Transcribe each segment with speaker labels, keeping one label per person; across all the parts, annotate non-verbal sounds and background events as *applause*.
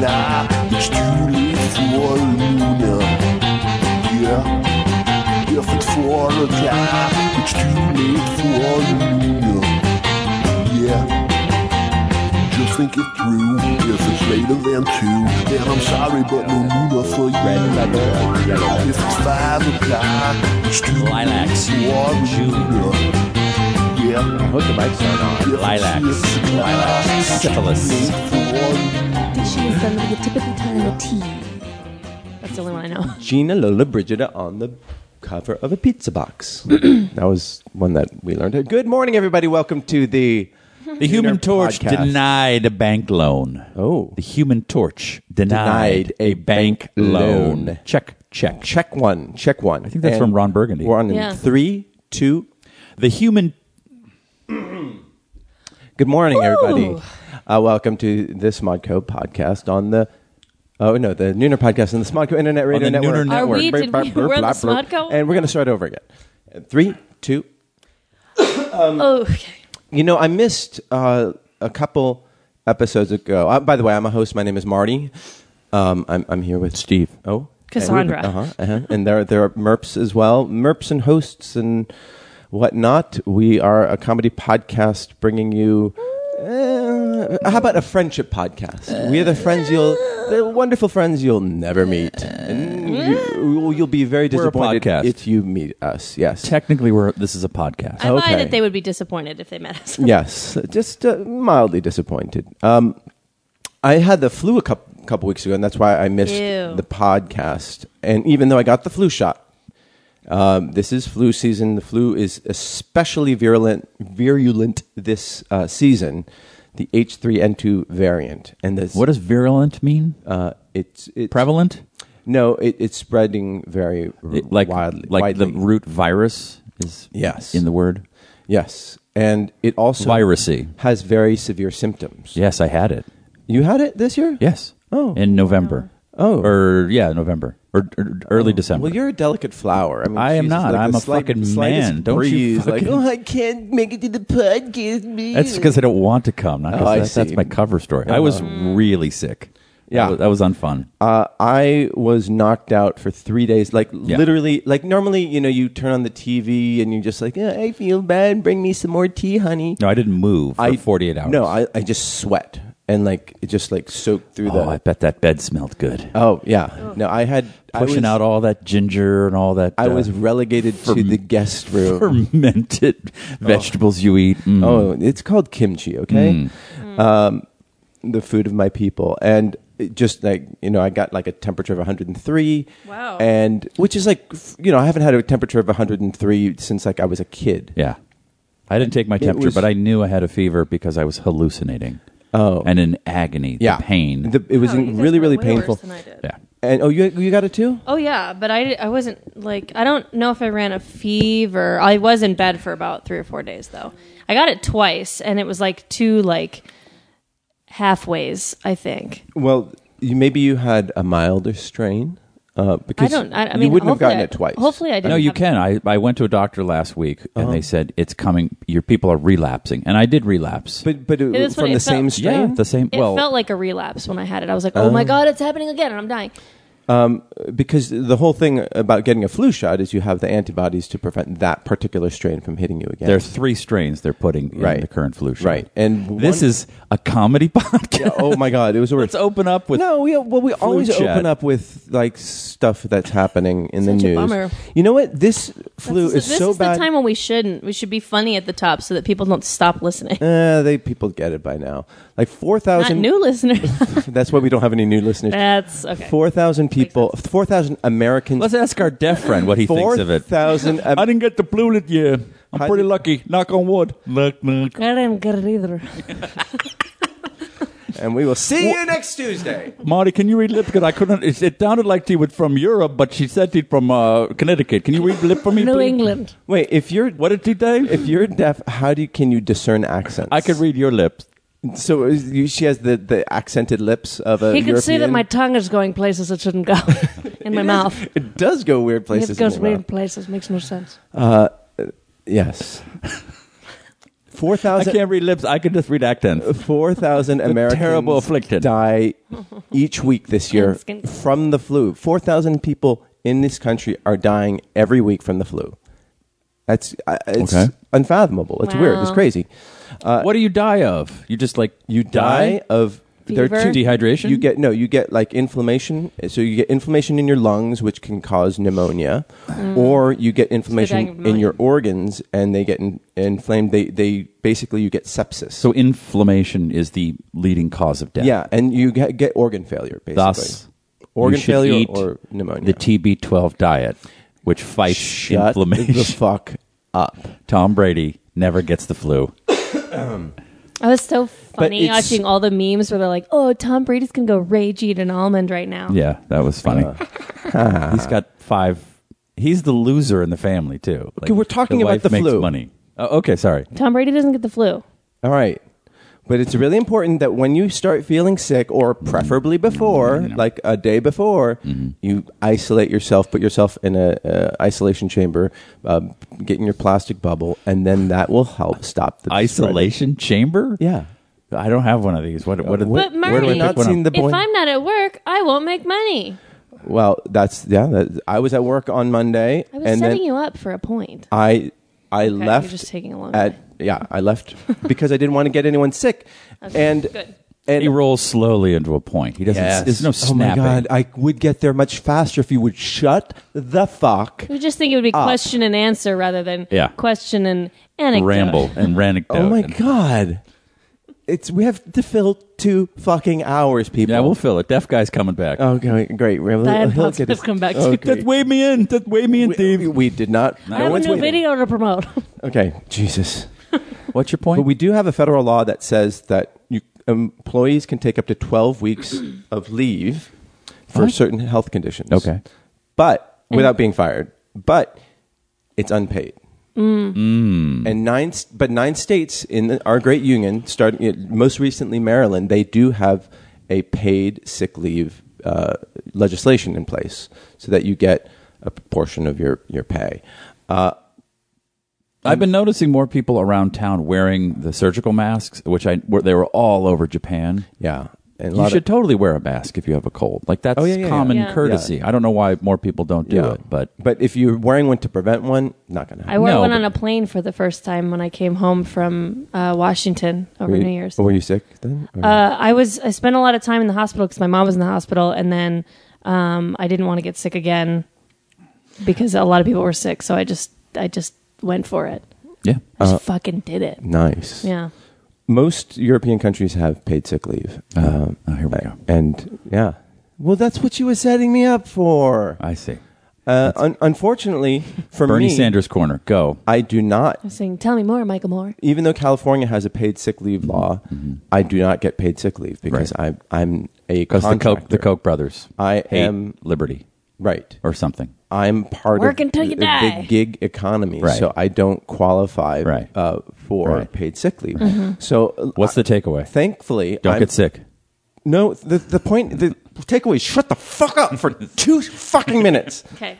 Speaker 1: nah, it's too late for a Luna. Yeah, different for a guy, it's too late for a Luna. Yeah. Just think it through. If it's later than two, then I'm sorry, but no Luna for you.
Speaker 2: leather, yellow leather.
Speaker 1: If it's five o'clock, it's too
Speaker 2: Lilacs,
Speaker 1: late for a
Speaker 2: June.
Speaker 1: Luna. Yeah.
Speaker 2: Hope the mics aren't on. Lilacs. Lilacs. Syphilis.
Speaker 3: She's done the typical time of tea. That's the only one I know.
Speaker 2: Gina Lola Brigida on the cover of a pizza box. *clears throat* that was one that we learned. Good morning, everybody. Welcome to the.
Speaker 4: The Human
Speaker 2: Inner
Speaker 4: Torch
Speaker 2: podcast.
Speaker 4: denied a bank loan.
Speaker 2: Oh.
Speaker 4: The Human Torch denied,
Speaker 2: Denied a bank
Speaker 4: loan.
Speaker 2: loan.
Speaker 4: Check, check.
Speaker 2: Check one. Check one. I
Speaker 4: think that's from Ron Burgundy.
Speaker 2: We're on in
Speaker 3: Yeah.
Speaker 2: three, two.
Speaker 4: The Human
Speaker 2: Good morning, everybody. Uh, welcome to this Modco podcast on the. Oh no, the Nooner podcast and the Smodco Internet Radio
Speaker 4: the
Speaker 2: Network.
Speaker 4: Nooner Are
Speaker 3: we- did we- we're on the Smodco?
Speaker 2: And we're going to start over again. Uh, Three, two.
Speaker 3: oh, okay.
Speaker 2: You know, I missed uh, a couple episodes ago. Uh, by the way, I'm a host. My name is Marty. Um, I'm, I'm here with Steve. Oh,
Speaker 3: Cassandra.
Speaker 2: And, uh-huh, uh-huh. and there there are merps as well, merps and hosts and whatnot. We are a comedy podcast bringing you. Uh, how about a friendship podcast? We are the friends you'll, the wonderful friends you'll never meet. And you, you'll be very
Speaker 4: We're a
Speaker 2: disappointed
Speaker 4: podcast.
Speaker 2: if you meet us. Yes,
Speaker 4: technically we're this is a podcast.
Speaker 3: I
Speaker 2: Okay.
Speaker 3: buy that they would be disappointed if they met us.
Speaker 2: Yes, just uh, mildly disappointed. Um, I had the flu a couple, couple weeks ago, and that's why I missed
Speaker 3: Ew.
Speaker 2: the podcast. And even though I got the flu shot, um, this is flu season. The flu is especially virulent, virulent this uh, season. The H three N two variant, and this
Speaker 4: What does virulent mean?
Speaker 2: uh, it's, it's
Speaker 4: Prevalent?
Speaker 2: No, it, it's spreading very r-
Speaker 4: It- like
Speaker 2: wildly.
Speaker 4: like the
Speaker 2: widely.
Speaker 4: root virus is
Speaker 2: Yes.
Speaker 4: in the word.
Speaker 2: yes, and it also
Speaker 4: Virusy.
Speaker 2: has very severe symptoms.
Speaker 4: Yes, I had it.
Speaker 2: You had it this year?
Speaker 4: Yes.
Speaker 2: Oh.
Speaker 4: In November.
Speaker 2: Oh.
Speaker 4: Or yeah, November. Or, or early December.
Speaker 2: Well, you're a delicate flower. I, mean,
Speaker 4: I am
Speaker 2: Jesus,
Speaker 4: not.
Speaker 2: Like
Speaker 4: I'm
Speaker 2: the
Speaker 4: a
Speaker 2: slight-
Speaker 4: fucking
Speaker 2: slightest
Speaker 4: man. Don't you
Speaker 2: breeze,
Speaker 4: fucking-
Speaker 2: Like, oh, I can't make it to the podcast. man."
Speaker 4: That's because I don't want to come. Not 'cause
Speaker 2: Oh, I
Speaker 4: that- that's
Speaker 2: see. Uh-huh.
Speaker 4: my cover story. I was really sick.
Speaker 2: Yeah.
Speaker 4: that was, that was unfun.
Speaker 2: uh, I was knocked out for three days. Like
Speaker 4: Yeah.
Speaker 2: literally, like normally, you know, you turn on the TV and you're just like, yeah, I feel bad. Bring me some more tea, honey.
Speaker 4: No, I didn't move for
Speaker 2: I
Speaker 4: 48 hours.
Speaker 2: No, I, I just sweat and like it just like soaked through
Speaker 4: oh, I
Speaker 2: the.
Speaker 4: bet that bed smelled good.
Speaker 2: Oh yeah, no, I had I
Speaker 4: Pushing
Speaker 2: was-
Speaker 4: out all that ginger and all that.
Speaker 2: I
Speaker 4: uh,
Speaker 2: was relegated to
Speaker 4: ferm-
Speaker 2: the guest room.
Speaker 4: *laughs* fermented vegetables you eat. Mm.
Speaker 2: Oh, it's called kimchi, okay?
Speaker 3: Mm.
Speaker 2: Um, the food of my people. And it just like, you know, I got like a temperature of 103.
Speaker 3: Wow.
Speaker 2: And which is like, f- you know, I haven't had a temperature of 103 since like I was a kid.
Speaker 4: yeah. I didn't take my temperature,
Speaker 2: was-
Speaker 4: but I knew I had a fever because I was hallucinating.
Speaker 2: Oh.
Speaker 4: and in agony, the
Speaker 2: Yeah.
Speaker 4: pain.
Speaker 2: The- it was
Speaker 3: Wow, Oh, you guys
Speaker 2: really,
Speaker 3: were
Speaker 2: really
Speaker 3: way worse
Speaker 2: painful.
Speaker 3: than I did.
Speaker 4: yeah,
Speaker 2: And oh, you, you got it too?
Speaker 3: Oh yeah, but I, I wasn't like I don't know if I ran a fever. I was in bed for about three or four days though. I got it twice, and it was like two like halfways. I think
Speaker 2: Well, you, maybe you had a milder strain. Uh,
Speaker 3: I
Speaker 2: because
Speaker 3: don't. I, I
Speaker 2: you
Speaker 3: mean,
Speaker 2: wouldn't have
Speaker 3: hopefully
Speaker 2: gotten
Speaker 3: I-
Speaker 2: it twice.
Speaker 3: Hopefully, I didn't.
Speaker 4: No, you
Speaker 3: have-
Speaker 4: can. I, I went to a doctor last week and they
Speaker 2: Uh-huh.
Speaker 4: said it's coming. Your people are relapsing, and I did relapse.
Speaker 2: But, but it,
Speaker 3: It is what
Speaker 2: from
Speaker 3: it
Speaker 2: the
Speaker 3: felt.
Speaker 2: same strain?
Speaker 4: yeah, the same.
Speaker 3: It
Speaker 4: well,
Speaker 3: felt like a relapse when I had it. I was like, oh
Speaker 2: Um,
Speaker 3: my god, it's happening again, and I'm dying.
Speaker 2: because the whole thing about getting a flu shot is you have the antibodies to prevent that particular strain from hitting you again.
Speaker 4: there are three strains they're putting in
Speaker 2: Right.
Speaker 4: the current flu shot.
Speaker 2: Right. And
Speaker 4: this
Speaker 2: one-
Speaker 4: is a comedy *laughs* podcast.
Speaker 2: Yeah, *laughs* oh my god, it was
Speaker 4: *laughs*
Speaker 2: worth.
Speaker 4: Let's open up with
Speaker 2: no, we well we always
Speaker 4: chat.
Speaker 2: open up with like stuff that's happening in the
Speaker 3: Such a
Speaker 2: news.
Speaker 3: bummer.
Speaker 2: You know what? This flu
Speaker 3: This
Speaker 2: is so
Speaker 3: is
Speaker 2: bad.
Speaker 3: the time when we shouldn't. We should be funny at the top so that people don't stop listening.
Speaker 2: Eh, they people get it by now. Like four
Speaker 3: Not
Speaker 2: thousand
Speaker 3: new Eh. listeners.
Speaker 2: *laughs*
Speaker 3: *laughs*
Speaker 2: That's why we don't have any new listeners.
Speaker 3: That's okay.
Speaker 2: Four thousand people. Four thousand Americans.
Speaker 4: Let's ask our deaf friend what he
Speaker 2: four
Speaker 4: thinks of it.
Speaker 2: thousand.
Speaker 4: *laughs* I didn't get the flu that year.
Speaker 2: How
Speaker 4: I'm pretty
Speaker 2: did-
Speaker 4: lucky. Knock on wood. Knock knock.
Speaker 3: I didn't get it either.
Speaker 2: and we will see you next Tuesday.
Speaker 4: Marty, can you read lip? Because I couldn't. It, it sounded like she was from Europe, but she said she's from uh, Connecticut. Can you read lip for me?
Speaker 3: New
Speaker 4: please?
Speaker 3: England.
Speaker 2: Wait, if you're
Speaker 4: What did she say?
Speaker 2: if you're deaf, how do you, can you discern accents?
Speaker 4: I could read your lips.
Speaker 2: So is- you, she has the, the accented lips of a.
Speaker 3: He can see that
Speaker 2: Uh, European.
Speaker 3: my tongue is going places it shouldn't go *laughs* in my mouth.
Speaker 2: It does go weird places.
Speaker 3: It goes
Speaker 2: in your
Speaker 3: weird
Speaker 4: *laughs*
Speaker 2: mouth.
Speaker 3: places. Makes no sense.
Speaker 2: Uh, yes. Four
Speaker 4: I
Speaker 2: thousand.
Speaker 4: can't read lips. I can just read accents. *laughs*
Speaker 2: Four thousand Americans
Speaker 4: terrible afflicted.
Speaker 2: die each week this year
Speaker 3: It's gonna-
Speaker 2: from the flu. Four thousand people in this country are dying every week from the flu. That's I- it's
Speaker 4: Okay.
Speaker 2: unfathomable. It's weird. It's
Speaker 3: Wow.
Speaker 2: crazy.
Speaker 4: what do you die of? You just like
Speaker 2: You die, of there are
Speaker 3: Fever?
Speaker 2: two-
Speaker 4: Dehydration?
Speaker 2: You get no. You get like inflammation. So you get inflammation in your lungs, which can cause pneumonia,
Speaker 3: Mm.
Speaker 2: or you get
Speaker 3: dying of
Speaker 2: inflammation in
Speaker 3: pneumonia.
Speaker 2: your organs, and they get in, inflamed. They they basically you get sepsis.
Speaker 4: So inflammation is the leading cause of death.
Speaker 2: Yeah, and you get, get organ failure basically.
Speaker 4: Thus,
Speaker 2: organ
Speaker 4: you should
Speaker 2: failure
Speaker 4: eat
Speaker 2: or pneumonia.
Speaker 4: The TB12 diet, which fights
Speaker 2: Shut
Speaker 4: inflammation.
Speaker 2: the fuck up.
Speaker 4: *laughs* Tom Brady never gets the flu.
Speaker 3: I was so funny
Speaker 2: it's-
Speaker 3: watching all the memes where they're like, "Oh, Tom Brady's gonna go rage eat an almond right now."
Speaker 4: Yeah, that was funny.
Speaker 2: Uh,
Speaker 4: he's got five. He's the loser in the family too. Like,
Speaker 2: Okay, we're talking
Speaker 4: the
Speaker 2: about
Speaker 4: wife
Speaker 2: the
Speaker 4: makes
Speaker 2: flu.
Speaker 4: Money. Oh, okay, sorry.
Speaker 3: Tom Brady doesn't get the flu.
Speaker 2: All right. But it's really important that when you start feeling sick, or preferably before, like a day before, you isolate yourself, put yourself in a, uh isolation chamber, uh, get in your plastic bubble, and then that will help stop the
Speaker 4: Isolation chamber.
Speaker 2: spread.
Speaker 4: I don't have one of these. What? What?
Speaker 2: But
Speaker 4: what- where do I
Speaker 3: Marty-
Speaker 4: pick
Speaker 2: Not
Speaker 4: one
Speaker 2: seen
Speaker 4: up?
Speaker 2: the boy.
Speaker 3: If I'm not at work, I won't make money.
Speaker 2: Yeah. Well, that's yeah. That, I was at work on Monday,
Speaker 3: I was
Speaker 2: and
Speaker 3: setting
Speaker 2: then
Speaker 3: you up for a point.
Speaker 2: I I
Speaker 3: you're
Speaker 2: left.
Speaker 3: just taking a long
Speaker 2: at, Yeah, I
Speaker 3: *laughs*
Speaker 2: left because I didn't want to get anyone sick, and
Speaker 3: good.
Speaker 2: and
Speaker 4: He rolls slowly into a point. He doesn't.
Speaker 2: Yes.
Speaker 4: There's no snapping.
Speaker 2: Oh my god, I would get there much faster if you would shut the fuck.
Speaker 3: We just think it would be
Speaker 2: up.
Speaker 3: question and answer rather than
Speaker 4: Ah. Yeah.
Speaker 3: question and anecdote.
Speaker 4: Ramble and anecdote.
Speaker 2: Oh my
Speaker 4: and-
Speaker 2: god. It's we have to fill two fucking hours, people. Oh,
Speaker 4: Yeah, we'll fill it. Deaf guy's coming back.
Speaker 2: Okay, great. We'll,
Speaker 3: That
Speaker 2: he'll
Speaker 3: thoughts
Speaker 2: get
Speaker 3: have
Speaker 2: us-
Speaker 3: come back to
Speaker 2: okay.
Speaker 4: Just weigh me in. Just weigh me in,
Speaker 2: we,
Speaker 4: Steve.
Speaker 2: we did not.
Speaker 4: I
Speaker 3: I
Speaker 2: no
Speaker 3: have a
Speaker 2: one's
Speaker 3: new
Speaker 2: waiting.
Speaker 3: video to promote. *laughs*
Speaker 2: Okay, Jesus.
Speaker 4: What's your point?
Speaker 2: But we do have a federal law that says that you, employees can take up to 12 weeks of leave for
Speaker 4: What?
Speaker 2: certain health conditions.
Speaker 4: Okay.
Speaker 2: But without being fired, but it's unpaid.
Speaker 4: Mm.
Speaker 2: And nine, s- but nine states in the, our great union, starting at- most recently Maryland, they do have a paid sick leave uh, legislation
Speaker 4: Mm.
Speaker 2: in place so that you get a portion of your, your pay. Uh,
Speaker 4: I've been noticing more people around town wearing the surgical masks, which I were, they were all over Japan.
Speaker 2: Yeah. And a
Speaker 4: You
Speaker 2: lot
Speaker 4: should
Speaker 2: of,
Speaker 4: totally wear a mask if you have a cold. Like that's
Speaker 2: Oh, yeah, yeah, yeah.
Speaker 4: common
Speaker 3: Yeah.
Speaker 4: courtesy. I don't know why more people don't do it, but
Speaker 2: but if you're wearing one to prevent one, not going to happen.
Speaker 3: I wore
Speaker 4: No,
Speaker 3: one
Speaker 4: but-
Speaker 3: on a plane for the first time when I came home from uh, Washington over
Speaker 2: Were you-
Speaker 3: New Year's.
Speaker 2: Were you sick then? Or-
Speaker 3: Uh, I was I spent a lot of time in the hospital because my mom was in the hospital, and then um, I didn't want to get sick again because a lot of people were sick. So I just I just went for it.
Speaker 4: yeah.
Speaker 3: I just fucking did it.
Speaker 2: nice.
Speaker 3: Yeah.
Speaker 2: Most European countries have paid sick leave. Um,
Speaker 4: oh, here we
Speaker 2: I-
Speaker 4: go.
Speaker 2: And yeah. Well, that's what you were setting me up for.
Speaker 4: I see.
Speaker 2: Uh, un- unfortunately, for
Speaker 4: Bernie
Speaker 2: me,
Speaker 4: Sanders corner. Go.
Speaker 2: I do not.
Speaker 3: I was saying, tell me more, Michael Moore.
Speaker 2: Even though California has a paid sick leave law, I do not get paid sick leave because
Speaker 4: Mm-hmm. Right.
Speaker 2: I, I'm a
Speaker 4: Because the Koch,
Speaker 2: contractor.
Speaker 4: the Koch brothers.
Speaker 2: I
Speaker 4: hate
Speaker 2: am-
Speaker 4: liberty
Speaker 2: Right.
Speaker 4: or something.
Speaker 2: I'm part
Speaker 3: Work
Speaker 2: of
Speaker 3: until you
Speaker 2: the,
Speaker 3: die.
Speaker 2: the gig economy,
Speaker 4: Right.
Speaker 2: so I don't qualify
Speaker 4: Right.
Speaker 2: uh, for
Speaker 4: Right.
Speaker 2: paid sick leave.
Speaker 3: Mm-hmm.
Speaker 2: So uh,
Speaker 4: What's the takeaway?
Speaker 2: Thankfully,
Speaker 4: Don't
Speaker 2: I'm-
Speaker 4: get sick.
Speaker 2: No, the the point, the takeaway. is Shut the fuck up for two fucking minutes.
Speaker 3: Okay.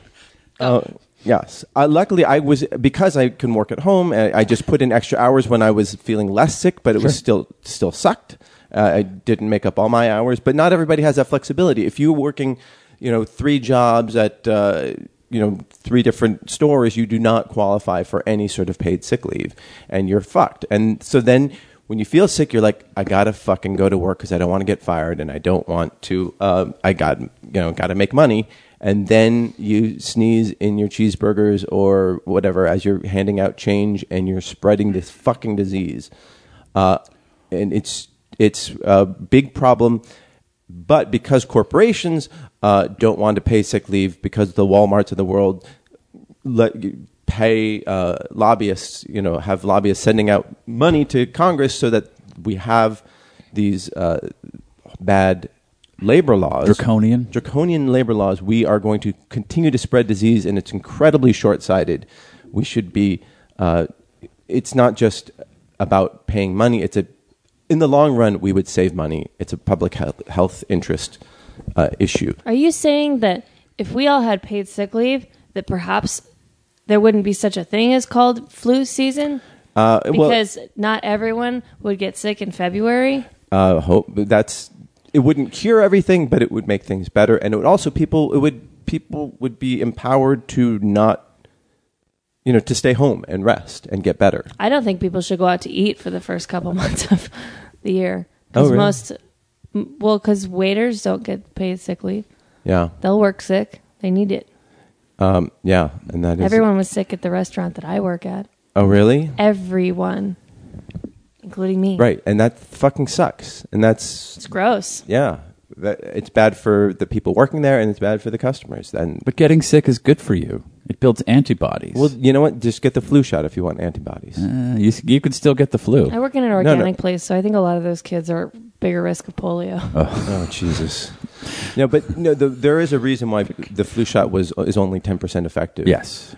Speaker 2: Yes. Uh, luckily, I was because I can work at home. I, I just put in extra hours when I was feeling less sick, but it was still still sucked. Uh, I didn't make up all my hours, but not everybody has that flexibility. If you're working, you know, three jobs at uh, you know three different stores, you do not qualify for any sort of paid sick leave, and you're fucked. And so then. When you feel sick, you're like, I gotta fucking go to work because I don't want to get fired and I don't want to. Uh, I got you know gotta make money, and then you sneeze in your cheeseburgers or whatever as you're handing out change and you're spreading this fucking disease. Uh, and it's it's a big problem. But because corporations uh, don't want to pay sick leave, because the WalMarts of the world let you pay uh, lobbyists, you know, have lobbyists sending out money to Congress so that we have these uh, bad labor laws
Speaker 4: Draconian.
Speaker 2: draconian labor laws, we are going to continue to spread disease, and it's incredibly short-sighted. We should be. Uh, it's not just about paying money. It's a. In the long run, we would save money. It's a public health, health interest uh, issue.
Speaker 3: Are you saying that if we all had paid sick leave, that perhaps there wouldn't be such a thing as called flu season?
Speaker 2: Uh, well,
Speaker 3: because not everyone would get sick in February.
Speaker 2: uh, hope that's it wouldn't cure everything, but it would make things better, and it would also people it would people would be empowered to not. You know, to stay home and rest and get better.
Speaker 3: I don't think people should go out to eat for the first couple *laughs* months of the year. Because
Speaker 2: Oh, really?
Speaker 3: most, m- well, because waiters don't get paid sick leave.
Speaker 2: Yeah,
Speaker 3: They'll work sick. They need it.
Speaker 2: um, yeah, and that is
Speaker 3: Everyone was sick at the restaurant that I work at.
Speaker 2: Oh, really?
Speaker 3: Everyone, including me.
Speaker 2: Right, and that fucking sucks, and that's
Speaker 3: It's gross.
Speaker 2: Yeah, that, it's bad for the people working there, and it's bad for the customers. And
Speaker 4: But getting sick is good for you. It builds antibodies.
Speaker 2: well, you know what? Just get the flu shot if you want antibodies.
Speaker 4: Uh, you you can still get the flu.
Speaker 3: I work in an
Speaker 2: no.
Speaker 3: organic place, so I think a lot of those kids are at bigger risk of polio.
Speaker 2: *laughs* Oh Jesus! no, but no, the, there is a reason why the flu shot was is only ten percent effective.
Speaker 4: Yes,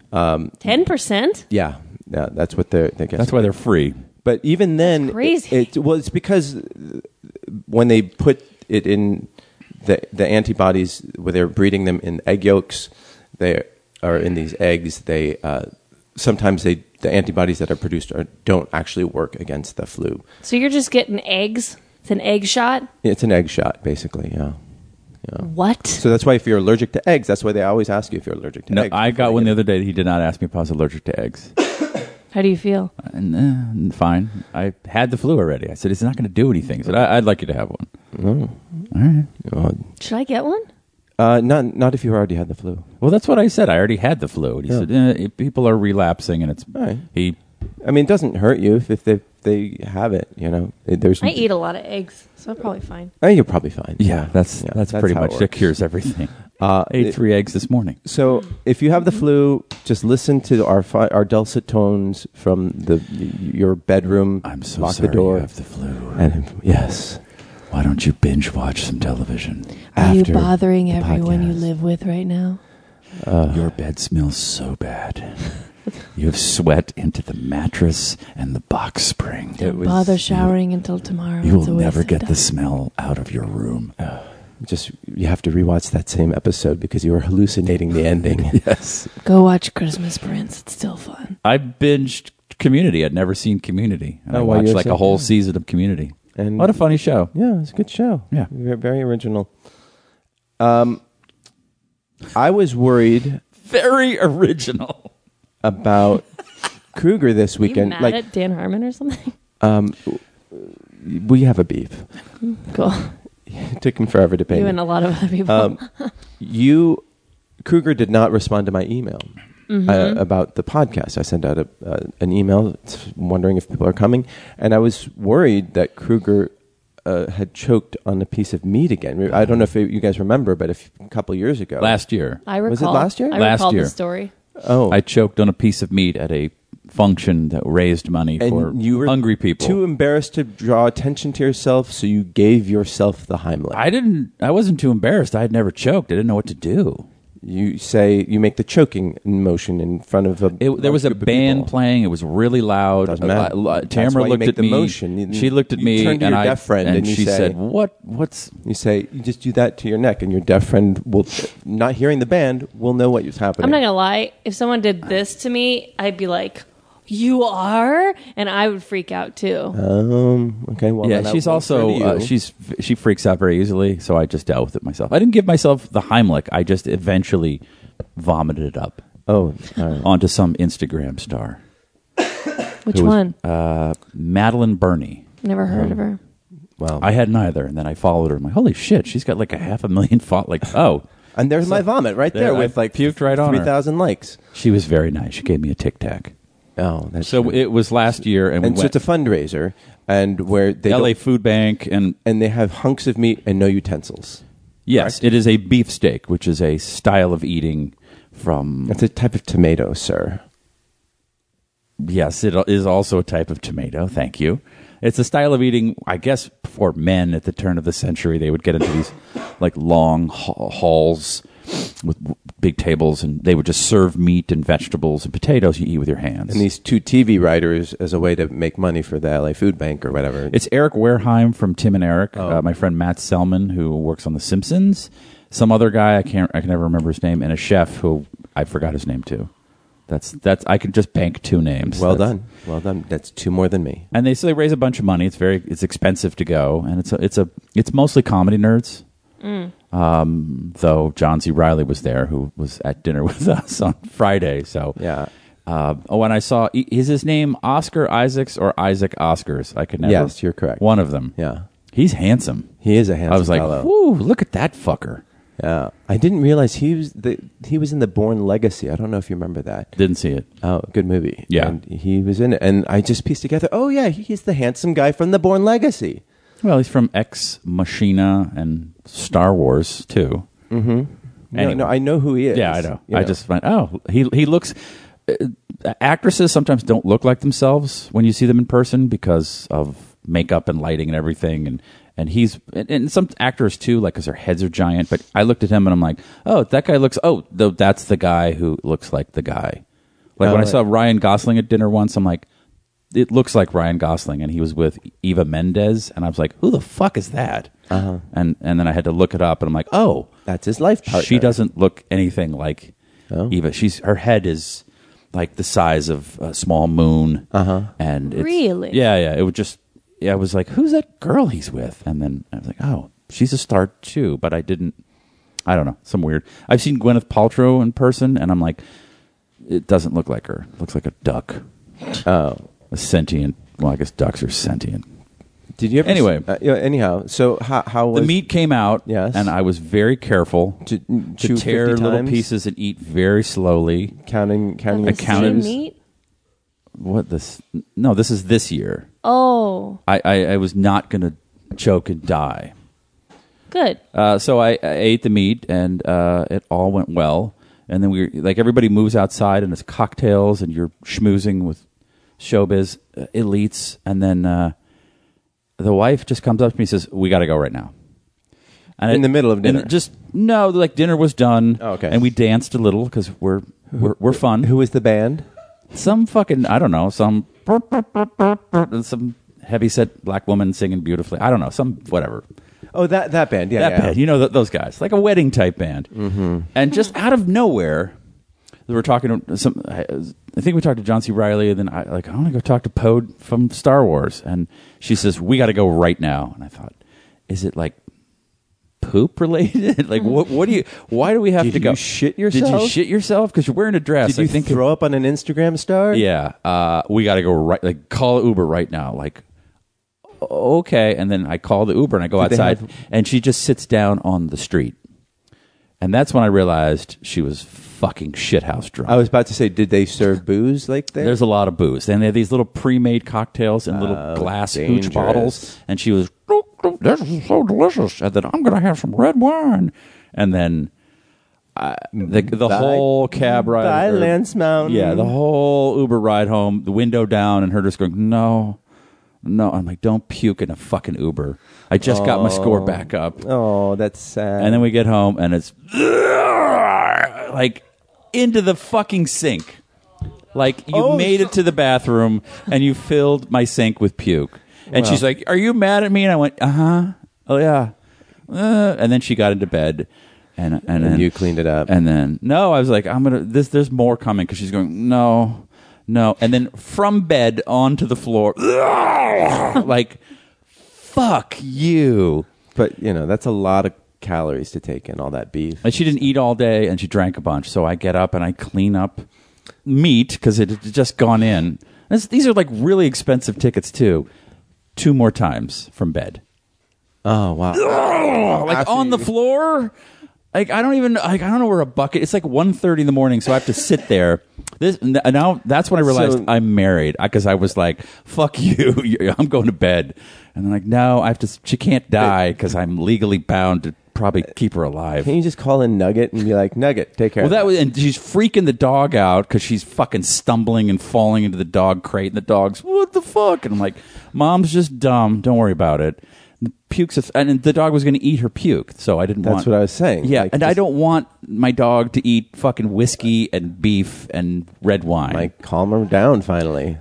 Speaker 3: Ten percent?
Speaker 2: Yeah. Yeah, that's what they're. They guess.
Speaker 4: that's why they're free.
Speaker 2: But even then,
Speaker 3: crazy.
Speaker 2: It, it- well, it's because uh, when they put it in the the antibodies, where they're breeding them in egg yolks, they are in these eggs. They uh, sometimes they the antibodies that are produced are, don't actually work against the flu.
Speaker 3: So you're just getting eggs? It's an egg shot?
Speaker 2: It's an egg shot, basically. Yeah.
Speaker 3: What?
Speaker 2: So that's why if you're allergic to eggs, that's why they always ask you if you're allergic to
Speaker 4: No,
Speaker 2: eggs.
Speaker 4: I
Speaker 2: before
Speaker 4: got
Speaker 2: you
Speaker 4: one
Speaker 2: get
Speaker 4: the
Speaker 2: it.
Speaker 4: other day. He did not ask me if I was allergic to
Speaker 2: *laughs*
Speaker 4: eggs.
Speaker 3: How do you feel?
Speaker 4: And, uh, fine. I had the flu already. I said it's not going to do anything. But I, I'd like you to have one.
Speaker 3: Should I get one?
Speaker 2: Uh, not not if you already had the flu.
Speaker 4: Well, that's what I said. I already had the flu. And he said eh, people are relapsing, and it's
Speaker 2: Right.
Speaker 4: he.
Speaker 2: I mean, it doesn't hurt you if, if they they have it. You know, It- there's.
Speaker 3: I eat a lot of eggs, so I'm probably fine.
Speaker 2: Oh, you're probably fine.
Speaker 4: Yeah, that's
Speaker 2: Yeah,
Speaker 4: that's, pretty
Speaker 2: how it
Speaker 4: much it
Speaker 2: works.
Speaker 4: cures
Speaker 2: *laughs*
Speaker 4: everything.
Speaker 2: Uh,
Speaker 4: Ate
Speaker 2: it-
Speaker 4: three eggs this morning.
Speaker 2: So if you have the flu, just listen to our fi- our dulcet tones from the your bedroom.
Speaker 4: I'm so
Speaker 2: lock
Speaker 4: sorry
Speaker 2: the door.
Speaker 4: you have the flu.
Speaker 2: and yes,
Speaker 4: Why don't you binge watch some television?
Speaker 3: Are you
Speaker 2: after
Speaker 3: bothering
Speaker 2: the
Speaker 3: everyone you
Speaker 2: podcast.
Speaker 3: live with right now?
Speaker 2: Uh.
Speaker 4: Your bed smells so bad. you have sweat into the mattress and the box
Speaker 3: *laughs*
Speaker 4: spring.
Speaker 3: Don't bother showering until tomorrow.
Speaker 4: You
Speaker 3: It's a
Speaker 4: will never
Speaker 3: waste of
Speaker 4: get
Speaker 3: time.
Speaker 4: the smell out of your room.
Speaker 2: Just you have to rewatch that same episode because you were hallucinating the
Speaker 4: *laughs*
Speaker 2: ending.
Speaker 4: Yes.
Speaker 3: Go watch Christmas Prince. It's still fun.
Speaker 4: I binged Community. I'd never seen Community. And I
Speaker 2: Oh, well,
Speaker 4: watched
Speaker 2: you're
Speaker 4: like
Speaker 2: so
Speaker 4: a whole
Speaker 2: good.
Speaker 4: season of Community.
Speaker 2: And-
Speaker 4: what a funny show.
Speaker 2: yeah, it's a good show.
Speaker 4: Yeah.
Speaker 2: Ve- very original. Um, I was worried
Speaker 4: Very original.
Speaker 2: about Kruger this
Speaker 3: Are you
Speaker 2: weekend.
Speaker 3: mad
Speaker 2: like
Speaker 3: at Dan Harmon or something?
Speaker 2: we have a beef. *laughs*
Speaker 3: Cool.
Speaker 2: It took him forever to pay.
Speaker 3: You
Speaker 2: me.
Speaker 3: and a lot of
Speaker 2: Um,
Speaker 3: other people.
Speaker 2: you Kruger did not respond to my email uh, about the podcast. I sent out a, uh, an email s- wondering if people are coming, and I was worried that Kruger uh, had choked on a piece of meat again. I don't know if you guys remember, but a f- couple years ago,
Speaker 4: Last year,
Speaker 3: I recall.
Speaker 2: Was it last year?
Speaker 3: I
Speaker 4: Last
Speaker 3: recall
Speaker 4: year.
Speaker 3: the story.
Speaker 2: oh,
Speaker 4: I choked on a piece of meat at a function that raised money
Speaker 2: and
Speaker 4: for
Speaker 2: you were
Speaker 4: hungry people.
Speaker 2: too embarrassed to draw attention to yourself, so you gave yourself the Heimlich.
Speaker 4: I didn't. I wasn't too embarrassed. I had never choked. I didn't know what to do.
Speaker 2: you say you make the choking motion in front of a.
Speaker 4: It, there was a
Speaker 2: group of
Speaker 4: band
Speaker 2: people.
Speaker 4: playing. It was really loud.
Speaker 2: Doesn't matter.
Speaker 4: A lot-
Speaker 2: That's why
Speaker 4: Tamara
Speaker 2: you
Speaker 4: looked
Speaker 2: make
Speaker 4: at
Speaker 2: the
Speaker 4: me.
Speaker 2: motion. You-
Speaker 4: she looked at
Speaker 2: you
Speaker 4: me,
Speaker 2: turn to
Speaker 4: and
Speaker 2: your
Speaker 4: I
Speaker 2: deaf friend
Speaker 4: and,
Speaker 2: and you
Speaker 4: she
Speaker 2: say-
Speaker 4: said, "What? What's?"
Speaker 2: You say you just do that to your neck, and your deaf friend will, not hearing the band, will know what is happening.
Speaker 3: I'm not gonna lie. If someone did
Speaker 2: Uh.
Speaker 3: this to me, I'd be like, "You are," and I would freak out too.
Speaker 2: Um. Okay. Well.
Speaker 4: Yeah,
Speaker 2: then I
Speaker 4: she's
Speaker 2: won't
Speaker 4: also
Speaker 2: refer to
Speaker 4: uh,
Speaker 2: you.
Speaker 4: she's she freaks out very easily, so I just dealt with it myself. I didn't give myself the Heimlich. I just eventually vomited it up
Speaker 2: Oh. all right.
Speaker 4: onto some Instagram star,
Speaker 3: Which
Speaker 4: who was-
Speaker 3: one?
Speaker 4: Madeline Burney.
Speaker 3: Never heard of her.
Speaker 2: Wow.
Speaker 4: I hadn't either, and then I followed her. I'm like, holy shit, she's got like a half a million fo- Like, oh,
Speaker 2: and there's my vomit right there
Speaker 4: There, I
Speaker 2: with like
Speaker 4: puked right on her.
Speaker 2: three thousand likes.
Speaker 4: she was very nice. She gave me a tic tac.
Speaker 2: Oh, that's
Speaker 4: So it was last year, and,
Speaker 2: and
Speaker 4: we
Speaker 2: so
Speaker 4: went
Speaker 2: it's a fundraiser, and where they
Speaker 4: to LA
Speaker 2: don't-
Speaker 4: Food Bank, and
Speaker 2: and they have hunks of meat and no utensils.
Speaker 4: yes, it is a beefsteak, which is a style of eating from
Speaker 2: That's a type of tomato, sir.
Speaker 4: Yes, it is also a type of tomato. Thank you. It's a style of eating, I guess, for men at the turn of the century. They would get into these like long ha- halls with w- big tables, and they would just serve meat and vegetables and potatoes you eat with your hands.
Speaker 2: And these two TV writers, as a way to make money for the LA Food Bank or whatever.
Speaker 4: It's Eric Wareheim from Tim and Eric,
Speaker 2: Oh.
Speaker 4: uh, my friend Matt Selman, who works on The Simpsons, some other guy I can't I can never remember his name, and a chef who I forgot his name too. That's that's I can just bank two names.
Speaker 2: Well
Speaker 4: That's-
Speaker 2: done. Well done. That's two more than me.
Speaker 4: And they so they raise a bunch of money. It's very it's expensive to go, and it's a, it's a it's mostly comedy nerds. Um, though John C. Riley was there, who was at dinner *laughs* with us on Friday. So
Speaker 2: Yeah.
Speaker 4: Uh, oh, and I saw i- is his name Oscar Isaacs or Isaac Oscars? I could never.
Speaker 2: Yes, you're correct.
Speaker 4: One of them.
Speaker 2: Yeah.
Speaker 4: he's handsome.
Speaker 2: He is a handsome
Speaker 4: I was like,
Speaker 2: fellow.
Speaker 4: whoo, look at that fucker.
Speaker 2: Yeah. Uh, I didn't realize he was the he was in the Born Legacy. I don't know if you remember that.
Speaker 4: Didn't see it.
Speaker 2: Oh, good movie.
Speaker 4: Yeah.
Speaker 2: And he was in it, and I just pieced together. Oh yeah, he's the handsome guy from the Born Legacy.
Speaker 4: Well, he's from Ex Machina and Star Wars too.
Speaker 2: Mm-hmm. No,
Speaker 4: Anyway.
Speaker 2: no, I know who he is.
Speaker 4: Yeah, I know.
Speaker 2: You
Speaker 4: I just find oh he he looks. Uh, actresses sometimes don't look like themselves when you see them in person because of makeup and lighting and everything and. And he's and, and some actors too, like because their heads are giant. But I looked at him and I'm like, oh, that guy looks. Oh, though that's the guy who looks like the guy. Like
Speaker 2: Oh,
Speaker 4: when I
Speaker 2: right.
Speaker 4: saw Ryan Gosling at dinner once, I'm like, it looks like Ryan Gosling, and he was with Eva Mendes, and I was like, who the fuck is that? Uh-huh. And and then I had to look it up, and I'm like, oh,
Speaker 2: That's his life partner.
Speaker 4: she doesn't look anything like Eva. She's her head is like the size of a small moon. Uh-huh. And it's,
Speaker 3: Really?
Speaker 4: yeah, yeah. It was just yeah. I was like, who's that girl he's with? And then I was like, oh, she's a star too. But I didn't. I don't know. Some weird. I've seen Gwyneth Paltrow in person, and I'm like, it doesn't look like her. It looks like a duck,
Speaker 2: Oh.
Speaker 4: a sentient. Well, I guess ducks are sentient.
Speaker 2: Did you ever?
Speaker 4: Anyway.
Speaker 2: uh, yeah, anyhow, so how how was
Speaker 4: the meat came out,
Speaker 2: Yes.
Speaker 4: and I was very careful
Speaker 2: To- mm,
Speaker 4: to,
Speaker 2: chew
Speaker 4: tear
Speaker 2: 50
Speaker 4: little
Speaker 2: times?
Speaker 4: pieces and eat very slowly.
Speaker 2: counting counting
Speaker 3: Of the
Speaker 2: his
Speaker 4: Accounted-
Speaker 3: same
Speaker 2: shoes?
Speaker 3: meat?
Speaker 4: What this? No, this is this year.
Speaker 3: Oh,
Speaker 4: I, I, I was not going to choke and die.
Speaker 3: good.
Speaker 4: Uh, so I, I ate the meat, and uh, it all went well. And then we were, like everybody moves outside, and it's cocktails, and you're schmoozing with showbiz uh, elites. And then uh, the wife just comes up to me and says, "We got to go right now." And
Speaker 2: In the middle of
Speaker 4: and
Speaker 2: dinner?
Speaker 4: just no, like dinner was done.
Speaker 2: Oh, okay.
Speaker 4: and we danced a little because we're, we're we're fun.
Speaker 2: Who was the band?
Speaker 4: Some fucking I don't know some some heavy set black woman singing beautifully. I don't know some whatever
Speaker 2: Oh, that that band. Yeah,
Speaker 4: that
Speaker 2: yeah.
Speaker 4: band. You know th- those guys, like a wedding type band. Mm-hmm. And just out of nowhere, we were talking to some. I I think we talked to John C. Riley, and then I like I want to go talk to Poe from Star Wars, and she says we got to go right now. And I thought, is it like poop related? *laughs* like what? What do you? Why do we have
Speaker 2: Mm-hmm. Did
Speaker 4: to go?
Speaker 2: you shit
Speaker 4: Did you
Speaker 2: yourself?
Speaker 4: shit yourself because you're wearing a dress?
Speaker 2: Did you
Speaker 4: I think
Speaker 2: throw up on an Instagram star?
Speaker 4: yeah, uh, we got to go right. Like, call Uber right now. Like, okay. And then I call the Uber and I go
Speaker 2: Did they
Speaker 4: outside,
Speaker 2: have-
Speaker 4: and she just sits down on the street. And that's when I realized she was fucking shithouse drunk.
Speaker 2: I was about to say, did they serve booze like that?
Speaker 4: There's a lot of booze, and they have these little pre-made cocktails in little glass
Speaker 2: Uh, dangerous.
Speaker 4: hooch bottles. And she was, "This is so delicious," and then I'm gonna have some red wine, and then. I the the
Speaker 2: Bye-
Speaker 4: whole cab ride,
Speaker 2: bye,
Speaker 4: or-
Speaker 2: Lance Mountain.
Speaker 4: Yeah, the whole Uber ride home, the window down, and her just going, "No, no." I'm like, "Don't puke in a fucking Uber." I just got my score back up.
Speaker 2: Oh, that's sad.
Speaker 4: And then we get home and it's like into the fucking sink. Like you
Speaker 2: Oh,
Speaker 4: made it to the bathroom and you filled my sink with puke. And she's like, "Are you mad at me?" And I went, "Uh huh. Oh yeah." Uh, and then she got into bed, and and, then
Speaker 2: you cleaned it up.
Speaker 4: And then no, I was like, "I'm gonna this." There's more coming because she's going no, no. And then from bed onto the floor, *laughs* like, fuck you.
Speaker 2: but you know, that's a lot of calories to take in all that beef.
Speaker 4: And she didn't eat all day, and she drank a bunch. So I get up and I clean up meat because it had just gone in. This, these are like really expensive tickets too. Two more times from bed,
Speaker 2: Oh wow.
Speaker 4: like
Speaker 2: After
Speaker 4: on the
Speaker 2: you-
Speaker 4: floor. Like I don't even like I don't know where a bucket. It's like 1.30 in the morning, so I have to sit there. This and now that's when I realized
Speaker 2: So-
Speaker 4: I'm married because I, was like, "Fuck you, *laughs* you- I'm going to bed." And I'm like, "No, I have to. She can't die because I'm legally bound to probably keep her alive."
Speaker 2: Can you just call in Nugget and be like, Nugget, take care?
Speaker 4: Well,
Speaker 2: of
Speaker 4: that was, and she's freaking the dog out because she's fucking stumbling and falling into the dog crate, and the dog's what the fuck? And I'm like, Mom's just dumb. Don't worry about it. And the puke's, a th- and the dog was going to eat her puke, so I didn't.
Speaker 2: That's
Speaker 4: want,
Speaker 2: what I was saying.
Speaker 4: Yeah,
Speaker 2: Like,
Speaker 4: and I
Speaker 2: just-
Speaker 4: don't want my dog to eat fucking whiskey and beef and red wine.
Speaker 2: Like, calm her
Speaker 4: Ah,
Speaker 2: down finally.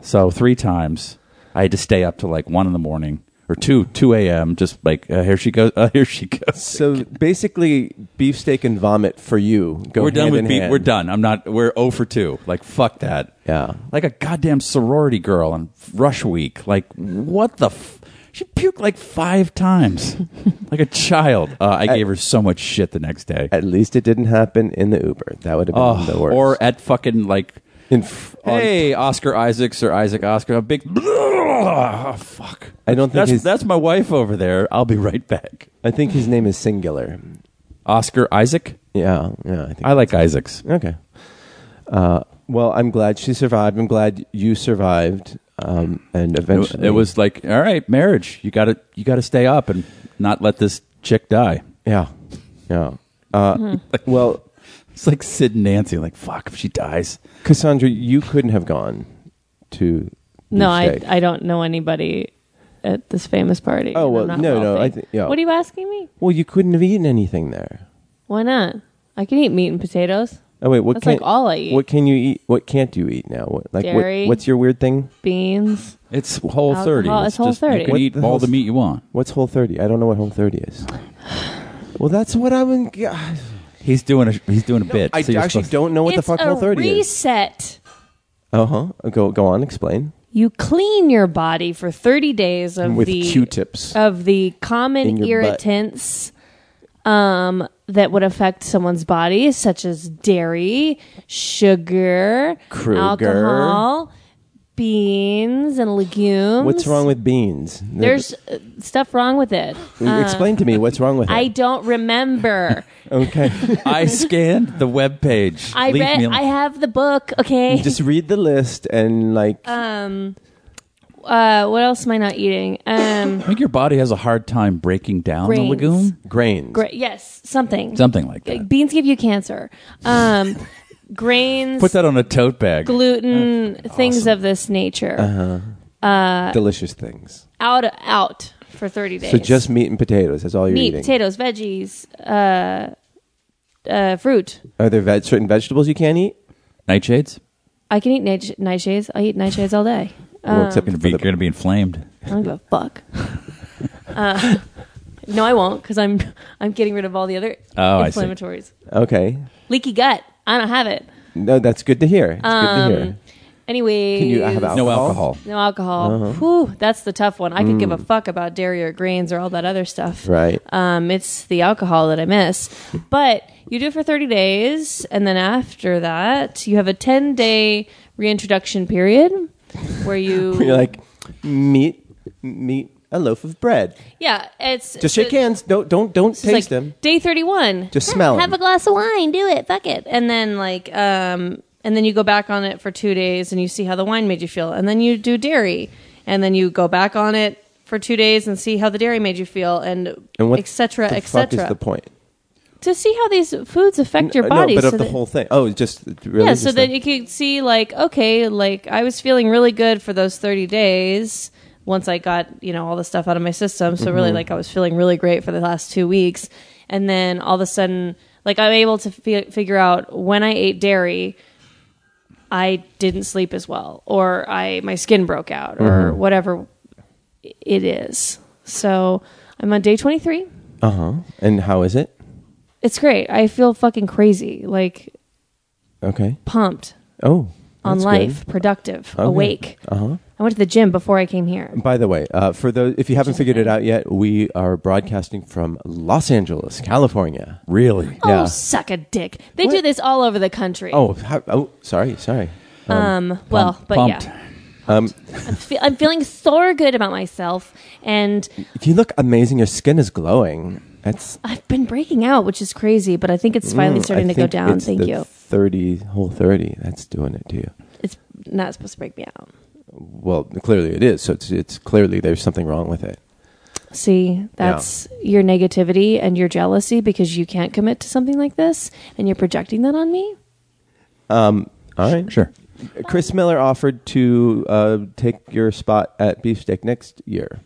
Speaker 4: so three times I had to stay up till like one in the morning or two two a.m. Just like uh, here she goes, *laughs* uh, here she goes.
Speaker 2: So basically, beefsteak and vomit for you. Go
Speaker 4: we're done
Speaker 2: hand
Speaker 4: with
Speaker 2: in
Speaker 4: beef.
Speaker 2: hand.
Speaker 4: We're done. I'm not. We're zero for two. Like fuck that.
Speaker 2: Yeah.
Speaker 4: Like a goddamn sorority girl on rush week. Like what the. F- she puked like five
Speaker 2: *laughs*
Speaker 4: times, like a child. Uh, I gave her so much shit the next day.
Speaker 2: At least it didn't happen in the Uber. That would have been
Speaker 4: Oh,
Speaker 2: the worst.
Speaker 4: Or at fucking like,
Speaker 2: In f- on-
Speaker 4: hey, Oscar Isaacs or Isaac Oscar, a big. Oh, fuck.
Speaker 2: I don't think
Speaker 4: that's
Speaker 2: he's-
Speaker 4: that's my wife over there. I'll be right back.
Speaker 2: I think his name is singular.
Speaker 4: Oscar Isaac.
Speaker 2: Yeah, yeah. I think.
Speaker 4: I like Isaacs.
Speaker 2: okay. Uh, well, I'm glad she survived. I'm glad you survived. Um, and eventually,
Speaker 4: It was like, all right, marriage. You got to you got to stay up and not let this chick die.
Speaker 2: yeah, yeah. Uh,
Speaker 3: Mm-hmm.
Speaker 2: Well,
Speaker 4: It's like Sid and Nancy. Like, fuck, if she dies,
Speaker 2: Cassandra, you couldn't have gone to.
Speaker 3: No, I,
Speaker 2: beefsteak.
Speaker 3: I don't know anybody at this famous party.
Speaker 2: Oh,
Speaker 3: and
Speaker 2: well,
Speaker 3: I'm not
Speaker 2: no, no,
Speaker 3: wealthy.
Speaker 2: I thi- yeah.
Speaker 3: What are you asking me?
Speaker 2: Well, you couldn't have eaten anything there.
Speaker 3: Why not? I can eat meat and potatoes,
Speaker 2: Oh wait, what
Speaker 3: That's
Speaker 2: can
Speaker 3: like all I eat.
Speaker 2: What can you eat? What can't you eat now? What, like what-
Speaker 3: Dairy.
Speaker 2: what's your weird thing?
Speaker 3: beans.
Speaker 4: it's whole
Speaker 3: Alcohol,
Speaker 4: thirty.
Speaker 3: it's Whole30.
Speaker 4: You can
Speaker 2: What
Speaker 4: eat
Speaker 2: the
Speaker 4: all
Speaker 2: hell's-
Speaker 4: the meat you want.
Speaker 2: What's Whole 30? I don't know what Whole 30 is. Well, that's what I would. God.
Speaker 4: He's doing a he's doing a bit.
Speaker 2: I
Speaker 4: so you're
Speaker 2: actually
Speaker 4: supposed-
Speaker 2: don't know what the
Speaker 3: it's
Speaker 2: fuck
Speaker 3: a
Speaker 2: Whole 30 is.
Speaker 3: reset.
Speaker 2: Uh huh. Go go on. Explain.
Speaker 3: You clean your body for 30 days of
Speaker 2: With
Speaker 3: the
Speaker 2: Q-tips.
Speaker 3: of the
Speaker 2: In
Speaker 3: common
Speaker 2: your butt.
Speaker 3: irritants um, that would affect someone's body, such as dairy, sugar,
Speaker 2: Kruger.
Speaker 3: alcohol, beans, and legumes.
Speaker 2: What's wrong with beans?
Speaker 3: There's uh, stuff wrong with it.
Speaker 2: explain to me what's wrong with it.
Speaker 3: I
Speaker 2: *laughs*
Speaker 3: don't remember. *laughs*
Speaker 2: okay.
Speaker 4: *laughs* I scanned the web page.
Speaker 3: I
Speaker 4: Leave
Speaker 3: read.
Speaker 4: me
Speaker 3: I have the book. Okay.
Speaker 2: Just read the list and like.
Speaker 3: uh, what else am I not eating? Um, *coughs*
Speaker 4: I think your body has a hard time breaking down the
Speaker 3: Grains.
Speaker 4: legume.
Speaker 2: grains.
Speaker 3: gra- yes, something.
Speaker 4: Something like
Speaker 3: Like,
Speaker 4: that.
Speaker 3: beans give you cancer.
Speaker 2: *laughs*
Speaker 3: Um, grains,
Speaker 4: Put that on a tote bag.
Speaker 3: gluten, things of this nature.
Speaker 2: Uh-huh. delicious things.
Speaker 3: Out out for thirty days.
Speaker 2: So just meat and potatoes. That's all you're
Speaker 3: meat,
Speaker 2: eating.
Speaker 3: potatoes, veggies, uh, uh, fruit.
Speaker 2: Are there veg- certain vegetables you can't eat?
Speaker 4: Nightshades?
Speaker 3: I can eat night- nightshades. I eat nightshades all day.
Speaker 2: well, except
Speaker 4: Gonna
Speaker 2: for
Speaker 4: be,
Speaker 2: the-
Speaker 4: gonna be inflamed.
Speaker 3: I don't give a
Speaker 2: *laughs*
Speaker 3: fuck. uh, no, I won't because I'm I'm getting rid of all the other
Speaker 4: Oh, I see.
Speaker 3: inflammatories.
Speaker 2: okay.
Speaker 3: Leaky gut. I don't have it.
Speaker 2: No, that's good to hear. It's good to hear.
Speaker 3: Anyway,
Speaker 2: Can you have Uh-huh.
Speaker 4: No alcohol.
Speaker 3: No alcohol. Whew, that's the tough one. I could give a fuck about dairy or grains or all that other stuff.
Speaker 2: Mm. Right.
Speaker 3: Um, it's the alcohol that I miss. But you do it for 30 days, and then after that, you have a 10 day reintroduction period where
Speaker 2: *laughs*
Speaker 3: you.
Speaker 2: You're like meat, meat, a loaf of bread.
Speaker 3: yeah, it's.
Speaker 2: Just shake
Speaker 3: the-
Speaker 2: hands. Don't don't don't
Speaker 3: it's
Speaker 2: taste
Speaker 3: like
Speaker 2: them.
Speaker 3: Day 31.
Speaker 2: Just smell 'em.
Speaker 3: Have a glass of wine. Do it. Fuck it. And then, like, um, and then you go back on it for two days and you see how the wine made you feel. And then you do dairy. And then you go back on it for two days and see how the dairy made you feel and,
Speaker 2: And what
Speaker 3: et cetera,
Speaker 2: the
Speaker 3: et
Speaker 2: fuck
Speaker 3: cetera.
Speaker 2: is the point? Uh,
Speaker 3: to see how these foods affect your
Speaker 2: no,
Speaker 3: body.
Speaker 2: but
Speaker 3: so
Speaker 2: of the
Speaker 3: that-
Speaker 2: whole thing. Oh, just really.
Speaker 3: yeah,
Speaker 2: just
Speaker 3: so
Speaker 2: the-
Speaker 3: that you could see like, okay, like I was feeling really good for those thirty days once I got you know all the stuff out of my system. So
Speaker 2: Mm-hmm.
Speaker 3: really, like I was feeling really great for the last two weeks, and then all of a sudden, like I'm able to fi- figure out when I ate dairy. I didn't sleep as well, or I my skin broke out, or
Speaker 2: Mm-hmm.
Speaker 3: whatever it is. So I'm on day 23.
Speaker 2: uh-huh. And how is it?
Speaker 3: It's great. I feel fucking crazy, like
Speaker 2: Okay.
Speaker 3: pumped
Speaker 2: Oh.
Speaker 3: on
Speaker 2: that's
Speaker 3: life, productive, awake.
Speaker 2: Uh-huh.
Speaker 3: I went to the gym before I came here.
Speaker 2: By the way, uh, for those if you haven't figured it out yet, we are broadcasting from Los Angeles, California.
Speaker 4: Really?
Speaker 2: Yeah.
Speaker 3: Oh, suck a dick. They do
Speaker 2: What?
Speaker 3: this all over the country.
Speaker 2: Oh, how, oh, sorry, sorry.
Speaker 3: um, well, but
Speaker 4: Pumped.
Speaker 3: yeah. I'm, fe- I'm feeling so good about myself, and
Speaker 2: You look amazing. Your skin is glowing. That's hmm,
Speaker 3: I've been breaking out, which is crazy, but I think it's finally starting
Speaker 2: Mm, I
Speaker 3: to go
Speaker 2: think
Speaker 3: down.
Speaker 2: it's
Speaker 3: Thank
Speaker 2: the
Speaker 3: you.
Speaker 2: Thirty whole thirty. That's doing it to you.
Speaker 3: It's not supposed to break me out.
Speaker 2: Well, clearly it is. So it's it's clearly there's something wrong with it.
Speaker 3: See, that's your negativity and your jealousy because you can't commit to something like this, and you're projecting that on me.
Speaker 2: All right. Uh,
Speaker 4: Sure.
Speaker 2: Chris Miller offered to uh, take your spot at Beefsteak next year.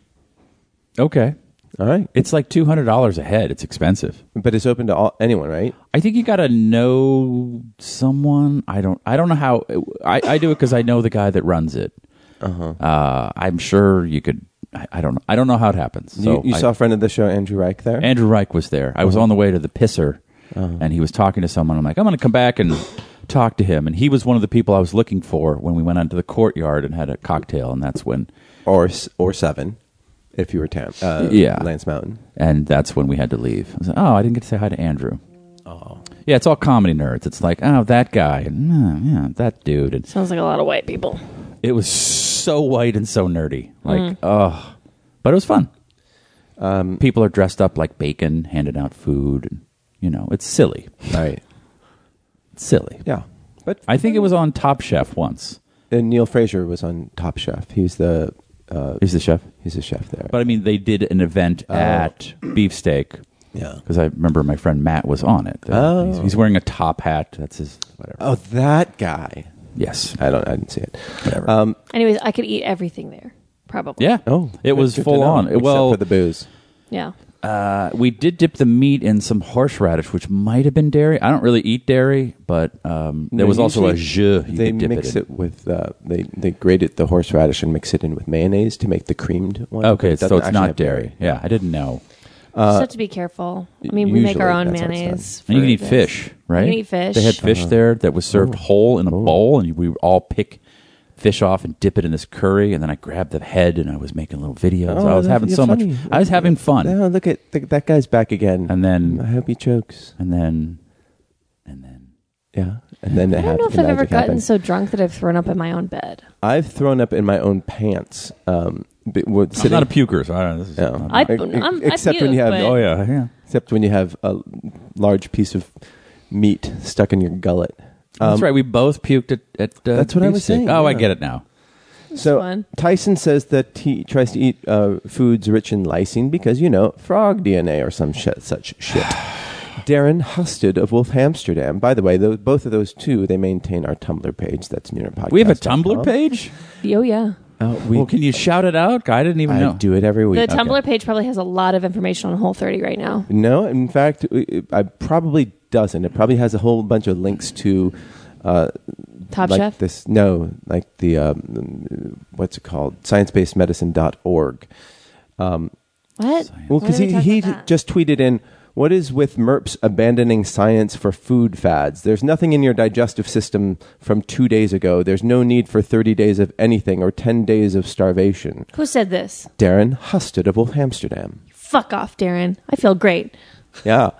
Speaker 4: Okay.
Speaker 2: All right.
Speaker 4: It's like two hundred dollars a head. It's expensive.
Speaker 2: But it's open to all, anyone, right?
Speaker 4: I think you gotta know someone. I don't. I don't know how. I, I do it because I know the guy that runs it. Uh-huh. Uh, i am sure you could. I, I don't know. I don't know how it happens. So
Speaker 2: you you
Speaker 4: I-
Speaker 2: saw Uh-huh. a friend of the show, Andrew Reich, there.
Speaker 4: Andrew Reich was there. I was on the way to the pisser,
Speaker 2: Uh-huh.
Speaker 4: and he was talking to someone. I'm like, I'm going to come back and talk to him. And he was one of the people I was looking for when we went onto the courtyard and had a cocktail. And that's when,
Speaker 2: or s- or seven, if you were town, uh,
Speaker 4: Yeah.
Speaker 2: Lance Mountain.
Speaker 4: and that's when we had to leave. I was like, oh, I didn't get to say hi to Andrew. Oh, yeah, it's all comedy nerds. It's like, oh, that guy, and mm, yeah, that dude. And
Speaker 3: Sounds like a lot of white people. Mm.
Speaker 4: it was so white and so nerdy. Like, oh, but it was fun. people are dressed up like bacon, handing out food. And, you know, it's silly.
Speaker 2: Right.
Speaker 4: It's silly.
Speaker 2: Yeah. But
Speaker 4: I think it was on Top Chef once.
Speaker 2: and Neil Fraser was on Top Chef. He's the uh,
Speaker 4: He's the chef.
Speaker 2: he's a chef there.
Speaker 4: But I mean, they did an event at Beefsteak.
Speaker 2: Yeah.
Speaker 4: Because I remember my friend Matt was on it. Uh,
Speaker 2: Oh.
Speaker 4: He's, he's wearing a top hat. That's his whatever.
Speaker 2: oh, that guy.
Speaker 4: Yes.
Speaker 2: I don't. I didn't see it.
Speaker 4: Whatever.
Speaker 2: Um,
Speaker 3: Anyways, I could eat everything there, probably.
Speaker 4: yeah.
Speaker 2: oh,
Speaker 4: it
Speaker 2: that's
Speaker 4: was
Speaker 2: good to
Speaker 4: full
Speaker 2: know.
Speaker 4: on.
Speaker 2: Except
Speaker 4: well,
Speaker 2: for the booze.
Speaker 3: Yeah.
Speaker 4: uh, we did dip the meat in some horseradish, which might have been dairy. I don't really eat dairy, but um, there
Speaker 2: No,
Speaker 4: was also a jus.
Speaker 2: usually
Speaker 4: You
Speaker 2: They
Speaker 4: could dip
Speaker 2: mix
Speaker 4: it
Speaker 2: it,
Speaker 4: in.
Speaker 2: with uh, they they grated the horseradish and mix it in with mayonnaise to make the creamed one. but
Speaker 4: Okay,
Speaker 2: it
Speaker 4: so
Speaker 2: doesn't
Speaker 4: it's
Speaker 2: actually
Speaker 4: not
Speaker 2: have
Speaker 4: dairy. Yeah, I didn't know.
Speaker 3: Just have to be careful. I mean, we make our
Speaker 2: Uh, usually
Speaker 3: own
Speaker 2: that's how it's done.
Speaker 3: mayonnaise.
Speaker 4: And you
Speaker 3: for
Speaker 4: can eat
Speaker 3: this.
Speaker 4: fish, right?
Speaker 3: You can eat fish.
Speaker 4: They had fish
Speaker 2: Uh-huh.
Speaker 4: there that was
Speaker 2: Oh.
Speaker 4: served whole in a bowl, and we would all pick fish off and dip it in this curry. And then I grabbed the head and I was making little videos.
Speaker 2: Oh,
Speaker 4: I was
Speaker 2: that-
Speaker 4: having
Speaker 2: you're
Speaker 4: so
Speaker 2: funny.
Speaker 4: much. I was having fun.
Speaker 2: Oh, look at th- that guy's back again.
Speaker 4: And then-
Speaker 2: I hope he chokes.
Speaker 4: And then, and then,
Speaker 2: Yeah, and then
Speaker 3: I don't know if I've ever gotten so drunk that I've thrown up in my own bed.
Speaker 2: I've thrown up in my own pants. Um, b- would-
Speaker 4: I'm
Speaker 2: sitting,
Speaker 4: not a puker, so I don't. This is
Speaker 2: Yeah.
Speaker 4: not-
Speaker 3: I,
Speaker 2: Ex-
Speaker 3: I'm,
Speaker 2: except
Speaker 3: I puke,
Speaker 2: when you have-
Speaker 3: but
Speaker 4: oh yeah, yeah.
Speaker 2: except when you have a large piece of meat stuck in your gullet. Um,
Speaker 4: that's right. We both puked at. at uh,
Speaker 2: That's what I was
Speaker 4: Beefsteak.
Speaker 2: saying,
Speaker 4: Oh, I
Speaker 2: yeah.
Speaker 4: get it now.
Speaker 2: So
Speaker 3: fun.
Speaker 2: Tyson says that he tries to eat uh, foods rich in lysine because you know frog DNA or some shit, such
Speaker 4: *sighs*
Speaker 2: shit. Darren Husted of Wolf Amsterdam. By the way, those, both of those two they maintain our Tumblr page. That's near podcast.
Speaker 4: We have a Tumblr page.
Speaker 3: Oh yeah.
Speaker 2: Uh, we
Speaker 4: well, can you shout it out? I didn't even
Speaker 2: I
Speaker 4: know.
Speaker 2: do it every week.
Speaker 3: The Tumblr page probably has a lot of information on Whole 30 right now.
Speaker 2: No, in fact, it, I probably doesn't. It probably has a whole bunch of links to uh,
Speaker 3: Top
Speaker 2: like
Speaker 3: Chef.
Speaker 2: this. No, like the um, what's it called? ScienceBasedMedicine.org. Um,
Speaker 3: What?
Speaker 2: well,
Speaker 3: Why
Speaker 2: because
Speaker 3: did we
Speaker 2: he
Speaker 3: talk
Speaker 2: he
Speaker 3: about that?
Speaker 2: just tweeted in, "What is with Merps abandoning science for food fads? There's nothing in your digestive system from two days ago. There's no need for 30 days of anything or 10 days of starvation."
Speaker 3: Who said this?
Speaker 2: Darren Husted of Wolf Amsterdam.
Speaker 3: Fuck off, Darren. I feel great.
Speaker 2: Yeah,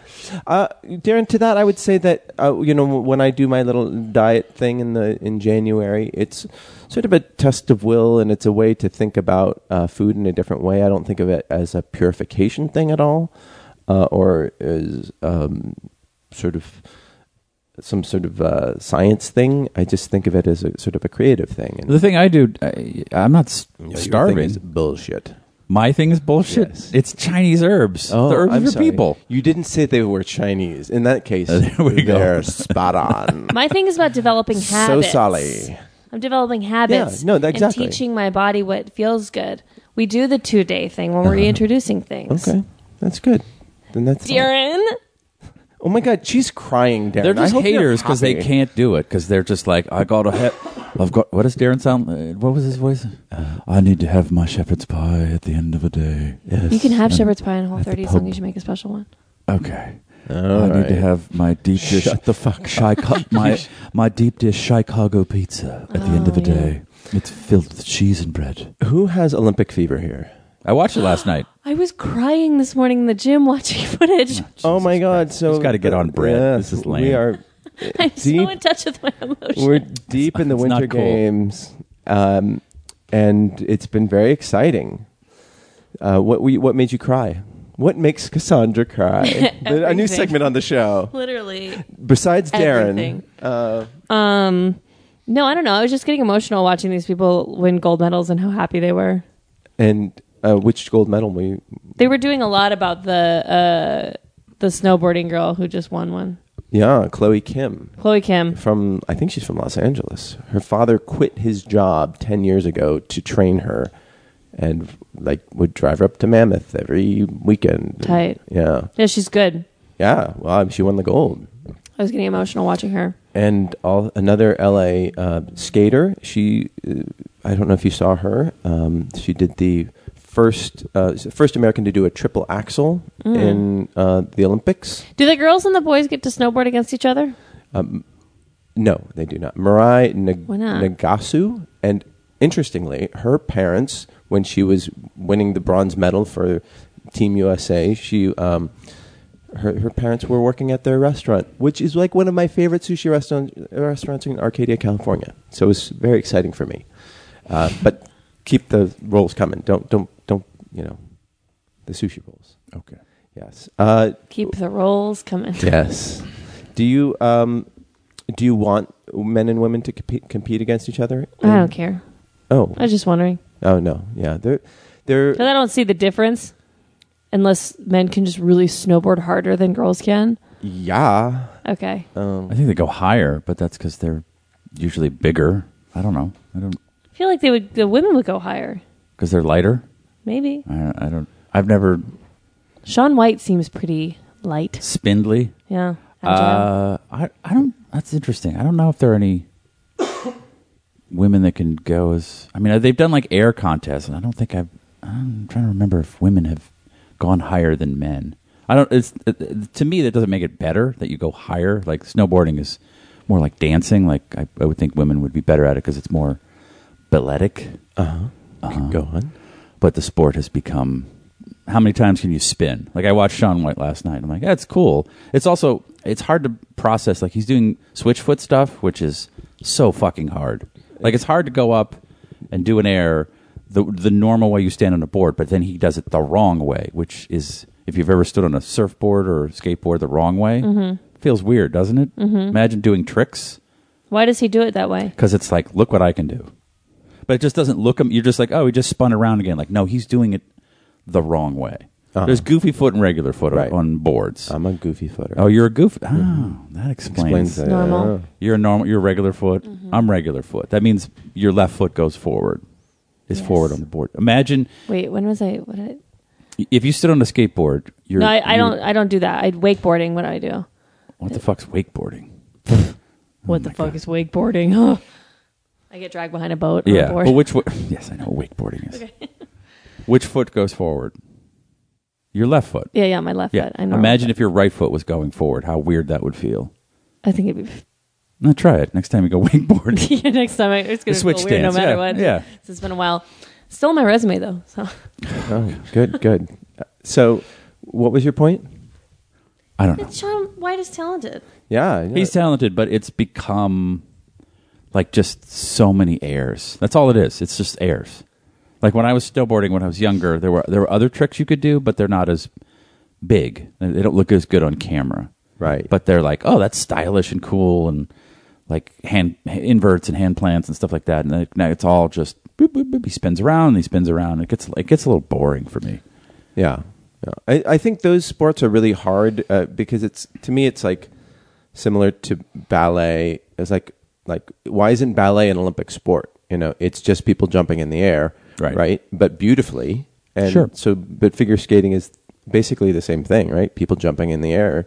Speaker 2: uh, Darren. To that, I would say that uh, you know when I do my little diet thing in the in January, it's sort of a test of will, and it's a way to think about uh, food in a different way. I don't think of it as a purification thing at all, uh, or as um, sort of some sort of uh, science thing. I just think of it as a sort of a creative thing. And
Speaker 4: The thing I do, I, I'm not s-
Speaker 2: you know, your thing
Speaker 4: starving.
Speaker 2: is bullshit.
Speaker 4: My thing is bullshit.
Speaker 2: Yes. Oh,
Speaker 4: It's Chinese herbs. the herbs
Speaker 2: I'm
Speaker 4: are
Speaker 2: sorry.
Speaker 4: people.
Speaker 2: You didn't say they were Chinese. In that
Speaker 4: *laughs*
Speaker 2: case,
Speaker 4: There we go.
Speaker 2: they're spot on.
Speaker 3: My thing is
Speaker 2: *laughs*
Speaker 3: about developing habits.
Speaker 2: Sally.
Speaker 3: I'm developing habits.
Speaker 2: Yeah, no, that- exactly.
Speaker 3: And teaching my body what feels good. We do the two day thing when
Speaker 4: Uh-huh.
Speaker 3: we're introducing things.
Speaker 2: Okay, that's good. Then that's all.
Speaker 3: Darren,
Speaker 2: Oh my God, she's crying, Darren.
Speaker 4: They're just
Speaker 2: I hope you're
Speaker 4: haters because they
Speaker 2: happy.
Speaker 4: can't do it because they're just like I gotta have. I've got. What does Darren sound? uh, What was his voice?
Speaker 2: Uh,
Speaker 4: I need to have my shepherd's pie at the end of the day.
Speaker 3: you can have
Speaker 4: And-
Speaker 3: shepherd's pie on Whole
Speaker 4: At the
Speaker 3: 30 as long
Speaker 4: pub.
Speaker 3: as you make a special one.
Speaker 4: Okay.
Speaker 2: All
Speaker 4: I
Speaker 2: right.
Speaker 4: need to have my deep dish.
Speaker 2: Shut the fuck up.
Speaker 4: Chica- *laughs* my my deep dish Chicago pizza at the end of the
Speaker 3: Oh, yeah.
Speaker 4: day. It's filled with cheese and bread.
Speaker 2: Who has Olympic fever here?
Speaker 4: I watched it last night.
Speaker 3: I was crying this morning in the gym watching *laughs*
Speaker 2: *laughs*
Speaker 3: footage.
Speaker 2: oh my God! So
Speaker 4: He's gotta get on bread. This is lame.
Speaker 2: We
Speaker 4: *laughs*
Speaker 2: are
Speaker 3: I'm
Speaker 2: deep-
Speaker 3: so in touch with my emotions.
Speaker 2: we're deep in the
Speaker 4: It's not
Speaker 2: Winter
Speaker 4: cool.
Speaker 2: Games, um, and it's been very exciting. Uh, what we, what made you cry? What makes Cassandra
Speaker 3: *laughs*
Speaker 2: cry? a new
Speaker 3: Everything.
Speaker 2: segment on the show.
Speaker 3: Literally.
Speaker 2: Besides Darren,
Speaker 3: Everything.
Speaker 2: uh,
Speaker 3: Um, no, I don't know. I was just getting emotional watching these people win gold medals and how happy they were.
Speaker 2: and uh, which gold medal we
Speaker 3: They were doing a lot about the uh, the snowboarding girl who just won one,
Speaker 2: Yeah, Chloe Kim
Speaker 3: Chloe Kim.
Speaker 2: from I think she's from Los Angeles. Her father quit his job 10 years ago to train her and like would drive her up to Mammoth every weekend.
Speaker 3: Tight.
Speaker 2: Yeah.
Speaker 3: Yeah, she's good.
Speaker 2: Yeah, well, she won the gold.
Speaker 3: I was getting emotional watching her.
Speaker 2: And all, another LA uh, skater, she uh, I don't know if you saw her. Um, she did the first uh, first American to do a triple axel in uh, the Olympics.
Speaker 3: Do the girls and the boys get to snowboard against each other?
Speaker 2: No, they do not. Marai Nag-
Speaker 3: Why not?
Speaker 2: Nagasu, and interestingly, her parents, when she was winning the bronze medal for Team USA, she um, her her parents were working at their restaurant, which is like one of my favorite sushi restaurant, restaurants in Arcadia, California. So it was very exciting for me. Uh, but keep the rolls coming. Don't don't don't you know the sushi rolls.
Speaker 4: Okay.
Speaker 2: Yes. Uh,
Speaker 3: Keep the rolls coming.
Speaker 2: Yes. Do you um, do you want men and women to compete compete against each other?
Speaker 3: I don't care.
Speaker 2: Oh,
Speaker 3: I was just wondering.
Speaker 2: oh no, yeah, they're they're
Speaker 3: Because I don't see the difference unless men can just really snowboard harder than girls can.
Speaker 2: yeah.
Speaker 3: Okay.
Speaker 4: I think they go higher, but that's because they're usually bigger. I don't know. I don't
Speaker 3: I feel like they would the women would go higher.
Speaker 4: because they're lighter.
Speaker 3: Maybe.
Speaker 4: I, I don't. I've never
Speaker 3: Sean White seems pretty light.
Speaker 4: spindly.
Speaker 3: Yeah. Agile.
Speaker 4: Uh, I I don't. That's interesting. I don't know if there are any *coughs* women that can go as. I mean, uh, they've done like air contests, and I don't think I've. I'm trying to remember if women have gone higher than men. I don't. It's it- it- to me that doesn't make it better that you go higher. Like snowboarding is more like dancing. Like I, I would think women would be better at it because it's more balletic. Uh-huh.
Speaker 2: Go on.
Speaker 4: but the sport has become how many times can you spin like i watched sean white last night i'm like that's cool it's also it's hard to process like he's doing switch foot stuff which is so fucking hard like it's hard to go up and do an air the the normal way you stand on a board but then he does it the wrong way which is if you've ever stood on a surfboard or skateboard the wrong way feels weird doesn't it imagine doing tricks
Speaker 3: Why does he do it that way?
Speaker 4: because it's like, look what I can do. But it just doesn't look. You're just like, oh, he just spun around again. Like, no, he's doing it the wrong way. There's goofy foot and regular foot
Speaker 2: Uh-huh. Right.
Speaker 4: on boards.
Speaker 2: I'm a goofy footer.
Speaker 4: oh, you're a goofy. Oh, that explains.
Speaker 2: that.
Speaker 3: Normal.
Speaker 4: You're a normal. You're a regular foot.
Speaker 3: Mm-hmm.
Speaker 4: I'm regular foot. That means your left foot goes forward. Is forward on the board. Imagine
Speaker 3: Wait, when was I what did
Speaker 4: if you stood on a skateboard.
Speaker 3: I
Speaker 4: You're,
Speaker 3: No, I, I
Speaker 4: you're- Oh
Speaker 3: don't I don't do that. I wakeboarding what I do.
Speaker 4: What the fuck's wakeboarding?
Speaker 3: What the fuck is wakeboarding? *laughs* I get dragged behind a boat.
Speaker 4: Yeah,
Speaker 3: On a board.
Speaker 4: but which foot? *laughs* Yes, I know what wakeboarding
Speaker 3: *laughs*
Speaker 4: is. which foot goes forward? Your left foot.
Speaker 3: yeah, yeah, my left
Speaker 4: Yeah.
Speaker 3: foot. I know.
Speaker 4: Imagine if your right foot was going forward, how weird that would feel.
Speaker 3: I think it'd be
Speaker 4: Now try it next time you go
Speaker 3: *laughs*
Speaker 4: wakeboarding.
Speaker 3: yeah, next time I, it's gonna
Speaker 4: switch
Speaker 3: feel weird
Speaker 4: dance,
Speaker 3: no matter
Speaker 4: yeah,
Speaker 3: what.
Speaker 4: yeah.
Speaker 3: it's been a while. Still on my resume though. So
Speaker 2: Oh, good, good. *laughs* So, what was your point?
Speaker 4: I don't know.
Speaker 3: Sean White is talented.
Speaker 2: Yeah, yeah.
Speaker 4: He's talented, but it's become like just so many airs. That's all it is. It's just airs. Like when I was snowboarding when I was younger, there were there were other tricks you could do, but they're not as big. They they don't look as good on camera.
Speaker 2: Right.
Speaker 4: But they're like, oh, that's stylish and cool, and like hand inverts and hand plants and stuff like that. And then- now it's all just boop, boop, boop. he spins around, and he spins around. It gets it gets a little boring for me.
Speaker 2: Yeah. yeah. I, I think those sports are really hard uh, because it's to me it's like similar to ballet. It's like like why isn't ballet an Olympic sport? You know, it's just people jumping in the air,
Speaker 4: Right.
Speaker 2: Right, but beautifully. And
Speaker 4: Sure.
Speaker 2: So, but figure skating is basically the same thing, right? People jumping in the air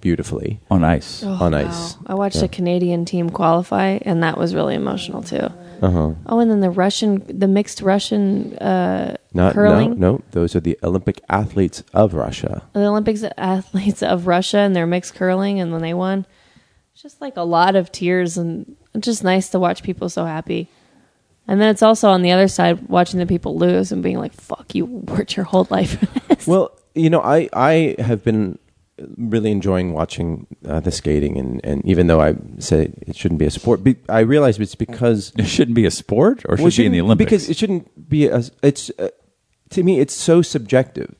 Speaker 2: beautifully.
Speaker 4: On ice,
Speaker 3: Oh,
Speaker 2: On ice.
Speaker 3: I watched a Canadian team qualify, and that was really emotional too. Oh, and then the Russian, the mixed Russian, uh,
Speaker 2: Not
Speaker 3: Curling?
Speaker 2: no, no. Those are the Olympic athletes of Russia.
Speaker 3: the Olympics *laughs* athletes of Russia and their mixed curling, and then they won. It's Just like a lot of tears, and it's just nice to watch people so happy. And then it's also on the other side watching the people lose and being like, "Fuck, you worked your whole life for this."
Speaker 2: Well, you know, I, I have been really enjoying watching uh, the skating, and, and even though I say it shouldn't be a sport, be, I realize it's because
Speaker 4: it shouldn't be a sport, or it should
Speaker 2: Well,
Speaker 4: be in the
Speaker 2: shouldn't-
Speaker 4: Olympics
Speaker 2: because it shouldn't be as it's uh, to me it's so subjective.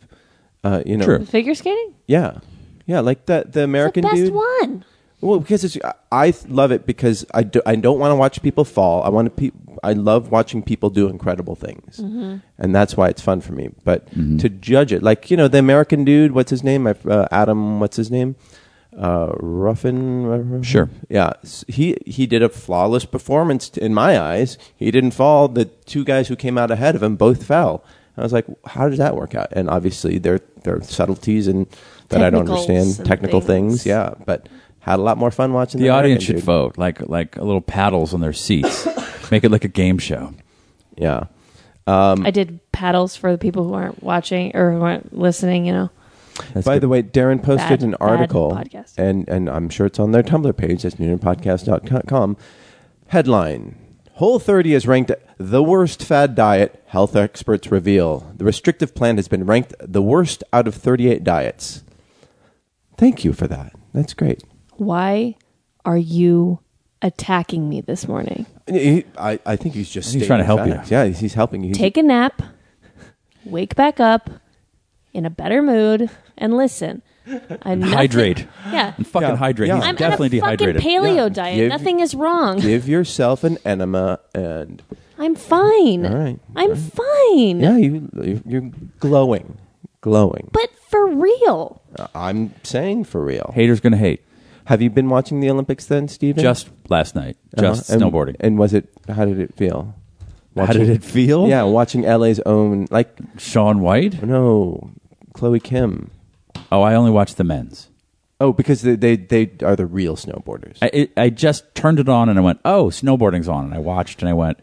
Speaker 2: Uh, you know,
Speaker 4: True.
Speaker 3: Figure skating,
Speaker 2: yeah, yeah, like that the
Speaker 3: It's the
Speaker 2: American
Speaker 3: best
Speaker 2: dude.
Speaker 3: one.
Speaker 2: Well, because it's, I- I love it because I, do, I don't want to watch people fall. I want to pe- I love watching people do incredible things,
Speaker 3: Mm-hmm.
Speaker 2: and that's why it's fun for me. But to judge it, like you know, the American dude, what's his name? I, uh, Adam, what's his name? Uh, Ruffin. Ruffin?
Speaker 4: Sure.
Speaker 2: Yeah, s- he he did a flawless performance t- in my eyes. He didn't fall. The two guys who came out ahead of him both fell. I was like, how does that work out? And obviously, there there are subtleties and that I don't
Speaker 3: Technicals
Speaker 2: understand,
Speaker 3: and
Speaker 2: technical things.
Speaker 3: things.
Speaker 2: Yeah, yeah, but had a lot more fun watching the,
Speaker 4: the audience
Speaker 2: American
Speaker 4: should
Speaker 2: dude.
Speaker 4: vote like like a
Speaker 2: *laughs*
Speaker 4: little paddles on their seats make it like a game show
Speaker 2: Yeah,
Speaker 3: I did paddles for the people who aren't watching or who aren't listening. You know,
Speaker 4: That's
Speaker 2: By
Speaker 4: good.
Speaker 2: the way, Darren posted
Speaker 3: Bad-
Speaker 2: an
Speaker 3: bad
Speaker 2: article,
Speaker 3: podcast.
Speaker 2: and, and I'm sure it's on their Tumblr page. That's noonerpodcast.com. Headline Whole 30 is ranked the worst fad diet, health experts reveal. The restrictive plan has been ranked the worst out of 38 diets. Thank you for that. That's great.
Speaker 3: why are you attacking me this morning?
Speaker 2: He- I, I think he's just
Speaker 4: He's trying to
Speaker 2: stating
Speaker 4: help you.
Speaker 2: facts. Yeah, he's, he's helping you. He's-
Speaker 3: Take a nap, wake back up in a better mood, and listen. I'm nothing-
Speaker 4: hydrate.
Speaker 3: Yeah,
Speaker 4: And fucking
Speaker 2: Yeah.
Speaker 4: hydrate.
Speaker 2: Yeah.
Speaker 4: He's
Speaker 3: I'm
Speaker 4: definitely
Speaker 3: on a fucking
Speaker 4: dehydrated.
Speaker 3: paleo
Speaker 2: Yeah.
Speaker 3: diet.
Speaker 2: Give-
Speaker 3: Nothing is wrong.
Speaker 2: give yourself an enema and
Speaker 3: I'm fine.
Speaker 2: All right.
Speaker 3: I'm fine.
Speaker 2: yeah, you, you- you're glowing, glowing. Uh,
Speaker 3: But for real,
Speaker 2: I'm saying for real.
Speaker 4: Haters gonna hate.
Speaker 2: Have you been watching the Olympics then, Steven?
Speaker 4: Just last night.
Speaker 2: Uh-huh.
Speaker 4: Just
Speaker 2: And-
Speaker 4: snowboarding.
Speaker 2: And was it? How did it feel?
Speaker 4: How did it feel?
Speaker 2: Yeah, watching LA's own like
Speaker 4: Sean White.
Speaker 2: no, Chloe Kim.
Speaker 4: Oh, I only watched the men's.
Speaker 2: Oh, because they they, they are the real snowboarders.
Speaker 4: I, it, I just turned it on and I went, oh, snowboarding's on. And I watched and I went,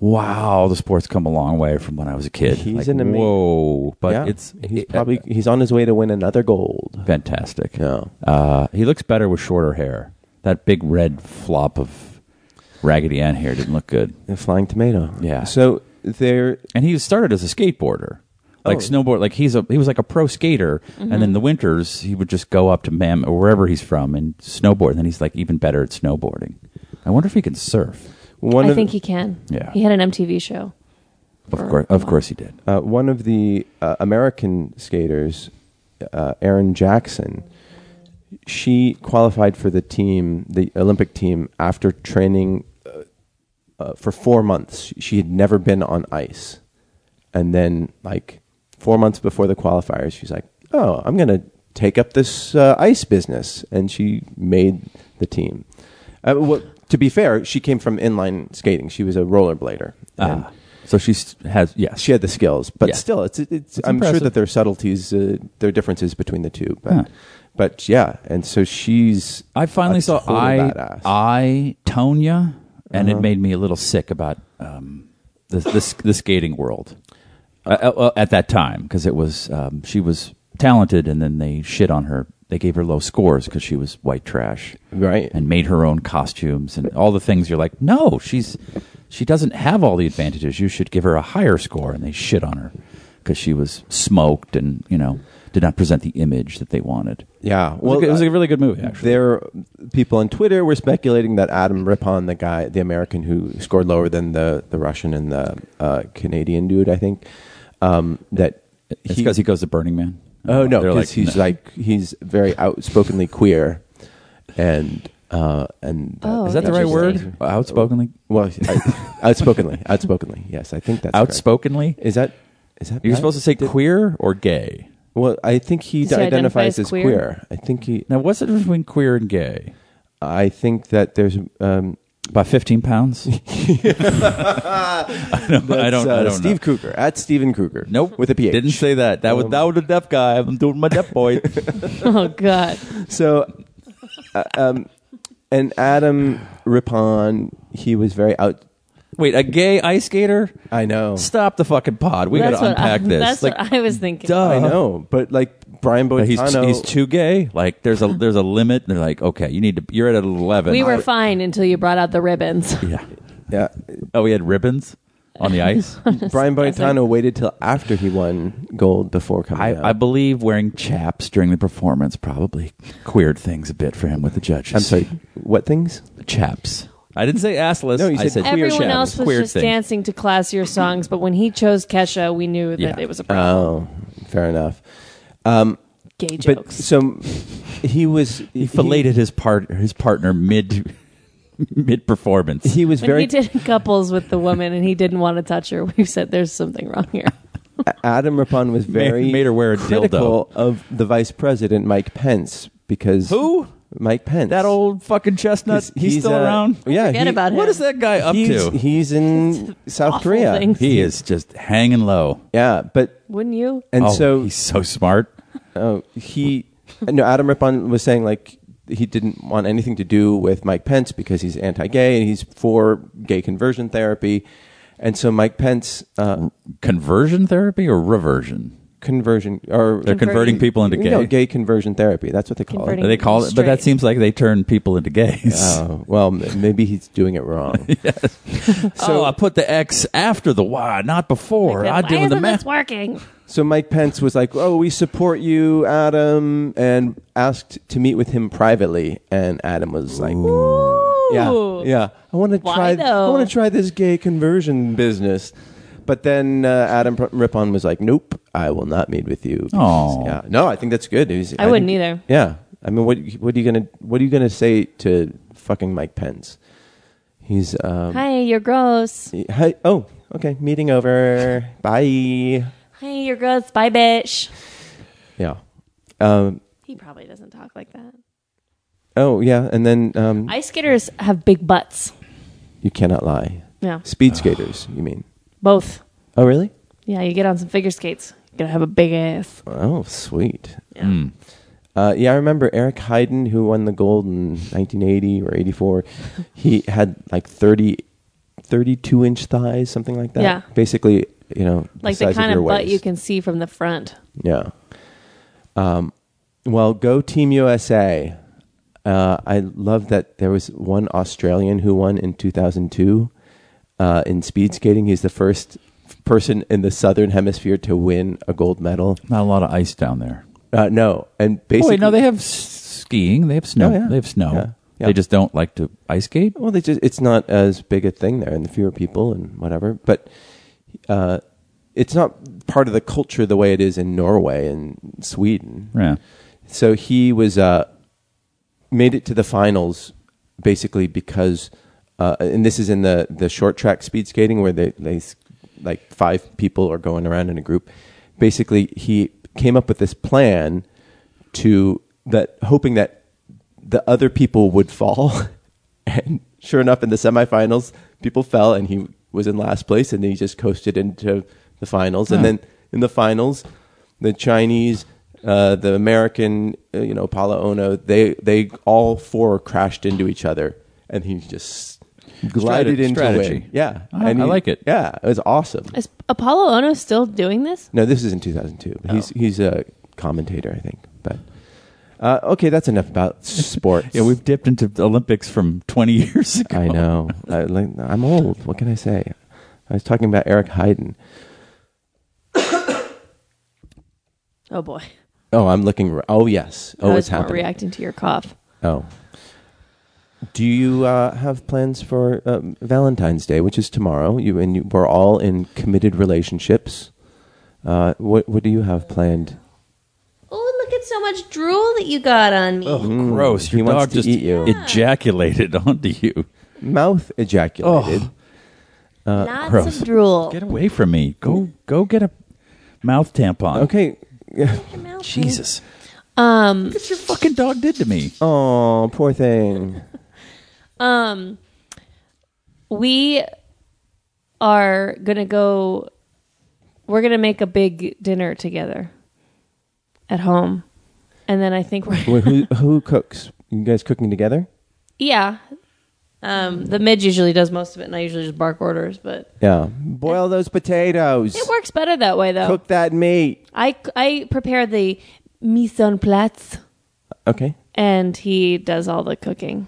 Speaker 4: wow, the sport's come a long way from when I was a kid.
Speaker 2: He's
Speaker 4: like,
Speaker 2: an ama-
Speaker 4: Whoa. But
Speaker 2: yeah,
Speaker 4: it's
Speaker 2: he's
Speaker 4: it- uh,
Speaker 2: probably he's on his way to win another gold.
Speaker 4: fantastic.
Speaker 2: Yeah.
Speaker 4: Uh, he looks better with shorter hair. That big red flop of Raggedy Ann hair didn't look good.
Speaker 2: The flying tomato.
Speaker 4: Yeah.
Speaker 2: So they're
Speaker 4: and he started as a skateboarder like
Speaker 2: Oh. Mm-hmm.
Speaker 4: snowboard like he's a he was like a pro skater and then the winters he would just go up to mam or wherever he's from and snowboard and then he's like even better at snowboarding i wonder if he can surf
Speaker 2: one
Speaker 3: I
Speaker 2: of
Speaker 3: think he can.
Speaker 4: Yeah.
Speaker 3: he had an MTV show.
Speaker 4: of course of course he did
Speaker 2: uh, one of the uh, American skaters, uh, Erin Jackson, she qualified for the team, the Olympic team, after training uh, uh, for four months. She had never been on ice, and then like four months before the qualifiers, she's like, "Oh, I'm gonna take up this uh, ice business," and she made the team. Uh, well, to be fair, she came from inline skating. She was a rollerblader. and-
Speaker 4: ah, so she has yeah
Speaker 2: she had the skills, but
Speaker 4: Yeah.
Speaker 2: still, it's, it's, I'm sure
Speaker 4: impressive.
Speaker 2: that there are subtleties, uh, there are differences between the two, but
Speaker 4: Huh.
Speaker 2: but yeah, and so she's
Speaker 4: I finally
Speaker 2: a
Speaker 4: saw
Speaker 2: total
Speaker 4: I
Speaker 2: badass. Uh-huh.
Speaker 4: I Tonya, and it made me a little sick about um, the, the the skating world uh, uh, uh, at that time because it was um, she was talented, and then they shit on her. They gave her low scores because she was white trash,
Speaker 2: Right.
Speaker 4: And made her own costumes and all the things. You're like, no, she's she doesn't have all the advantages. You should give her a higher score, and they shit on her because she was smoked and you know did not present the image that they wanted.
Speaker 2: yeah.
Speaker 4: Well,
Speaker 2: uh,
Speaker 4: it was, a, good- it was a really good movie. Actually,
Speaker 2: There, people on Twitter were speculating that Adam Rippon, the guy, the American who scored lower than the the Russian and the uh, Canadian dude, I think, um, that
Speaker 4: It's because he goes to Burning Man.
Speaker 2: Oh no,
Speaker 4: They're
Speaker 2: because he's
Speaker 4: "No."
Speaker 2: like he's very outspokenly queer, and uh, and
Speaker 3: Oh,
Speaker 4: is that the right word?
Speaker 3: Interesting.
Speaker 4: Outspokenly,
Speaker 2: Well,
Speaker 4: *laughs*
Speaker 2: I, outspokenly, outspokenly, yes, I think that's correct.
Speaker 4: outspokenly.
Speaker 2: Is that is that
Speaker 4: You're
Speaker 2: right?
Speaker 4: supposed to say queer or gay.
Speaker 2: Well, I think he,
Speaker 3: Does he identify
Speaker 2: identifies
Speaker 3: as
Speaker 2: as queer?
Speaker 3: queer?
Speaker 2: I think he.
Speaker 4: Now, what's the difference between queer and gay?
Speaker 2: I think that there's.
Speaker 4: *laughs*
Speaker 2: Um,
Speaker 4: About fifteen pounds. *laughs* I don't. I
Speaker 2: that's,
Speaker 4: don't,
Speaker 2: uh,
Speaker 4: I don't
Speaker 2: Steve
Speaker 4: know.
Speaker 2: Kruger at Steven Kruger.
Speaker 4: Nope.
Speaker 2: with a PH.
Speaker 4: Didn't say that. That was that was a deaf guy. I'm doing my deaf boy.
Speaker 3: Oh God,
Speaker 2: So, uh, um, and Adam Rippon, he was very out.
Speaker 4: *laughs* Wait, a gay ice skater?
Speaker 2: I know.
Speaker 4: Stop the fucking pod. We got
Speaker 3: that's
Speaker 4: to
Speaker 3: what I,
Speaker 4: unpack this.
Speaker 3: That's
Speaker 4: like,
Speaker 3: what I was thinking.
Speaker 4: duh.
Speaker 2: I know, but like Brian
Speaker 4: But he's
Speaker 2: Boitano,
Speaker 4: he's too gay. Like there's a there's a limit. They're like, okay, you need to. You're at an eleven.
Speaker 3: We were fine until you brought out the ribbons.
Speaker 4: Yeah.
Speaker 2: yeah,
Speaker 4: Oh, we had ribbons on the
Speaker 3: *laughs*
Speaker 4: ice.
Speaker 2: Brian Boitano waited till after he won gold before coming out.
Speaker 4: I, I believe wearing chaps during the performance probably queered things a bit for him with the judges.
Speaker 2: I'm sorry. What things?
Speaker 4: chaps. I didn't say assless.
Speaker 2: No, you
Speaker 4: I
Speaker 2: said
Speaker 4: said
Speaker 2: queer
Speaker 4: queer
Speaker 3: Everyone
Speaker 4: chaps.
Speaker 3: else was
Speaker 4: Queered
Speaker 3: just
Speaker 4: things.
Speaker 3: dancing to classier songs, but when he chose Kesha, we knew that
Speaker 4: Yeah. Uh,
Speaker 3: it was a problem.
Speaker 2: Oh, fair enough.
Speaker 3: Gay
Speaker 2: But
Speaker 3: jokes.
Speaker 2: so he was.
Speaker 4: He filleted his part his partner mid *laughs* mid performance.
Speaker 2: He was
Speaker 3: when
Speaker 2: very
Speaker 3: he did couples with the woman and he didn't want to touch her, *laughs* we said there's something wrong here.
Speaker 2: Adam Rippon was very
Speaker 4: made her wear a
Speaker 2: critical of the vice president Mike Pence because
Speaker 4: Who?
Speaker 2: Mike Pence
Speaker 4: that old fucking chestnut. He's, still
Speaker 2: uh,
Speaker 4: around.
Speaker 2: Yeah,
Speaker 3: Forget
Speaker 2: he-
Speaker 3: about him.
Speaker 4: What is that guy up
Speaker 2: he's,
Speaker 4: to?
Speaker 2: He's in South
Speaker 3: Awful
Speaker 2: Korea.
Speaker 3: things.
Speaker 4: He is just hanging low.
Speaker 2: Yeah, but
Speaker 3: Wouldn't you?
Speaker 2: and
Speaker 4: oh,
Speaker 2: so
Speaker 4: he's so smart.
Speaker 2: oh, he no Adam Rippon was saying like he didn't want anything to do with Mike Pence because he's anti-gay and he's for gay conversion therapy. And so Mike Pence uh,
Speaker 4: Conversion therapy or reversion?
Speaker 2: conversion or
Speaker 4: They're converting
Speaker 3: Converting.
Speaker 4: people into
Speaker 2: you
Speaker 4: gay.
Speaker 2: know, gay conversion therapy. That's what they call
Speaker 3: Converting.
Speaker 2: it.
Speaker 4: They call it, but that
Speaker 3: Straight.
Speaker 4: seems like they turn people into gays.
Speaker 2: Oh, well, m- maybe he's doing
Speaker 4: *laughs*
Speaker 2: it wrong.
Speaker 4: oh, I put the X after the Y, not before. I
Speaker 3: Why
Speaker 4: doing
Speaker 3: *laughs*
Speaker 4: the
Speaker 3: isn't this
Speaker 4: math.
Speaker 3: working?
Speaker 2: So Mike Pence was like, "Oh, we support you, Adam," and asked to meet with him privately. And Adam was like, "Yeah,
Speaker 3: Ooh.
Speaker 2: yeah, I want to
Speaker 3: Why
Speaker 2: try. I
Speaker 3: though?
Speaker 2: want to try this gay conversion business." But then uh, Adam Pr- Rippon was like, "Nope, I will not meet with you." because-
Speaker 4: Aw.
Speaker 2: yeah, no, I think that's good. He's-
Speaker 3: I wouldn't
Speaker 2: think-
Speaker 3: either.
Speaker 2: Yeah, I mean, what what are you gonna what are you gonna say to fucking Mike Pence? He's um,
Speaker 3: Hi, you're gross.
Speaker 2: hi. Oh, okay, meeting over. Bye.
Speaker 3: Hi, you're gross. Bye, bitch.
Speaker 2: Yeah. Um,
Speaker 3: He probably doesn't talk like that.
Speaker 2: oh yeah, and then um,
Speaker 3: Ice skaters have big butts.
Speaker 2: you cannot lie.
Speaker 3: Yeah,
Speaker 2: Speed skaters, you mean?
Speaker 3: both.
Speaker 2: Ah. Oh really?
Speaker 3: Yeah, you get on some figure skates. You're gonna have a big ass.
Speaker 2: Oh sweet.
Speaker 3: Yeah.
Speaker 4: Mm.
Speaker 2: Uh, yeah, I remember Eric Heiden, who won the gold in 1980 or
Speaker 3: *laughs*
Speaker 2: 84. He had like 30, 32 inch thighs, something like that.
Speaker 3: Yeah.
Speaker 2: Basically, you know,
Speaker 3: Like
Speaker 2: size
Speaker 3: the kind
Speaker 2: your
Speaker 3: of butt
Speaker 2: waist.
Speaker 3: you can see from the front.
Speaker 2: Yeah. Um, well, go Team USA. Uh, I love that there was one Australian who won in 2002 uh, in speed skating. He's the first person in the Southern Hemisphere to win a gold medal.
Speaker 4: Not a lot of ice down there.
Speaker 2: Uh, no, and
Speaker 4: Oh,
Speaker 2: basically,
Speaker 4: wait, no, they have s- skiing. They have snow.
Speaker 2: e- Oh, yeah.
Speaker 4: They have snow.
Speaker 2: Yeah. Yeah.
Speaker 4: They just don't like to ice skate.
Speaker 2: Well, they just, it's not as big a thing there, and the fewer people and whatever. But uh, it's not part of the culture the way it is in Norway and Sweden.
Speaker 4: Yeah.
Speaker 2: So he was uh, made it to the finals basically because, uh, and this is in the, the short track speed skating where they, they s- like five people are going around in a group. Basically, he came up with this plan to that hoping that the other people would *laughs* fall, and sure enough, in the semifinals, people fell, and he was in last place, and he just coasted into the finals, and
Speaker 4: Oh.
Speaker 2: then in the finals, the Chinese, uh, the American, uh, you know, Paolo Ono, they they all four crashed into each other, and he just glided
Speaker 4: Strate-
Speaker 2: into
Speaker 4: strategy.
Speaker 2: it. Yeah,
Speaker 4: Ah,
Speaker 2: and
Speaker 4: I
Speaker 2: he-
Speaker 4: like it.
Speaker 2: Yeah, it was awesome.
Speaker 3: Is Apollo Ono still doing this?
Speaker 2: No, this is in 2002.
Speaker 4: Oh.
Speaker 2: But He's he's a commentator, I think. But uh, okay, that's enough about sports.
Speaker 4: *laughs* Yeah, we've dipped into the Olympics from 20 years ago.
Speaker 2: I know. I, like, I'm old. What can I say? I was talking about Eric Heiden.
Speaker 3: Oh boy,
Speaker 2: Oh, I'm looking. r- Oh, yes. Oh,
Speaker 3: I
Speaker 2: it's
Speaker 3: was more
Speaker 2: happening.
Speaker 3: reacting to your cough.
Speaker 2: Oh. Do you uh, have plans for um, Valentine's Day, which is tomorrow? You and you, we're all in committed relationships. Uh, what what do you have planned?
Speaker 3: Oh, look at so much drool that you got on
Speaker 4: *laughs*
Speaker 3: me.
Speaker 4: Gross.
Speaker 2: Mm. He
Speaker 4: Your
Speaker 2: wants
Speaker 4: dog
Speaker 2: to
Speaker 4: just
Speaker 2: eat you.
Speaker 4: ejaculated *laughs* onto you.
Speaker 2: Mouth ejaculated. Oh,
Speaker 3: Lots
Speaker 4: gross.
Speaker 3: of drool.
Speaker 4: Get away from me. Go go get a mouth tampon.
Speaker 2: Okay. Mm.
Speaker 4: Jesus.
Speaker 3: Um,
Speaker 4: What your fucking dog did to me.
Speaker 2: Oh, poor thing.
Speaker 3: um, we are gonna go. We're gonna make a big dinner together at home, and then I think we're
Speaker 2: Wait, who who cooks? You guys cooking together?
Speaker 3: *laughs* yeah. Um, the mid usually does most of it, and I usually just bark orders, but
Speaker 2: Yeah. Boil those potatoes.
Speaker 3: it works better that way though.
Speaker 2: Cook that meat.
Speaker 3: I I prepare the mise en place,
Speaker 2: Okay.
Speaker 3: and he does all the cooking.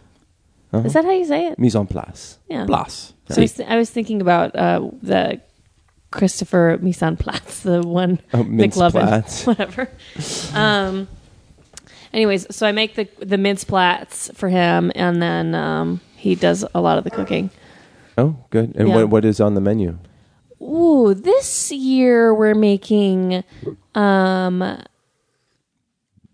Speaker 3: Is that how you say it?
Speaker 2: Mise en place.
Speaker 3: Yeah.
Speaker 4: Blas.
Speaker 3: So I, was I was thinking about uh, the Christopher Misan Platz, the one
Speaker 2: Oh, mince
Speaker 3: McLovin,
Speaker 2: plats.
Speaker 3: *laughs* whatever. um, anyways, so I make the the mince plats for him, and then um, he does a lot of the cooking.
Speaker 2: Oh, good. And
Speaker 3: Yeah.
Speaker 2: what what is on the menu?
Speaker 3: Ooh, this year we're making um,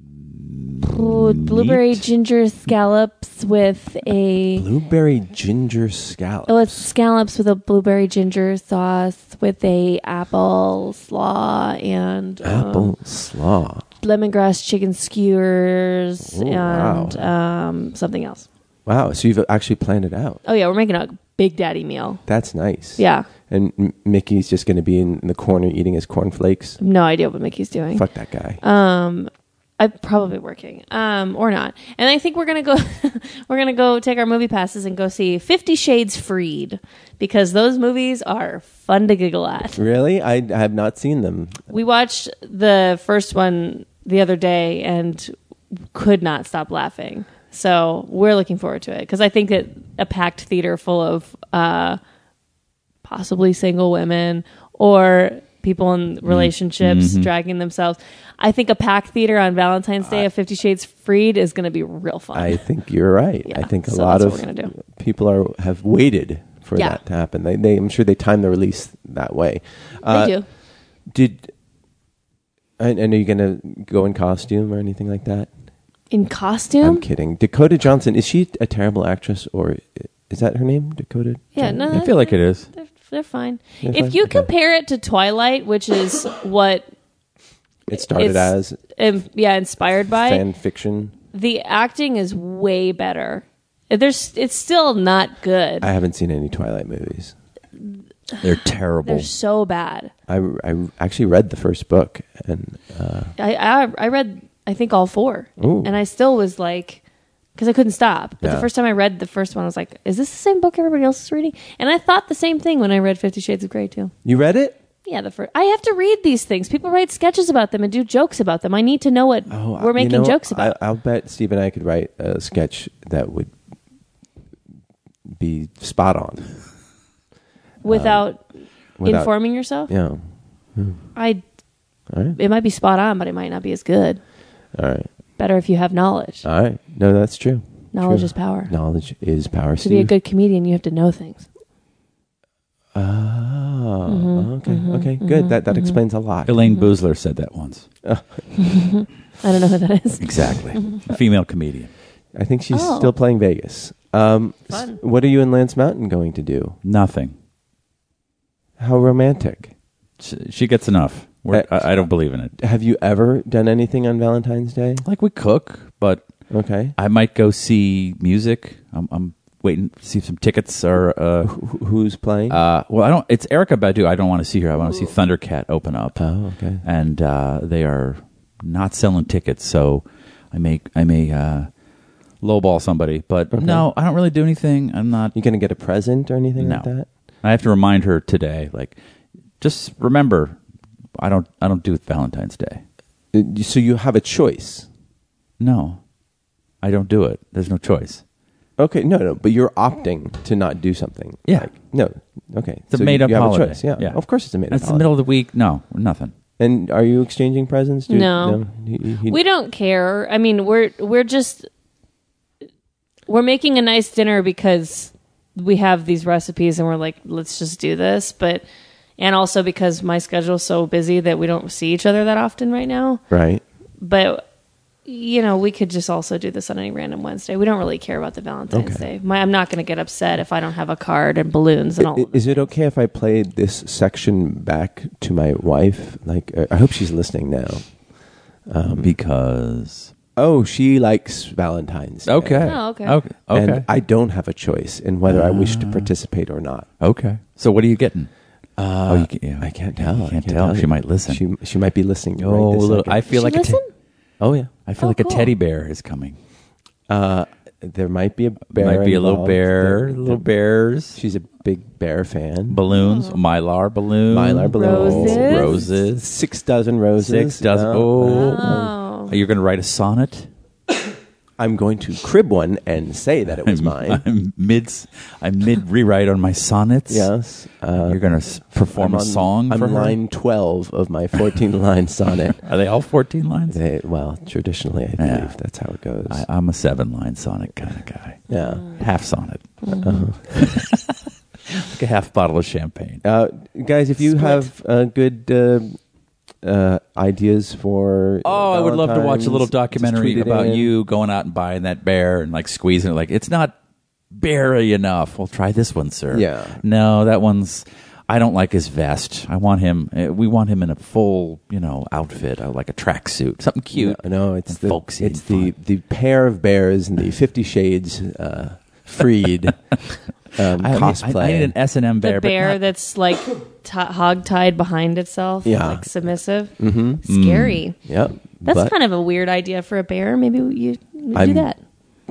Speaker 3: bl- blueberry
Speaker 4: Meat?
Speaker 3: ginger scallops with a
Speaker 2: Blueberry ginger scallop.
Speaker 3: Oh, it's scallops with a blueberry ginger sauce with a apple slaw and um,
Speaker 2: Apple slaw.
Speaker 3: lemongrass chicken skewers
Speaker 2: Ooh,
Speaker 3: and um, something else.
Speaker 2: Wow. So you've actually planned it out.
Speaker 3: Oh yeah, we're making a big daddy meal.
Speaker 2: That's nice.
Speaker 3: Yeah,
Speaker 2: And M- Mickey's
Speaker 3: Mm-hmm.
Speaker 2: just going to be in the corner eating his cornflakes.
Speaker 3: no idea what Mickey's doing.
Speaker 2: Fuck that guy.
Speaker 3: Um, I'm probably working, um, or not. And I think we're gonna go, *laughs* we're gonna go take our movie passes and go see Fifty Shades Freed because those movies are fun to giggle at.
Speaker 2: Really? I, I have not seen them.
Speaker 3: We watched the first one the other day and could not stop laughing. So we're looking forward to it because I think that a packed theater full of uh, possibly single women or people
Speaker 2: Mm-hmm.
Speaker 3: in relationships dragging themselves. I think a packed theater on Valentine's Day of Fifty Shades Freed is going to be real fun.
Speaker 2: I think you're right.
Speaker 3: Yeah,
Speaker 2: I think a
Speaker 3: so
Speaker 2: lot
Speaker 3: that's
Speaker 2: of
Speaker 3: what we're gonna do.
Speaker 2: people are have waited for
Speaker 3: Yeah.
Speaker 2: that to happen. They, they, I'm sure they time the release that way. Uh,
Speaker 3: do.
Speaker 2: Did and, and are you going to go in costume or anything like that?
Speaker 3: in costume?
Speaker 2: I'm kidding. Dakota Johnson is she a terrible actress or is that her name? Dakota.
Speaker 3: Yeah, no,
Speaker 4: I feel like it is.
Speaker 3: They're, they're fine.
Speaker 2: They're
Speaker 3: if
Speaker 2: fine?
Speaker 3: you
Speaker 2: Okay.
Speaker 3: compare it to Twilight, which is what
Speaker 2: It started
Speaker 3: it's-
Speaker 2: as
Speaker 3: um, yeah inspired by,
Speaker 2: fan fiction.
Speaker 3: the acting is way better. There's it's still not good.
Speaker 2: I haven't seen any Twilight movies.
Speaker 4: They're terrible.
Speaker 3: They're so bad.
Speaker 2: I, I actually read the first book and uh,
Speaker 3: I, I I read I think all four,
Speaker 2: Ooh.
Speaker 3: and I still was like, because I couldn't stop. But
Speaker 2: Yeah.
Speaker 3: the first time I read the first one, I was like, "Is this the same book everybody else is reading?" And I thought the same thing when I read Fifty Shades of Grey too.
Speaker 2: you read it.
Speaker 3: Yeah, the first I have to read these things. People write sketches about them and do jokes about them. I need to know what
Speaker 2: I-
Speaker 3: we're
Speaker 2: Oh, you
Speaker 3: making
Speaker 2: know,
Speaker 3: jokes about.
Speaker 2: I, I'll bet Steve and I could write a sketch that would be spot on.
Speaker 3: without,
Speaker 2: uh, without-
Speaker 3: informing yourself.
Speaker 2: Yeah.
Speaker 3: I
Speaker 2: All right.
Speaker 3: it might be spot on, but it might not be as good.
Speaker 2: All right.
Speaker 3: Better if you have knowledge.
Speaker 2: All right. No, that's true. Uh,
Speaker 3: Knowledge
Speaker 2: True.
Speaker 3: is power.
Speaker 2: Knowledge is power.
Speaker 3: to be a good comedian, you have to know things. *laughs*
Speaker 2: Oh,
Speaker 3: Mm-hmm.
Speaker 2: okay. okay. Good. That that explains a lot.
Speaker 4: Elaine Boozler said that once.
Speaker 3: I don't know who that is.
Speaker 4: Exactly. *laughs* A female comedian.
Speaker 2: I think she's
Speaker 3: Oh.
Speaker 2: still playing Vegas. Um, s-
Speaker 3: Fun.
Speaker 2: what are you and Lance Mountain going to do?
Speaker 4: Nothing.
Speaker 2: How romantic.
Speaker 4: She, she gets enough. We're,
Speaker 2: Uh,
Speaker 4: I, I don't believe in it.
Speaker 2: Have you ever done anything on Valentine's Day?
Speaker 4: Like we cook, but
Speaker 2: Okay.
Speaker 4: I might go see music. I'm, I'm waiting to see if some tickets are. Uh,
Speaker 2: Wh- who's playing?
Speaker 4: uh, well, I don't. It's Erica Badu. I don't want to see her. I want to see Thundercat open up.
Speaker 2: oh, okay.
Speaker 4: and uh, they are not selling tickets. So I may I may uh, lowball somebody, but no, I don't really do anything. I'm not.
Speaker 2: You gonna get a present or anything
Speaker 4: No.
Speaker 2: like that?
Speaker 4: I have to remind her today. Like, just remember, I don't I don't do Valentine's Day.
Speaker 2: Uh, you- So you have a choice.
Speaker 4: No, I don't do it. There's no choice.
Speaker 2: Okay, no, no, but you're opting to not do something.
Speaker 4: Yeah.
Speaker 2: no, okay.
Speaker 4: It's a
Speaker 2: So you-
Speaker 4: made up
Speaker 2: you have
Speaker 4: holiday.
Speaker 2: A choice. Yeah. of course it's a made up.
Speaker 4: It's the middle of the week. No, nothing.
Speaker 2: And are you exchanging presents? Do you-
Speaker 3: No.
Speaker 2: He- he- he-
Speaker 3: we don't care. I mean, we're we're just we're making a nice dinner because we have these recipes and we're like, let's just do this. But and also because my schedule's so busy that we don't see each other that often right now.
Speaker 2: right.
Speaker 3: But you know, we could just also do this on any random Wednesday. We don't really care about the Valentine's
Speaker 2: Okay.
Speaker 3: Day. My, I'm not going to get upset if I don't have a card and balloons and all.
Speaker 2: I- Is it okay if I play this section back to my wife? Like, uh, I hope she's listening now. Mm-hmm.
Speaker 4: because
Speaker 2: Oh, she likes Valentine's. Day.
Speaker 4: okay,
Speaker 3: Oh, okay.
Speaker 4: okay, okay. Ah.
Speaker 2: And I don't have a choice in whether I wish to participate or not.
Speaker 4: okay. So what are you getting? Uh, oh, you can, yeah,
Speaker 2: I can't tell.
Speaker 4: You
Speaker 2: I
Speaker 4: can't, tell. She
Speaker 2: you.
Speaker 4: might listen.
Speaker 2: She she might be listening.
Speaker 4: oh,
Speaker 2: right this
Speaker 4: look,
Speaker 2: second.
Speaker 4: I feel
Speaker 3: She
Speaker 4: like a.
Speaker 3: listen?
Speaker 4: T-
Speaker 2: oh yeah.
Speaker 4: I feel
Speaker 3: Oh,
Speaker 4: like
Speaker 3: cool.
Speaker 4: a teddy bear is coming.
Speaker 2: Uh, there might be a bear.
Speaker 4: Might be a little
Speaker 2: involved.
Speaker 4: bear,
Speaker 2: There-
Speaker 4: little bears,
Speaker 2: She's a big bear fan.
Speaker 4: balloons, mylar balloons,
Speaker 2: Mylar balloons.
Speaker 3: Oh. Roses?
Speaker 4: roses.
Speaker 2: Six dozen roses.
Speaker 4: Six dozen-
Speaker 2: No,
Speaker 4: oh.
Speaker 2: no.
Speaker 3: Oh.
Speaker 4: You're going to write a sonnet.
Speaker 2: I'm going to crib one and say that
Speaker 4: *laughs*
Speaker 2: it was mine.
Speaker 4: I'm mid, I'm mid rewrite on my sonnets.
Speaker 2: yes. Uh,
Speaker 4: You're going to perform
Speaker 2: I'm
Speaker 4: a
Speaker 2: on-
Speaker 4: song
Speaker 2: I'm
Speaker 4: for her?
Speaker 2: line 12 of
Speaker 4: *laughs*
Speaker 2: my 14 line sonnet.
Speaker 4: Are they all 14 lines?
Speaker 2: They, well, traditionally, I believe
Speaker 4: Yeah.
Speaker 2: that's how it goes.
Speaker 4: I, I'm a seven line sonnet kind of guy.
Speaker 2: yeah.
Speaker 3: Mm.
Speaker 4: Half sonnet.
Speaker 2: Mm-hmm.
Speaker 4: Uh-huh. *laughs* like a half bottle of champagne.
Speaker 2: Uh, guys, if you
Speaker 3: Split.
Speaker 2: have uh, good uh, uh, ideas for
Speaker 4: Oh, I would love to watch a little
Speaker 2: Valentine's, just
Speaker 4: documentary
Speaker 2: tweet it
Speaker 4: about
Speaker 2: in.
Speaker 4: you going out and buying that bear and like squeezing it. Like it's not beary enough. Well, try this one, sir.
Speaker 2: Yeah.
Speaker 4: No, that one's. I don't like his vest. I want him. eh, We want him in a full, you know, outfit, uh, like a tracksuit, something cute.
Speaker 2: No, no, it's
Speaker 4: and
Speaker 2: the
Speaker 4: folksy
Speaker 2: it's
Speaker 4: and
Speaker 2: the, the pair of bears
Speaker 4: *laughs*
Speaker 2: and the Fifty Shades uh, Freed um,
Speaker 4: I, I-
Speaker 2: cosplay.
Speaker 4: I need an S and M
Speaker 3: the
Speaker 4: bear. but
Speaker 3: bear
Speaker 4: not-
Speaker 3: that's like t- hog tied behind itself,
Speaker 2: Yeah. Mm.
Speaker 3: like submissive. Mm-hmm. Scary.
Speaker 2: Yep.
Speaker 3: That's kind of a weird idea for a bear. Maybe you you do
Speaker 2: I'm-
Speaker 3: that.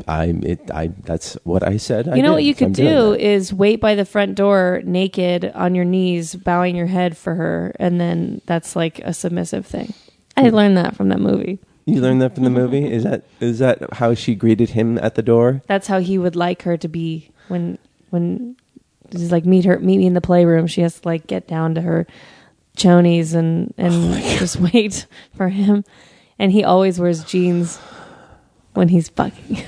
Speaker 2: I it I that's what I said.
Speaker 3: You know what you could do is wait by the front door naked on your knees, bowing your head for her, and then that's like a submissive thing.
Speaker 2: Hmm.
Speaker 3: I learned that from that movie.
Speaker 2: You learned that from the movie.
Speaker 3: Mm-hmm.
Speaker 2: Is that is that how she greeted him at the door?
Speaker 3: That's how he would like her to be when when he's like meet her meet me in the playroom. She has to like get down to her chonies and and
Speaker 2: Oh
Speaker 3: just wait *laughs* for him. And he always wears jeans when he's fucking.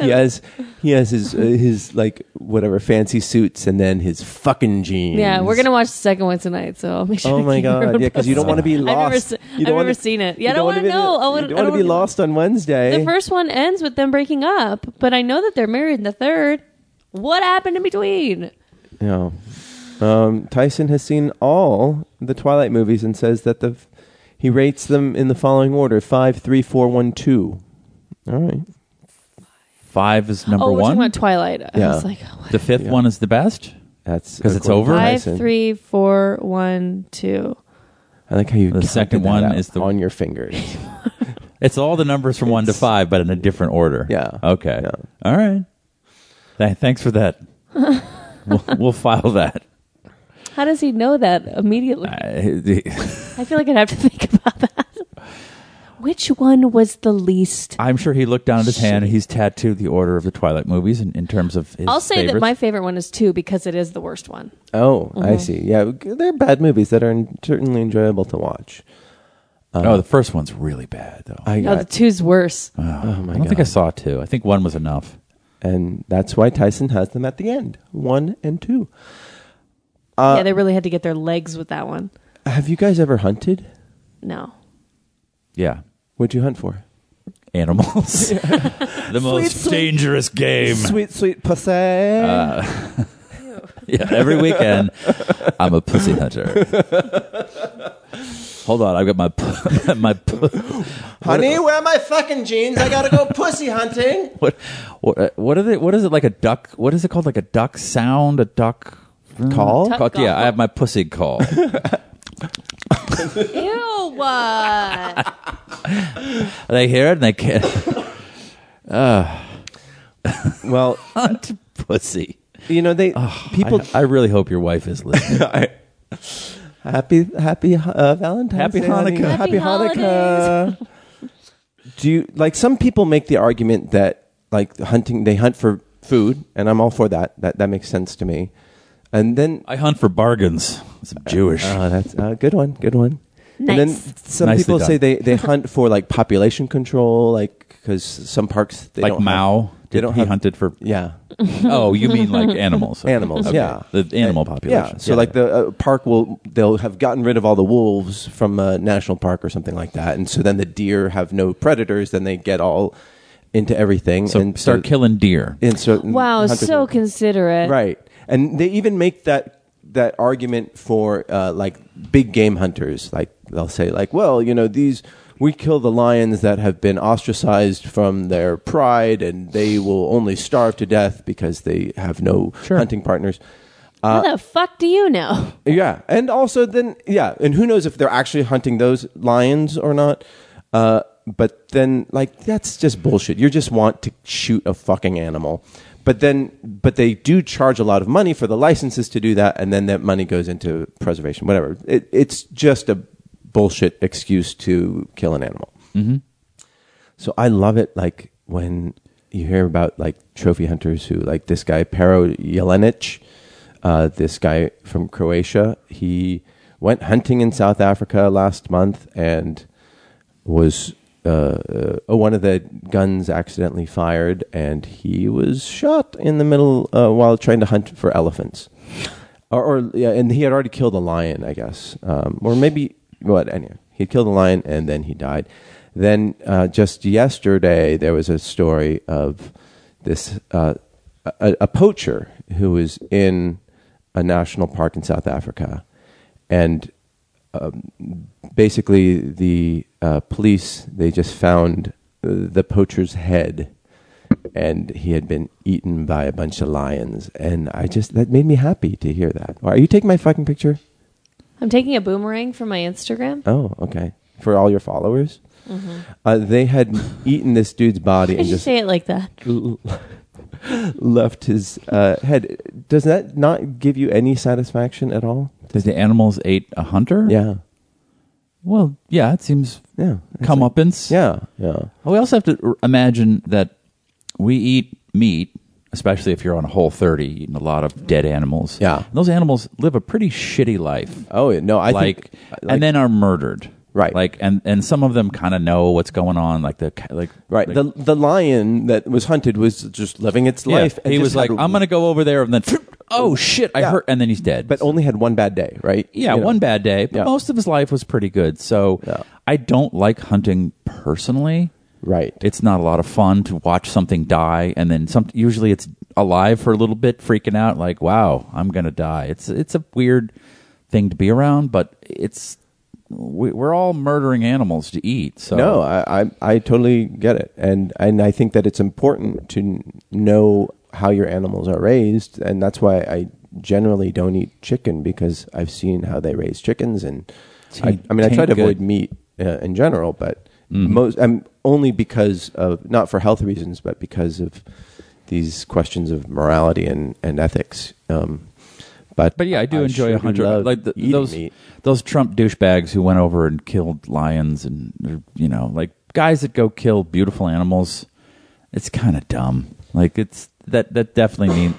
Speaker 2: He has he has his uh, his like whatever fancy suits and then his fucking jeans.
Speaker 3: Yeah, we're gonna watch the second one tonight, so I'll make sure.
Speaker 2: Oh
Speaker 3: to
Speaker 2: my
Speaker 3: *laughs* keep everyone
Speaker 2: god! Yeah, because you don't
Speaker 3: posted.
Speaker 2: want to be lost.
Speaker 3: I've never,
Speaker 2: You
Speaker 3: se-
Speaker 2: don't
Speaker 3: I've
Speaker 2: wanna-
Speaker 3: never seen it. Yeah,
Speaker 2: you
Speaker 3: I don't want to
Speaker 2: wanna be-
Speaker 3: know. I
Speaker 2: You
Speaker 3: wouldn't-
Speaker 2: don't
Speaker 3: I
Speaker 2: want to be
Speaker 3: wouldn't-
Speaker 2: lost on Wednesday.
Speaker 3: The first one ends with them breaking up, but I know that they're married in the third. What happened in between?
Speaker 2: Yeah. Um, Tyson has seen all the Twilight movies and says that the f- he rates them in the following order: five, three, four, one, two. All right.
Speaker 4: Five is number
Speaker 3: oh, we're
Speaker 4: one.
Speaker 3: talking about Twilight. I
Speaker 2: Yeah.
Speaker 3: was like, oh, what?
Speaker 4: the fifth one is the best.
Speaker 2: That's
Speaker 4: 'Cause it's
Speaker 2: according to
Speaker 4: over?
Speaker 3: five,
Speaker 2: Tyson.
Speaker 3: three, four, one, two.
Speaker 2: I like how you.
Speaker 4: The
Speaker 2: counted
Speaker 4: second
Speaker 2: that
Speaker 4: one
Speaker 2: out
Speaker 4: is the-
Speaker 2: on your fingers.
Speaker 4: *laughs* It's all the numbers from one to five, but in a different order.
Speaker 2: Yeah.
Speaker 4: Okay.
Speaker 2: Yeah.
Speaker 4: All right. Th- thanks for
Speaker 2: *laughs*
Speaker 4: that. we'll, we'll file that.
Speaker 3: How does he know that immediately?
Speaker 4: I,
Speaker 3: I feel like I'd have to *laughs* think about that. Which one was the least?
Speaker 4: I'm sure he looked down at his hand and he's tattooed the order of the Twilight movies in, in terms of his
Speaker 3: I'll say that
Speaker 4: favorites.
Speaker 3: my favorite one is two because it is the worst one.
Speaker 2: Oh, I see. Yeah, they're bad movies that are en- certainly enjoyable to watch.
Speaker 4: oh, the first one's really bad though.
Speaker 2: I
Speaker 3: No, the
Speaker 2: got,
Speaker 3: two's worse.
Speaker 2: Uh,
Speaker 4: I don't think I saw two. I think one was enough.
Speaker 2: Oh and that's why Tyson has them at the end, one and two. Uh,
Speaker 3: yeah, they really had to get their legs with that one.
Speaker 2: Have you guys ever hunted?
Speaker 3: No.
Speaker 4: Yeah.
Speaker 2: What'd you hunt for? *laughs*
Speaker 4: Animals. the most
Speaker 2: sweet.
Speaker 4: dangerous game.
Speaker 2: Sweet, sweet pussy.
Speaker 4: *laughs* Uh, Yeah, every weekend I'm a pussy
Speaker 2: *laughs*
Speaker 4: hunter. Hold on, I've got my pu- *laughs* my pu-
Speaker 2: Honey, where are my fucking jeans? I gotta go pussy hunting.
Speaker 4: *laughs* what what uh, what are they, what is it like a duck? What is it called like a duck sound? A duck
Speaker 2: Call?
Speaker 4: Call-
Speaker 3: call.
Speaker 4: Yeah, I have my pussy call.
Speaker 3: Ew. Uh,
Speaker 4: they hear it and they can't *laughs*
Speaker 2: Well,
Speaker 4: hunt pussy.
Speaker 2: you know they people.
Speaker 4: I, I really hope your wife is listening.
Speaker 2: happy, happy uh, Valentine's.
Speaker 4: Happy
Speaker 2: Day, honey.
Speaker 4: Hanukkah.
Speaker 3: Happy
Speaker 2: Hanukkah. Do you like some people make the argument that like hunting? They hunt for food, and I'm all for that. That that makes sense to me. And then
Speaker 4: *laughs* I hunt for bargains. It's Jewish.
Speaker 2: Oh, that's a good one. Good one. And then
Speaker 3: Nice.
Speaker 2: some
Speaker 4: Nicely
Speaker 2: people
Speaker 4: done.
Speaker 2: say they,
Speaker 3: *laughs*
Speaker 2: they hunt for like population control, like because some parks they
Speaker 4: like
Speaker 2: don't have-
Speaker 4: Mao,
Speaker 2: they
Speaker 4: did
Speaker 2: don't
Speaker 4: he
Speaker 2: have-
Speaker 4: hunted for?
Speaker 2: yeah,
Speaker 4: *laughs* Oh, you mean like animals? Okay.
Speaker 2: Animals,
Speaker 4: Okay.
Speaker 2: yeah.
Speaker 4: the animal population.
Speaker 2: yeah. So like the uh, park will they'll have gotten rid of all the wolves from a national park or something like that, and so then the deer have no predators. Then they get all into everything
Speaker 4: so
Speaker 2: and
Speaker 4: start
Speaker 2: so,
Speaker 4: killing deer.
Speaker 2: And so
Speaker 3: wow,
Speaker 2: hunters
Speaker 3: so
Speaker 2: will-
Speaker 3: considerate.
Speaker 2: right and they even make that that argument for uh, like big game hunters like they'll say like well you know these we kill the lions that have been ostracized from their pride and they will only starve to death because they have no hunting partners
Speaker 3: How
Speaker 2: Uh,
Speaker 3: the fuck do you know?
Speaker 2: yeah, and also then yeah, and who knows if they're actually hunting those lions or not? Uh, but then like that's just bullshit. You just want to shoot a fucking animal, but then but they do charge a lot of money for the licenses to do that, and then that money goes into preservation, whatever. It, it's just a bullshit excuse to kill an animal. So I love it like when you hear about like trophy hunters who like this guy Pero Jelenic, uh, this guy from Croatia. He went hunting in South Africa last month and was uh, uh, oh, one of the guns accidentally fired and he was shot in the middle uh, while trying to hunt for elephants. Or, or yeah, and he had already killed a lion, I guess, um, or maybe what? Anyway, he killed a lion and then he died. Then uh, just yesterday, there was a story of this uh, a, a poacher who was in a national park in South Africa, and basically the uh, police they just found uh, the poacher's head and he had been eaten by a bunch of lions. And I just that made me happy to hear that. Are you taking my fucking picture?
Speaker 3: I'm taking a boomerang from my Instagram.
Speaker 2: Oh, okay. For all your followers, uh, they had eaten this dude's body
Speaker 3: Did *laughs*
Speaker 2: and
Speaker 3: you
Speaker 2: just
Speaker 3: say it like that?
Speaker 2: l- left his uh, head. Does that not give you any satisfaction at all?
Speaker 4: Did the animals ate a hunter?
Speaker 2: Yeah,
Speaker 4: Well, yeah, it seems
Speaker 2: yeah,
Speaker 4: comeuppance.
Speaker 2: yeah, yeah.
Speaker 4: We also have to r- imagine that we eat meat, especially if you're on a whole 30, eating a lot of dead animals.
Speaker 2: Yeah.
Speaker 4: And those animals live a pretty shitty life.
Speaker 2: Oh yeah, no, I
Speaker 4: like,
Speaker 2: think,
Speaker 4: and then are murdered.
Speaker 2: Right.
Speaker 4: Like, and, and some of them kind of know what's going on. Like the, ca- like,
Speaker 2: right.
Speaker 4: like-
Speaker 2: the the lion that was hunted was just living its
Speaker 4: Yeah.
Speaker 2: life. and
Speaker 4: He
Speaker 2: just
Speaker 4: was like,
Speaker 2: had-
Speaker 4: I'm going to go over there. And then, oh shit, I
Speaker 2: Yeah.
Speaker 4: hurt. And then he's dead.
Speaker 2: but only had one bad day, right?
Speaker 4: Yeah,
Speaker 2: You know?
Speaker 4: one bad day, but
Speaker 2: Yeah.
Speaker 4: most of his life was pretty good. So
Speaker 2: Yeah.
Speaker 4: I don't like hunting personally.
Speaker 2: Right.
Speaker 4: It's not a lot of fun to watch something die and then some usually it's alive for a little bit freaking out like, "Wow, I'm going to die." It's it's a weird thing to be around, but it's we, we're all murdering animals to eat. So
Speaker 2: No, I, I I totally get it, and and I think that it's important to n- know how your animals are raised, and that's why I generally don't eat chicken because I've seen how they raise chickens, and I,
Speaker 4: ain't-
Speaker 2: I mean I
Speaker 4: tain't
Speaker 2: try to
Speaker 4: good.
Speaker 2: avoid
Speaker 4: Mm-hmm.
Speaker 2: meat uh, in general, but most um, only because of not for health reasons, but because of these questions of morality and and ethics. Um, but
Speaker 4: But yeah, I do enjoy
Speaker 2: sure
Speaker 4: a hunter.
Speaker 2: love
Speaker 4: like the,
Speaker 2: eating
Speaker 4: those
Speaker 2: meat.
Speaker 4: those Trump douchebags who went over and killed lions and you know like guys that go kill beautiful animals. It's kind of dumb. Like it's that that definitely mean,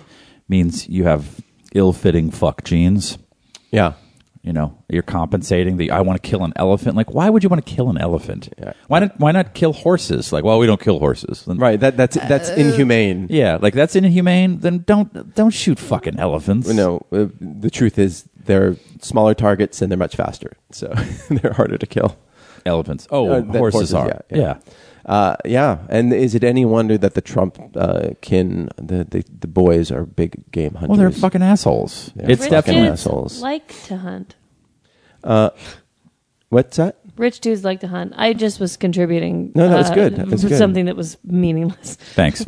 Speaker 4: means you have ill-fitting fuck genes.
Speaker 2: Yeah,
Speaker 4: You know, you're compensating the I want to kill an elephant. Like, why would you want to kill an elephant?
Speaker 2: Yeah.
Speaker 4: Why not? Why not kill horses? Like, well, we don't kill horses. Then-
Speaker 2: right. That that's that's
Speaker 4: Uh,
Speaker 2: inhumane.
Speaker 4: Yeah, like that's inhumane. Then don't don't shoot fucking elephants.
Speaker 2: No, uh, the truth is they're smaller targets and they're much faster, so *laughs* they're harder to kill.
Speaker 4: elephants. Oh,
Speaker 2: Uh, that
Speaker 4: horses, are.
Speaker 2: Yeah, yeah. Uh, yeah. And is it any wonder that the Trump uh, kin, the, the the boys, are big game hunters?
Speaker 4: Well, they're fucking assholes.
Speaker 2: Yeah.
Speaker 4: It's
Speaker 3: Rich
Speaker 4: definitely
Speaker 3: dudes
Speaker 2: assholes.
Speaker 3: Like to hunt.
Speaker 2: What's that?
Speaker 3: Rich dudes like to hunt. I just was contributing. uh,
Speaker 2: No, that was good. That was good.
Speaker 3: Something that was meaningless. *laughs*
Speaker 4: thanks.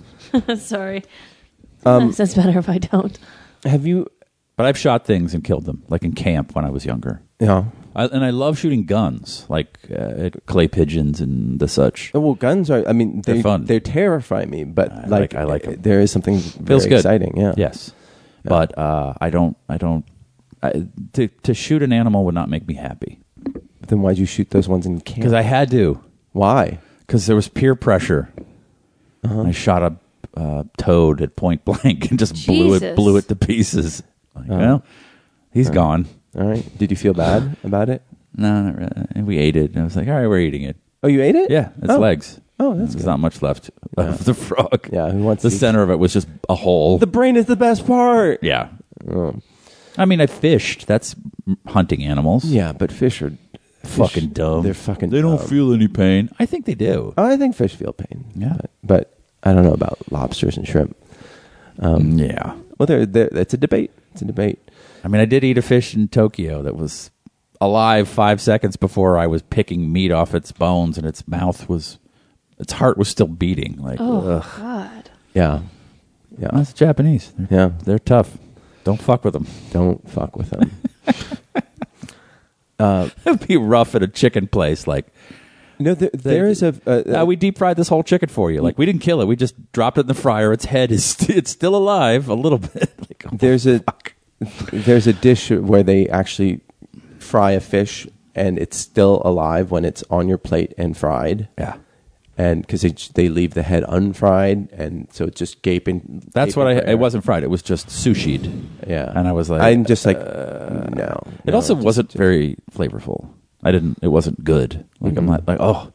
Speaker 3: Sorry.
Speaker 2: Um,
Speaker 3: *laughs* That's better if I don't.
Speaker 2: Have you?
Speaker 4: But I've shot things and killed them, like in camp when I was younger.
Speaker 2: Yeah.
Speaker 4: I, and I love shooting guns, like uh, at clay pigeons and the such.
Speaker 2: Oh, Well, guns are. I mean, they
Speaker 4: They're fun.
Speaker 2: They terrify me, but
Speaker 4: I
Speaker 2: like,
Speaker 4: like- I like 'em.
Speaker 2: uh, There is something very
Speaker 4: Feels good.
Speaker 2: exciting. Yeah.
Speaker 4: Yes. But uh, I don't. I don't. I, to to shoot an animal would not make me happy
Speaker 2: Then why'd you shoot those ones in camp?
Speaker 4: because I had to
Speaker 2: Why?
Speaker 4: because there was peer pressure.
Speaker 2: Uh-huh.
Speaker 4: I shot a uh, toad at point blank and just blew it
Speaker 3: Jesus.
Speaker 4: blew it to pieces. Like,
Speaker 2: Uh-huh.
Speaker 4: well, he's gone.
Speaker 2: All right. Did you feel
Speaker 4: *laughs*
Speaker 2: bad about it?
Speaker 4: No, not really. And we ate it, and I was like, all right, we're eating it.
Speaker 2: Oh, you ate it?
Speaker 4: Yeah, its
Speaker 2: Oh.
Speaker 4: legs.
Speaker 2: Oh, that's
Speaker 4: There's not much left of the frog.
Speaker 2: Yeah, who wants
Speaker 4: the
Speaker 2: to eat-
Speaker 4: center of it was just a hole.
Speaker 2: The brain is the best part.
Speaker 4: yeah. Um, I mean, I fished. That's hunting animals.
Speaker 2: Yeah, but fish are
Speaker 4: Fucking
Speaker 2: fish-
Speaker 4: dumb.
Speaker 2: They're fucking.
Speaker 4: They don't
Speaker 2: dumb.
Speaker 4: feel any pain. I think they do.
Speaker 2: Oh, I think fish feel pain.
Speaker 4: Yeah.
Speaker 2: but, but I don't know about lobsters and shrimp. Um,
Speaker 4: yeah.
Speaker 2: Well, they're, they're, it's a debate. It's a debate.
Speaker 4: I mean, I did eat a fish in Tokyo that was alive five seconds before I was picking meat off its bones, and its mouth was, its heart was still beating. Like,
Speaker 3: Oh,
Speaker 4: ugh.
Speaker 3: God.
Speaker 2: Yeah, yeah.
Speaker 4: that's Japanese. They're,
Speaker 2: Yeah.
Speaker 4: they're tough. Don't fuck with them.
Speaker 2: Don't fuck with them.
Speaker 4: *laughs* It'd be rough at a chicken place. Like,
Speaker 2: no, there, there is a.
Speaker 4: Uh, we deep fried this whole chicken for you. Like we didn't kill it. We just dropped it in the fryer. Its head is st- it's still alive a little bit. *laughs* like, oh,
Speaker 2: there's a
Speaker 4: fuck.
Speaker 2: there's a dish where they actually fry a fish and it's still alive when it's on your plate and fried.
Speaker 4: yeah.
Speaker 2: And because they, they leave the head unfried, and so it's just gaping.
Speaker 4: That's
Speaker 2: gaping
Speaker 4: what I.
Speaker 2: for air.
Speaker 4: It wasn't fried. It was just sushied.
Speaker 2: Yeah,
Speaker 4: And I was like,
Speaker 2: I'm just like, uh, no.
Speaker 4: It
Speaker 2: no,
Speaker 4: also
Speaker 2: just-
Speaker 4: wasn't very flavorful. I didn't. It wasn't good. Like
Speaker 2: Mm-hmm.
Speaker 4: I'm not like oh,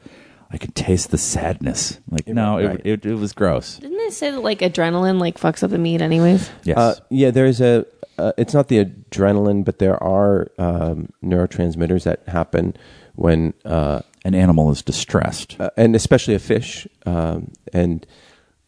Speaker 4: I could taste the sadness. Like no,
Speaker 2: right.
Speaker 4: it, it it was gross.
Speaker 3: Didn't they say that like adrenaline like fucks up the meat anyways?
Speaker 4: Yes.
Speaker 2: Uh, yeah, there's a. Uh, it's not the adrenaline, but there are um, neurotransmitters that happen when, uh,
Speaker 4: An animal is distressed.
Speaker 2: uh, and especially a fish. Um, and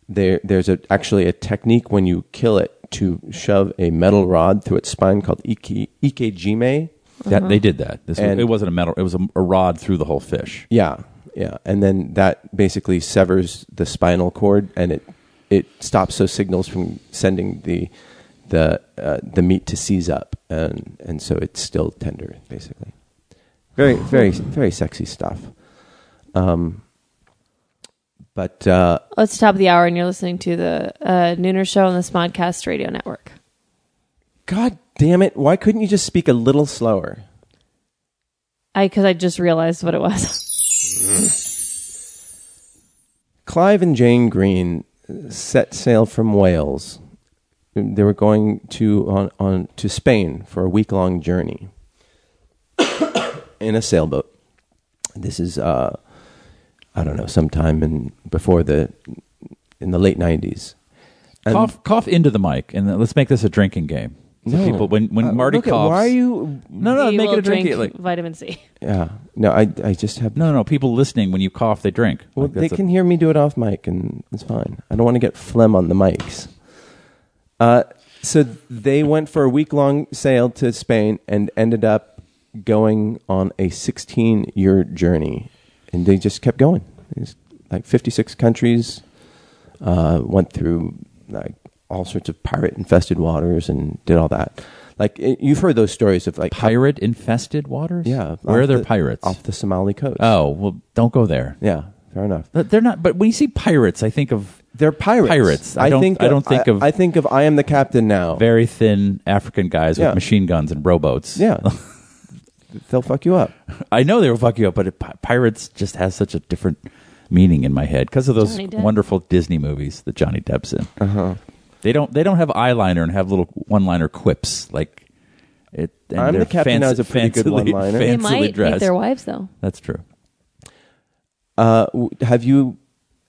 Speaker 2: there, there's a, actually a technique when you kill it to shove a metal rod through its spine called E Ike, Ikejime.
Speaker 4: That they did that. This was,
Speaker 2: uh-huh. And-
Speaker 4: it wasn't a metal. It was a, a rod through the whole fish.
Speaker 2: Yeah, yeah, and then that basically severs the spinal cord, and it it stops those signals from sending the the uh, the meat to seize up, and and so it's still tender, basically. Very very very sexy stuff. Um, but uh,
Speaker 3: Oh, it's the top of the hour, and you're listening to the uh, Nooner Show on the Smodcast Radio Network.
Speaker 2: God damn it! Why couldn't you just speak a little slower?
Speaker 3: I because I just realized what it was. *laughs*
Speaker 2: Clive and Jane Green set sail from Wales. They were going to on, on to Spain for a week long journey *coughs* in a sailboat. This is uh, I don't know, sometime in before the in the late nineties.
Speaker 4: cough, cough into the mic, and then let's make this a drinking game. So people, when when Marty coughs,
Speaker 2: Uh, why are you?
Speaker 4: No, no,
Speaker 3: You
Speaker 4: Oh, make it
Speaker 3: will
Speaker 4: a drinking.
Speaker 3: drink
Speaker 4: Like,
Speaker 3: vitamin C.
Speaker 2: Yeah, no, I I just have
Speaker 4: no, no, no. People listening, when you cough, they drink.
Speaker 2: Well,
Speaker 4: Like,
Speaker 2: they
Speaker 4: that's a-
Speaker 2: can hear me do it off mic, and it's fine. I don't want to get phlegm on the mics. Uh, so they went for a week long sail to Spain and ended up going on a 16 year journey. And they just kept going. It was like 56 countries, uh, went through like all sorts of pirate infested waters and did all that. Like it, you've heard those stories of like
Speaker 4: pirate infested waters.
Speaker 2: Yeah,
Speaker 4: where are
Speaker 2: off
Speaker 4: there
Speaker 2: the-
Speaker 4: pirates?
Speaker 2: off the Somali coast.
Speaker 4: Oh well, don't go there.
Speaker 2: yeah, fair enough.
Speaker 4: But They're not. But when you see pirates, I think of
Speaker 2: They're pirates.
Speaker 4: Pirates. I don't- I don't think of-
Speaker 2: I think of I am the captain now.
Speaker 4: very thin African guys
Speaker 2: Yeah.
Speaker 4: with machine guns and rowboats.
Speaker 2: yeah, they'll fuck you up.
Speaker 4: *laughs* I know they will fuck you up, but it, pi- pirates just has such a different meaning in my head because of those
Speaker 3: Johnny Depp.
Speaker 4: wonderful Disney movies that Johnny Depp's in.
Speaker 2: Uh-huh.
Speaker 4: They don't they don't have eyeliner and have little one liner quips like it. And
Speaker 2: I'm the
Speaker 4: they're
Speaker 2: captain
Speaker 4: fancy-
Speaker 2: has a pretty good
Speaker 4: fancily- *laughs*
Speaker 2: one-liner. They
Speaker 3: They
Speaker 4: fancily
Speaker 3: might
Speaker 4: dressed.
Speaker 3: make their wives though.
Speaker 4: That's true.
Speaker 2: Uh, w- have you?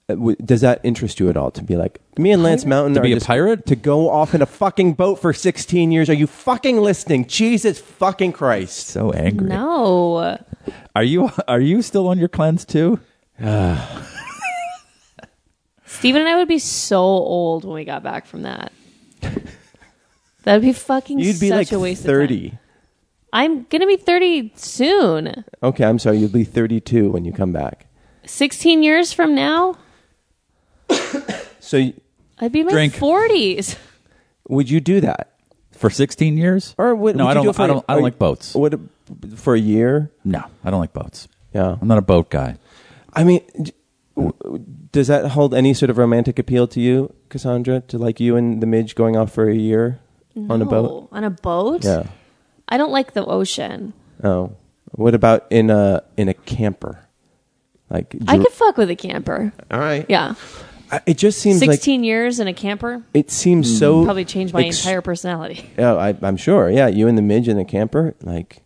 Speaker 2: uh, w- Does that interest you at all to be like me and Lance Mountain?
Speaker 4: To
Speaker 2: are
Speaker 4: be a
Speaker 2: just-
Speaker 4: pirate?
Speaker 2: To go off in a fucking boat for 16 years? Are you fucking listening? Jesus fucking Christ!
Speaker 4: So angry.
Speaker 3: No,
Speaker 4: Are you *laughs* are you still on your cleanse too?
Speaker 3: Steven and I would be so old when we got back from *laughs* that. That would be fucking.
Speaker 2: You'd be
Speaker 3: such
Speaker 2: like
Speaker 3: a waste Of time.
Speaker 2: 30.
Speaker 3: I'm gonna be thirty soon.
Speaker 2: Okay, I'm sorry. You'd be 32 when you come back.
Speaker 3: Sixteen years from now,
Speaker 2: So y-
Speaker 3: I'd be in my
Speaker 4: Drink.
Speaker 3: forties.
Speaker 2: would you do that?
Speaker 4: For sixteen years?
Speaker 2: Or would,
Speaker 4: no?
Speaker 2: would
Speaker 4: I
Speaker 2: you
Speaker 4: don't.
Speaker 2: do it for,
Speaker 4: I don't. I don't
Speaker 2: or-
Speaker 4: like boats.
Speaker 2: Would it- for a year?
Speaker 4: No, I don't like boats.
Speaker 2: Yeah.
Speaker 4: I'm not a boat guy.
Speaker 2: I mean, d- w- w- does that hold any sort of romantic appeal to you, Cassandra? To like you and the Midge going off for a year on a boat?
Speaker 3: On a boat.
Speaker 2: Yeah.
Speaker 3: I don't like the ocean.
Speaker 2: Oh, what about in a in a camper? Like
Speaker 3: I
Speaker 2: dr-
Speaker 3: could fuck with a camper.
Speaker 2: all right.
Speaker 3: Yeah.
Speaker 2: I- It just seems like
Speaker 3: 16 years in a camper
Speaker 2: it seems so
Speaker 3: Mm. probably changed my
Speaker 2: ex-
Speaker 3: entire personality. *laughs*
Speaker 2: Oh, I, I'm sure. Yeah, you and the Midge in a camper. Like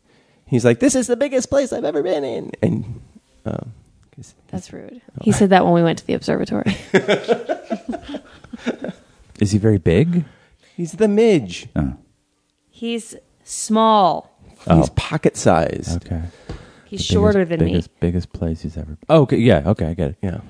Speaker 2: he's like, this is the biggest place I've ever been in, and. Uh, 'cause-
Speaker 3: That's rude. He said that when we went to the observatory.
Speaker 4: Is he very big?
Speaker 2: He's the midge.
Speaker 4: Oh,
Speaker 3: He's *laughs* small.
Speaker 2: He's pocket sized.
Speaker 4: okay.
Speaker 3: He's shorter
Speaker 4: biggest,
Speaker 3: than
Speaker 4: biggest,
Speaker 3: me.
Speaker 4: Biggest place he's ever. Oh, okay, yeah, okay, I get it.
Speaker 2: Yeah.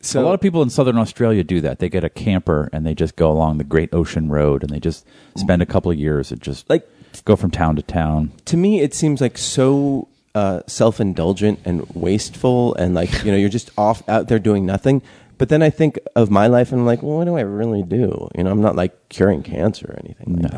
Speaker 4: So a lot of people in southern Australia do that. They get a camper and they just go along the Great Ocean Road and they just spend a couple of years and just
Speaker 2: Like-
Speaker 4: go from town to
Speaker 3: *laughs*
Speaker 4: town.
Speaker 2: to me it seems like so uh, self-indulgent and wasteful and like you know you're just off out there doing nothing but then i think of my life and i'm like well what do i really do you know i'm not like curing cancer or anything like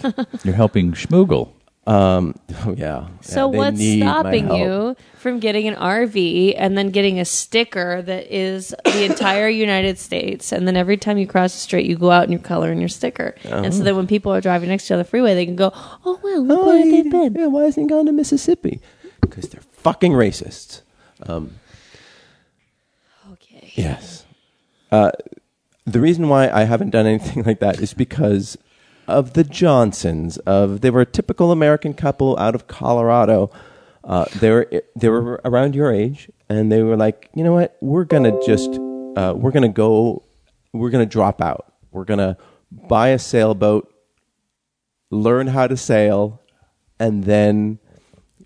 Speaker 2: that like *laughs*
Speaker 4: You're helping Schmoogle.
Speaker 2: um oh yeah
Speaker 3: So
Speaker 2: Yeah, they
Speaker 3: what's
Speaker 2: need my
Speaker 3: stopping
Speaker 2: help.
Speaker 3: you from getting an RV and then getting a sticker that is the entire *laughs* United States? And then every time you cross the street, you go out and you color in your sticker. And so that when people are driving next to you on the freeway, they can go, "Oh wow, look
Speaker 2: Oh,
Speaker 3: where
Speaker 2: he-
Speaker 3: they've been."
Speaker 2: yeah, why hasn't he gone to mississippi because they're fucking racists um
Speaker 3: Okay.
Speaker 2: Yes. Uh, the reason why I haven't done anything *laughs* like that is because of the Johnsons. Of they were a typical American couple out of Colorado. Uh, they were they were around your age, and they were like, you know what? We're gonna just uh, we're gonna go. We're gonna drop out. We're gonna buy a sailboat, learn how to sail, and then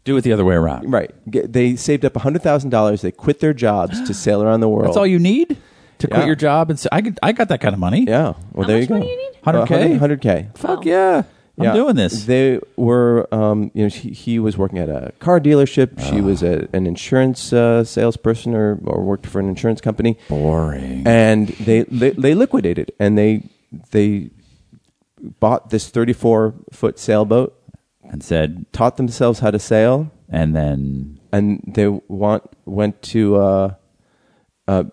Speaker 4: Do it the other way around.
Speaker 2: right. Get, they saved up hundred thousand dollars. They quit their jobs to sail around the world.
Speaker 4: That's all you need to
Speaker 2: Yeah.
Speaker 4: quit your job and say, I, could, I got that kind of money.
Speaker 2: Yeah. Well,
Speaker 3: How
Speaker 2: there
Speaker 3: much
Speaker 2: you go.
Speaker 3: money you need?
Speaker 4: 100K?
Speaker 2: 100, Uh, k
Speaker 4: Fuck yeah. I'm doing this.
Speaker 2: They were, um, you know, he, he was working at a car dealership. She was
Speaker 4: Ah.
Speaker 2: a, an insurance uh, salesperson or, or worked for an insurance company.
Speaker 4: Boring.
Speaker 2: And they, they, they liquidated and they, they bought this 34 foot sailboat,
Speaker 4: and said,
Speaker 2: taught themselves how to sail,
Speaker 4: and then
Speaker 2: and they want went to uh, uh,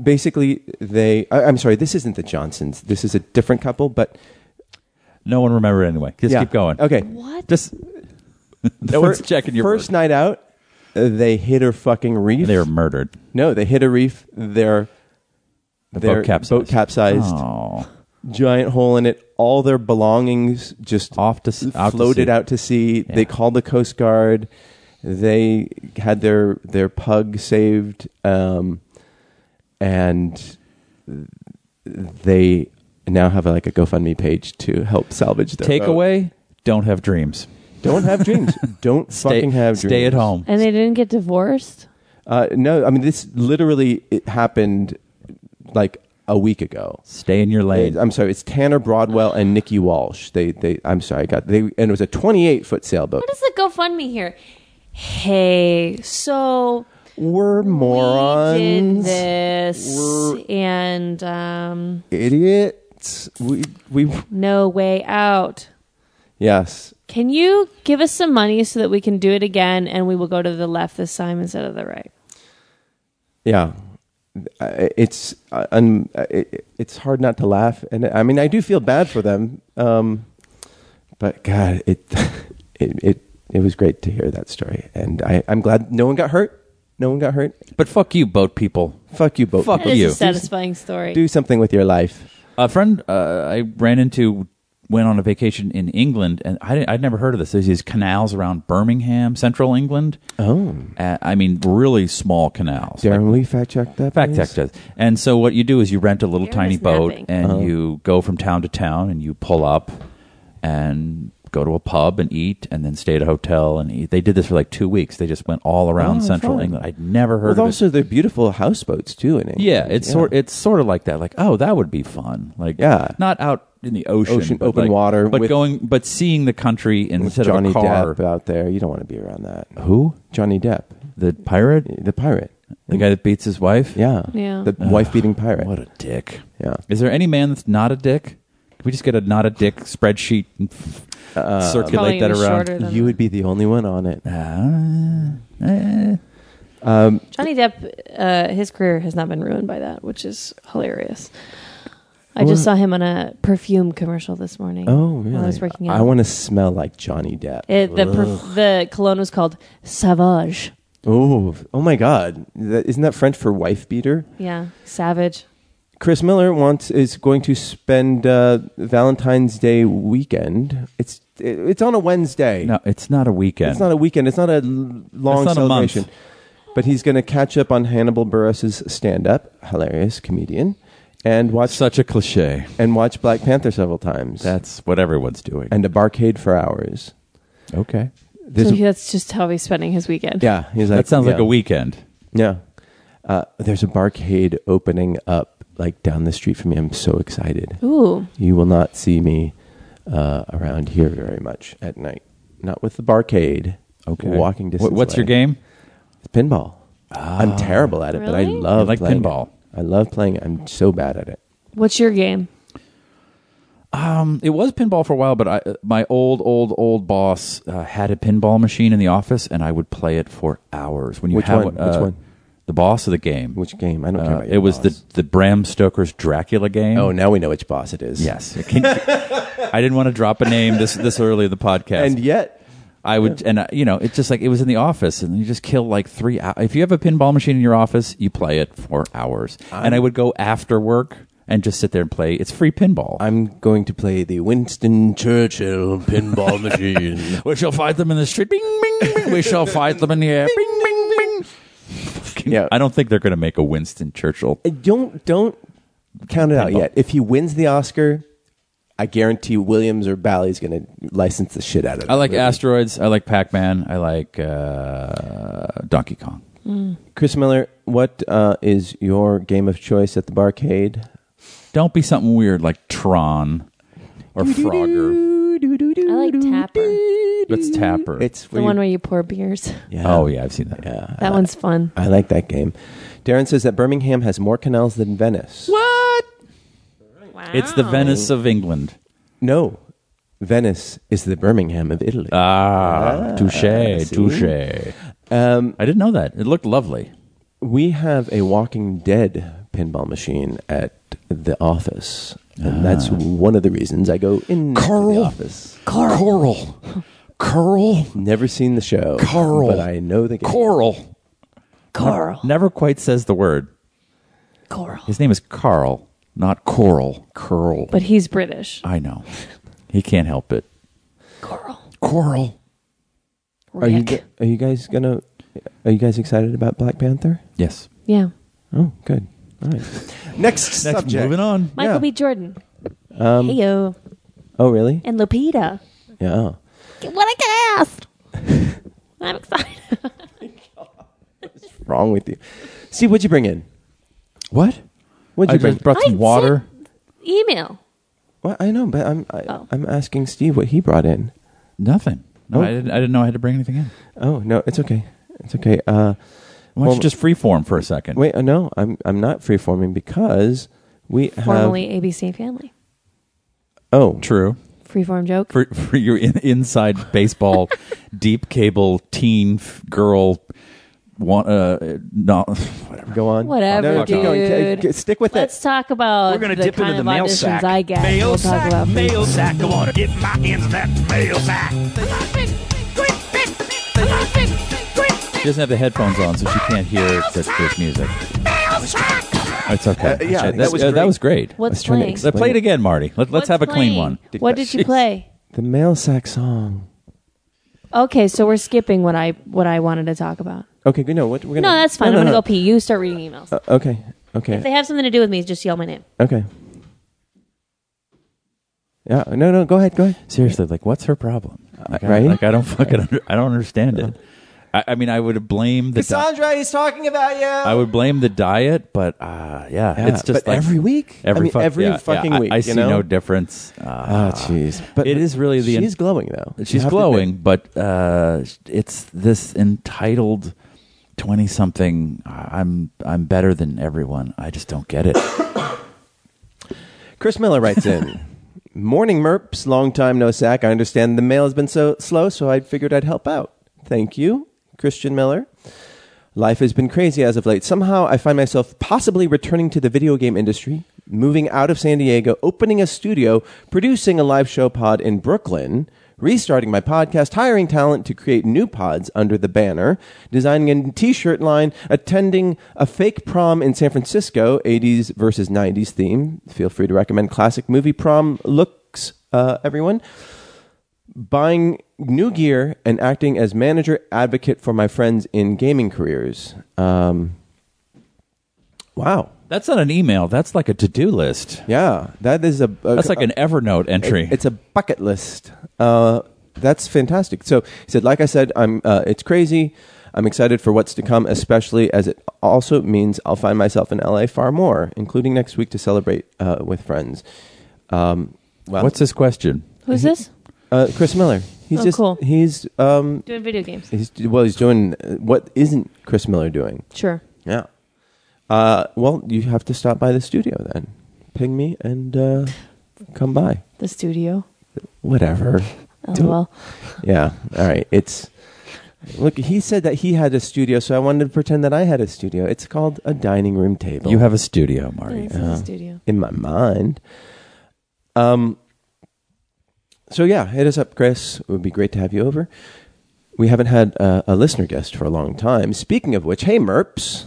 Speaker 2: basically they I, i'm sorry this isn't the johnsons this is a different couple but
Speaker 4: no one remembered anyway. Just
Speaker 2: yeah.
Speaker 4: keep going.
Speaker 2: okay
Speaker 3: What?
Speaker 4: Just *laughs* no one's checking your
Speaker 2: first
Speaker 4: work.
Speaker 2: night out uh, they hit her fucking reef
Speaker 4: They were murdered.
Speaker 2: no they hit a reef their
Speaker 4: The
Speaker 2: their
Speaker 4: boat capsized.
Speaker 2: capsized,
Speaker 4: Oh.
Speaker 2: giant hole in it all their belongings just
Speaker 4: Off to s- out to
Speaker 2: floated
Speaker 4: sea.
Speaker 2: out to sea they
Speaker 4: Yeah.
Speaker 2: called the coast guard they had their their pug saved um, and they now have like a gofundme page to help salvage their boat.
Speaker 4: Takeaway: Don't have dreams.
Speaker 2: don't have
Speaker 4: *laughs*
Speaker 2: dreams don't
Speaker 4: Stay,
Speaker 2: fucking have dreams
Speaker 4: stay at home.
Speaker 3: And they didn't get divorced?
Speaker 2: Uh, no, I mean this literally it happened like a week ago.
Speaker 4: Stay in your lane.
Speaker 2: I'm sorry, it's Tanner Broadwell and Nikki Walsh. They, they. I'm sorry, I got they, and it was a 28 foot sailboat.
Speaker 3: What is the GoFundMe here? Hey, so
Speaker 2: We're
Speaker 3: we did
Speaker 2: morons,
Speaker 3: this,
Speaker 2: We're-
Speaker 3: and um,
Speaker 2: idiots. We, we,
Speaker 3: no way out.
Speaker 2: yes.
Speaker 3: Can you give us some money so that we can do it again, and we will go to the left this time instead of the right?
Speaker 2: Yeah, Uh, it's uh, un, uh, it, it's hard not to laugh, and I mean I do feel bad for them, um, but God, it *laughs* it it it was great to hear that story, and I I'm glad no one got hurt. No one got hurt.
Speaker 4: But fuck you, boat people.
Speaker 2: Fuck you both.
Speaker 4: Fuck
Speaker 3: That is
Speaker 4: you.
Speaker 3: a satisfying story.
Speaker 2: Do something with your life.
Speaker 4: A friend uh, I ran into went on a vacation in England, and I didn't, I'd never heard of this. There's these canals around Birmingham, central England.
Speaker 2: Oh.
Speaker 4: Uh, I mean, really small canals.
Speaker 2: Darren, will you fact check that?
Speaker 4: Fact
Speaker 2: please?
Speaker 4: check does. And so what you do is you rent a little
Speaker 3: Darren
Speaker 4: tiny
Speaker 3: is
Speaker 4: boat
Speaker 3: napping.
Speaker 2: Uh-huh.
Speaker 4: and you go from town to town and you pull up and go to a pub and eat and then stay at a hotel and eat. They did this for like two weeks. They just went all around
Speaker 2: Oh,
Speaker 4: central
Speaker 2: fun.
Speaker 4: England. I'd never heard
Speaker 2: Well,
Speaker 4: of it.
Speaker 2: also they're beautiful houseboats too. In England.
Speaker 4: Yeah, it's sort it's sort of like that. Like, oh, that would be fun. Like,
Speaker 2: Yeah.
Speaker 4: not out in the ocean,
Speaker 2: Ocean,
Speaker 4: but
Speaker 2: open
Speaker 4: like-
Speaker 2: water
Speaker 4: but
Speaker 2: with-
Speaker 4: going, but seeing the country
Speaker 2: With
Speaker 4: instead
Speaker 2: Johnny
Speaker 4: of a car.
Speaker 2: Depp out there. You don't want to be around that.
Speaker 4: Who
Speaker 2: Johnny Depp,
Speaker 4: the pirate?
Speaker 2: the pirate.
Speaker 4: The guy that beats his wife?
Speaker 2: Yeah.
Speaker 3: Yeah.
Speaker 2: The wife beating pirate.
Speaker 4: What a dick.
Speaker 2: Yeah.
Speaker 4: Is there any man that's not a dick? Can we just get a not a dick spreadsheet and f- circulate
Speaker 2: Uh,
Speaker 3: Probably
Speaker 4: that
Speaker 3: even
Speaker 4: around?
Speaker 3: shorter than
Speaker 2: You would be the only one on it.
Speaker 4: Ah, eh.
Speaker 3: Johnny Depp, uh, his career has not been ruined by that, which is hilarious. I
Speaker 2: Well-
Speaker 3: just saw him on a perfume commercial this morning.
Speaker 2: Oh, really?
Speaker 3: While I was working out.
Speaker 2: I want to smell like Johnny Depp.
Speaker 3: It, the perf- the cologne was called Savage.
Speaker 2: oh, oh my God! That, isn't that French for wife beater?
Speaker 3: Yeah, Savage.
Speaker 2: Chris Miller wants is going to spend uh, Valentine's Day weekend. It's it, it's on a Wednesday.
Speaker 4: no, it's not a weekend.
Speaker 2: It's not a weekend. It's not a l- long
Speaker 4: It's not a month.
Speaker 2: celebration. But he's going to catch up on Hannibal Burris's stand-up, hilarious comedian, and watch
Speaker 4: Such a cliche.
Speaker 2: and watch Black Panther several times,
Speaker 4: That's what everyone's doing.
Speaker 2: and a barcade for hours.
Speaker 4: okay,
Speaker 2: There's
Speaker 3: so
Speaker 2: a-
Speaker 3: that's just how he's spending his weekend.
Speaker 2: yeah, he's like
Speaker 4: that sounds like
Speaker 2: yeah.
Speaker 4: a weekend.
Speaker 2: Yeah. Uh, there's a barcade opening up like down the street from me. I'm so excited.
Speaker 3: Ooh,
Speaker 2: You will not see me uh, around here very much at night. Not with the barcade.
Speaker 4: Okay,
Speaker 2: Walking
Speaker 4: Wh-
Speaker 2: distance.
Speaker 4: What's your
Speaker 2: away.
Speaker 4: game?
Speaker 2: Pinball. I'm terrible at it, but I
Speaker 3: Really?
Speaker 2: love
Speaker 4: You like
Speaker 2: playing it.
Speaker 4: pinball.
Speaker 2: I love playing it. I'm so bad at it.
Speaker 3: what's your game?
Speaker 4: Um, it was pinball for a while, but I, my old, old, old boss uh, had a pinball machine in the office, and I would play it for hours. When you
Speaker 2: Which
Speaker 4: have
Speaker 2: one?
Speaker 4: uh,
Speaker 2: Which one?
Speaker 4: The boss of the game.
Speaker 2: Which game? I don't care
Speaker 4: Uh,
Speaker 2: about your
Speaker 4: it was
Speaker 2: boss.
Speaker 4: the the Bram Stoker's Dracula game.
Speaker 2: Oh, now we know which boss it is.
Speaker 4: yes. Can- I didn't want to drop a name this this early in the podcast.
Speaker 2: And yet,
Speaker 4: I would, and uh, you know, it's just like it was in the office, and you just kill like three. Hours. If you have a pinball machine in your office, you play it for hours. and I would go after work and just sit there and play. It's free pinball.
Speaker 2: I'm going to play the Winston Churchill pinball *laughs* machine.
Speaker 4: We shall fight them in the street. Bing, bing, bing. We shall fight them in the air. Bing, bing, bing. Fucking-
Speaker 2: Yeah.
Speaker 4: I don't think they're going to make a Winston Churchill.
Speaker 2: Don't don't count it out
Speaker 4: Pinball.
Speaker 2: yet. If he wins the Oscar, I guarantee Williams or Bally's going to license the shit out of it.
Speaker 4: I like asteroids. I like Pac Man. I like uh, Donkey Kong.
Speaker 2: Chris Miller. What uh, is your game of choice at the barcade?
Speaker 4: Don't be something weird like Tron or Frogger.
Speaker 3: I like Tapper,
Speaker 4: That's Tapper.
Speaker 2: It's
Speaker 3: the one where you pour beers.
Speaker 2: yeah.
Speaker 4: oh yeah, I've seen that.
Speaker 2: Yeah, I
Speaker 3: That
Speaker 2: li-
Speaker 3: one's fun.
Speaker 2: I like that game. Darren says that Birmingham has more canals than Venice.
Speaker 4: What? Oh.
Speaker 3: Wow.
Speaker 4: It's the Venice of England.
Speaker 2: No, Venice is the Birmingham of Italy.
Speaker 4: Ah, touche,
Speaker 2: see?
Speaker 4: touche.
Speaker 2: um,
Speaker 4: I didn't know that. It looked lovely.
Speaker 2: we have a Walking Dead pinball machine at the office, and that's one of the reasons I go in to the
Speaker 4: Ah. Carl.
Speaker 2: office.
Speaker 4: Coral. Coral. Coral.
Speaker 2: Never seen the show,
Speaker 4: Carl.
Speaker 2: but I know the game.
Speaker 4: Coral.
Speaker 3: Coral.
Speaker 4: Never quite says the word.
Speaker 3: Coral.
Speaker 4: His name is Carl, not Coral. Curl.
Speaker 3: But he's British.
Speaker 4: I know. He can't help it.
Speaker 3: Coral.
Speaker 4: Coral.
Speaker 2: Are you,
Speaker 3: Rick.
Speaker 2: g- are you guys gonna? Are you guys excited about Black Panther?
Speaker 4: Yes.
Speaker 3: yeah.
Speaker 2: Oh, good. All right. Next,
Speaker 4: Next,
Speaker 2: subject.
Speaker 4: moving on.
Speaker 3: Michael
Speaker 2: Yeah.
Speaker 3: B. Jordan. Um, Heyo.
Speaker 2: Oh, really?
Speaker 3: And Lupita.
Speaker 2: Yeah. oh.
Speaker 3: What I got asked. I'm excited.
Speaker 2: Wrong with you. See, what'd you bring in?
Speaker 4: What?
Speaker 2: What'd
Speaker 4: I
Speaker 2: you bring?
Speaker 4: just brought some
Speaker 3: I
Speaker 4: water.
Speaker 3: Email.
Speaker 2: Well, I know, but I'm I,
Speaker 3: Oh.
Speaker 2: I'm asking Steve what he brought in.
Speaker 4: Nothing. No,
Speaker 2: Oh.
Speaker 4: I didn't. I didn't know I had to bring anything in.
Speaker 2: Oh no, it's okay. It's okay. Uh,
Speaker 4: Why don't
Speaker 2: Well,
Speaker 4: you just freeform for a second?
Speaker 2: wait, uh, no, I'm I'm not freeforming because we have.
Speaker 3: Uh, Formerly ABC Family.
Speaker 2: oh,
Speaker 4: True.
Speaker 3: Freeform joke.
Speaker 4: For, for your in, inside baseball,
Speaker 2: *laughs*
Speaker 4: deep cable teen f- girl, want uh, no, whatever.
Speaker 2: go on.
Speaker 3: Whatever,
Speaker 2: No, no, keep going.
Speaker 3: dude.
Speaker 2: K- k- Stick with
Speaker 3: Let's
Speaker 2: it.
Speaker 3: talk about
Speaker 5: We're gonna
Speaker 3: the
Speaker 5: dip
Speaker 3: kind
Speaker 5: into the
Speaker 3: of
Speaker 5: mail
Speaker 3: auditions
Speaker 5: sack.
Speaker 3: I get.
Speaker 5: Mail
Speaker 3: we'll
Speaker 5: sack,
Speaker 3: talk about
Speaker 5: mail sack. I wanna get my hands in that mail sack.
Speaker 4: She doesn't have the headphones on, so she can't hear that there's music. It's okay.
Speaker 2: Uh, yeah,
Speaker 4: That's-
Speaker 2: that was
Speaker 4: uh, that
Speaker 2: great.
Speaker 4: was great.
Speaker 3: What's
Speaker 2: trying to
Speaker 3: playing?
Speaker 2: explain-
Speaker 4: Let- Play it again, Marty. Let, let's
Speaker 3: What's
Speaker 4: have a clean
Speaker 3: playing?
Speaker 4: one.
Speaker 3: What did you
Speaker 2: Jeez.
Speaker 3: play?
Speaker 2: The male sack song.
Speaker 3: Okay, so we're skipping what I what I wanted to talk about.
Speaker 2: Okay, good. No, what we're gonna.
Speaker 3: No, that's fine. I'm gonna go pee. You start reading emails.
Speaker 2: go. Okay, okay,
Speaker 3: if they have something to do with me, just yell my name.
Speaker 2: okay. Yeah, no, no. Go ahead, go ahead.
Speaker 4: Seriously, like, what's her problem? Like, I,
Speaker 2: Uh, Right? Uh-huh.
Speaker 4: like, I don't fucking, under, I don't understand it. I, I mean, I would blame the, di-
Speaker 2: he's talking about you.
Speaker 4: I would blame the diet, but uh, yeah, it's just
Speaker 2: Uh, but
Speaker 4: like
Speaker 2: every week? I
Speaker 4: every
Speaker 2: mean,
Speaker 4: fuck-
Speaker 2: every
Speaker 4: yeah, yeah,
Speaker 2: fucking
Speaker 4: I-
Speaker 2: week,
Speaker 4: I,
Speaker 2: you
Speaker 4: see
Speaker 2: know?
Speaker 4: no difference.
Speaker 2: Oh,
Speaker 4: Uh,
Speaker 2: jeez. But
Speaker 4: it is really the-
Speaker 2: she's glowing though. You
Speaker 4: she's
Speaker 2: have to
Speaker 4: glowing,
Speaker 2: admit.
Speaker 4: but uh, it's this entitled twenty something. I'm I'm better than everyone. I just don't
Speaker 2: *coughs*
Speaker 4: get it.
Speaker 2: Chris Miller writes in. Morning, Merps. Long time no sack. I understand the mail has been so slow, so I figured I'd help out. Thank you, Christian Miller. Life has been crazy as of late. Somehow I find myself possibly returning to the video game industry, moving out of San Diego, opening a studio, producing a live show pod in Brooklyn, restarting my podcast, hiring talent to create new pods under the banner, designing a t shirt line, attending a fake prom in San Francisco, 80s versus 90s theme. Feel free to recommend classic movie prom looks, uh, everyone buying new gear and acting as manager advocate for my friends in gaming careers. Um, wow.
Speaker 4: That's not an email. That's like a to do list.
Speaker 2: Yeah, that is a, a-
Speaker 4: That's like an Evernote entry.
Speaker 2: It- it's a bucket list. Uh, that's fantastic. So he said, like I said, I'm. Uh, it's crazy. I'm excited for what's to come, especially as it also means I'll find myself in LA far more, including next week to celebrate uh, with friends. Um, wow.
Speaker 4: What's his question?
Speaker 3: Who's this?
Speaker 2: uh, Chris Miller? He's
Speaker 3: Oh,
Speaker 2: just
Speaker 3: cool.
Speaker 2: he's um,
Speaker 3: Doing video games.
Speaker 2: He's well. He's doing uh, what isn't Chris Miller doing?
Speaker 3: Sure.
Speaker 2: Yeah. Uh, well, you have to stop by the studio then. Ping me and uh, come by.
Speaker 3: The studio.
Speaker 2: Whatever.
Speaker 3: Oh
Speaker 2: Do it.
Speaker 3: well.
Speaker 2: Yeah. All right. It's look. He said that he had a studio, so I wanted to pretend that I had a studio. It's called a dining room table.
Speaker 4: You have a studio, Marty.
Speaker 3: It's the studio.
Speaker 2: in my mind. Um. So yeah, hit us up, Chris. It would be great to have you over. We haven't had uh, a listener guest for a long time. Speaking of which, hey Merps,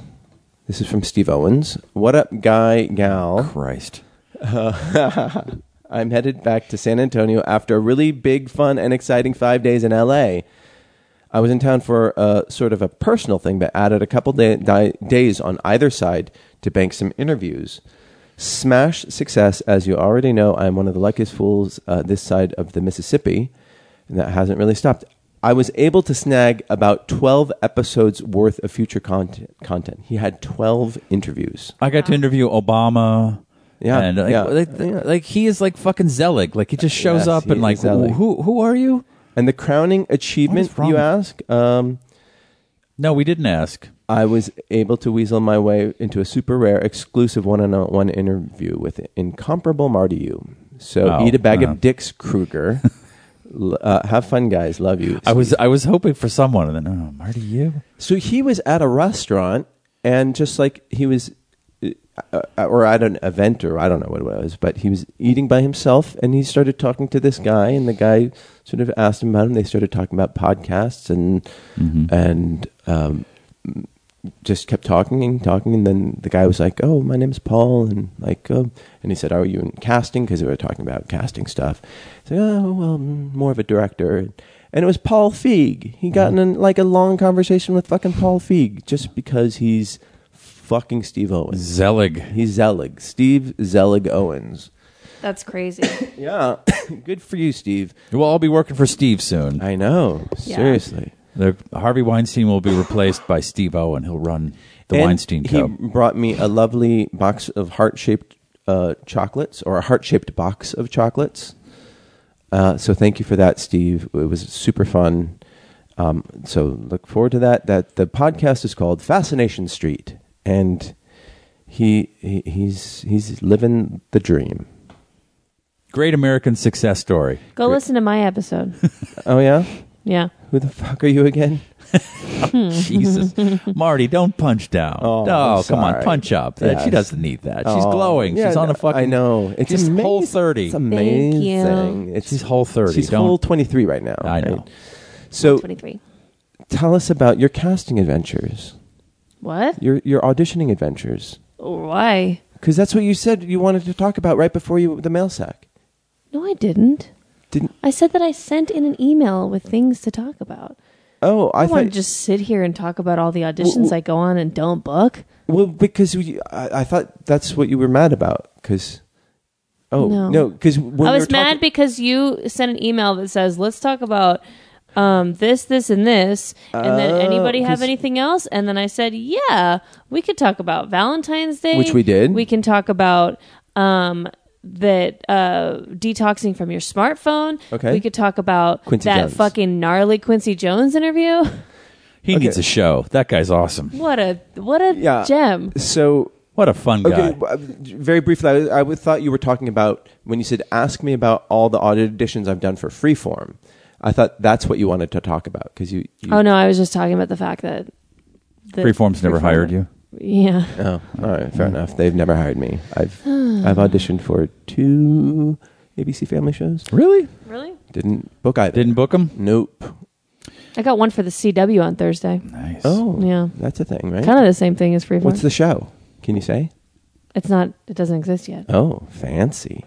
Speaker 2: this is from Steve Owens. What up, guy, gal?
Speaker 4: Christ.
Speaker 2: I'm headed back to San Antonio after a really big, fun, and exciting five days in LA. I was in town for a sort of a personal thing, but added a couple da- di- days on either side to bank some interviews. Smash success, as you already know. I'm one of the luckiest fools uh, this side of the Mississippi, and that hasn't really stopped. I was able to snag about 12 episodes worth of future content. content. He had 12 interviews.
Speaker 4: I got to interview Obama
Speaker 2: Yeah,
Speaker 4: and like,
Speaker 2: yeah,
Speaker 4: like,
Speaker 2: yeah.
Speaker 4: like, he is like fucking Zelig. Like he just shows
Speaker 2: Yes,
Speaker 4: up
Speaker 2: he
Speaker 4: and like
Speaker 2: is Zelig.
Speaker 4: who who are you?
Speaker 2: And the crowning achievement,
Speaker 4: wrong
Speaker 2: you
Speaker 4: with-
Speaker 2: ask, um,
Speaker 4: No, we didn't ask.
Speaker 2: I was able to weasel my way into a super rare, exclusive one-on-one interview with incomparable Marty U. So
Speaker 4: Wow. Uh-huh.
Speaker 2: eat a bag
Speaker 4: Yeah.
Speaker 2: of
Speaker 4: *laughs*
Speaker 2: dicks, Kruger. L- uh, have fun, guys. Love you.
Speaker 4: I was I was hoping for someone, and then oh, Marty, you.
Speaker 2: So he was at a restaurant and just like he was, uh, uh, or at an event, or I don't know what it was, but he was eating by himself and he started talking to this guy, and the guy sort of asked him about him. They started talking about podcasts and and um, just kept talking and talking, and then the guy was like, "Oh, my name's Paul," and like, oh, and he said, "Are you in casting?" Because we were talking about casting stuff. He's like, "Oh, well, mm, more of a director," and it was Paul Feig. He got in like a long conversation with fucking Paul Feig just because he's fucking Steve Owens.
Speaker 4: Zelig.
Speaker 2: He's Zelig, Steve Zelig Owens.
Speaker 3: That's crazy.
Speaker 2: Yeah, *coughs* good for you, Steve.
Speaker 4: We'll all be working for Steve soon.
Speaker 2: I know.
Speaker 3: Yeah.
Speaker 2: Seriously.
Speaker 4: The Harvey Weinstein will be replaced by Steve Owen. He'll run the
Speaker 2: And
Speaker 4: Weinstein
Speaker 2: He
Speaker 4: Co.
Speaker 2: brought me a lovely box of heart shaped uh, chocolates, or a heart shaped box of chocolates. Uh, so thank you for that, Steve. It was super fun. Um, so look forward to that. That the podcast is called Fascination Street, and he, he he's he's living the dream.
Speaker 4: Great American success story.
Speaker 3: *coughs* Go listen to my episode.
Speaker 2: Oh yeah,
Speaker 3: Yeah.
Speaker 2: who the fuck are you again? *laughs*
Speaker 4: Jesus, Marty, don't punch down.
Speaker 2: Hmm. Oh,
Speaker 4: no,
Speaker 2: I'm
Speaker 4: come on,
Speaker 2: sorry.
Speaker 4: punch up. That- She
Speaker 2: Yes.
Speaker 4: doesn't need that. She's
Speaker 2: Oh,
Speaker 4: glowing.
Speaker 2: yeah,
Speaker 4: She's on a fucking.
Speaker 2: I know. It's
Speaker 4: She's
Speaker 2: amaz-
Speaker 4: whole thirty.
Speaker 2: It's amazing.
Speaker 3: you.
Speaker 2: It's
Speaker 4: She's whole 30,
Speaker 2: She's
Speaker 4: don't-
Speaker 2: whole twenty three right now.
Speaker 4: I know.
Speaker 2: right? So
Speaker 3: 23.
Speaker 2: tell us about your casting adventures,
Speaker 3: What? Oh,
Speaker 2: your your auditioning adventures,
Speaker 3: Why?
Speaker 2: because that's what you said you wanted to talk about right before you the mail sack.
Speaker 3: No, I didn't.
Speaker 2: Didn't?
Speaker 3: I said that I sent in an email with things to talk about.
Speaker 2: Oh, I,
Speaker 3: I,
Speaker 2: thought
Speaker 3: want to just sit here and talk about all the auditions I go on and don't book.
Speaker 2: well because we, I, I thought that's what you were mad about because oh
Speaker 3: No.
Speaker 2: no because when
Speaker 3: I
Speaker 2: we
Speaker 3: was
Speaker 2: were talking-
Speaker 3: mad because you sent an email that says, "Let's talk about um, this, this, and this," and then
Speaker 2: Oh,
Speaker 3: anybody have
Speaker 2: 'cause-
Speaker 3: anything else? And then I said, "Yeah, we could talk about Valentine's Day,
Speaker 2: Which we did.
Speaker 3: We can talk about um, that uh, detoxing from your smartphone.
Speaker 2: Okay.
Speaker 3: we could talk about
Speaker 2: Quincy
Speaker 3: that
Speaker 2: Jones.
Speaker 3: fucking gnarly Quincy Jones interview. *laughs*
Speaker 4: he needs a show. That guy's awesome.
Speaker 3: what a what a
Speaker 2: Yeah.
Speaker 3: gem!
Speaker 2: so
Speaker 4: What a fun guy.
Speaker 2: Okay, w- uh, very briefly, I, I would- thought you were talking about when you said, "Ask me about all the auditions I've done for Freeform." I thought that's what you wanted to talk about because you, you.
Speaker 3: Oh no, I was just talking about the fact that, that
Speaker 4: Freeform's never hired you.
Speaker 3: Yeah, *laughs*
Speaker 2: Oh, all right, fair enough. They've never hired me.
Speaker 3: *sighs*
Speaker 2: I've I've auditioned for two ABC Family shows.
Speaker 4: Really?
Speaker 3: really.
Speaker 2: Didn't book either.
Speaker 4: Didn't book him.
Speaker 2: Nope.
Speaker 3: I got one for the CW on Thursday.
Speaker 4: Nice.
Speaker 2: Oh,
Speaker 3: Yeah.
Speaker 2: That's a thing, right?
Speaker 3: Kind of the same thing as Freeform.
Speaker 2: What's the show? Can you say?
Speaker 3: it's not. It doesn't exist yet.
Speaker 2: Oh, fancy.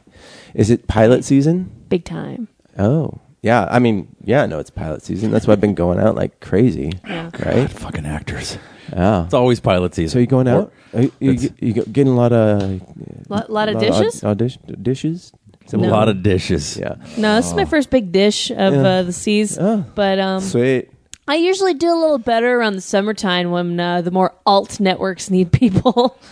Speaker 2: Is it pilot season?
Speaker 3: Big time.
Speaker 2: Oh, yeah. I mean, yeah. No, it's pilot season. That's why I've been going out like crazy,
Speaker 3: Yeah. *laughs*
Speaker 2: right? Ah.
Speaker 4: fucking actors.
Speaker 2: Yeah.
Speaker 4: It's always pilot season.
Speaker 2: So you going out? Are you, you,
Speaker 4: That's-
Speaker 2: you getting a lot of
Speaker 3: Lot, lot
Speaker 2: lot
Speaker 3: of
Speaker 2: au-
Speaker 3: dishes.
Speaker 2: audish- dishes?
Speaker 4: It's a lot of dishes.
Speaker 2: yeah.
Speaker 3: no, this is my first big dish of
Speaker 2: Oh. Yeah.
Speaker 3: uh, the seas.
Speaker 2: Oh.
Speaker 3: But um,
Speaker 2: Sweet.
Speaker 3: I usually do a little better around the summertime when uh, the more alt networks need people. *laughs*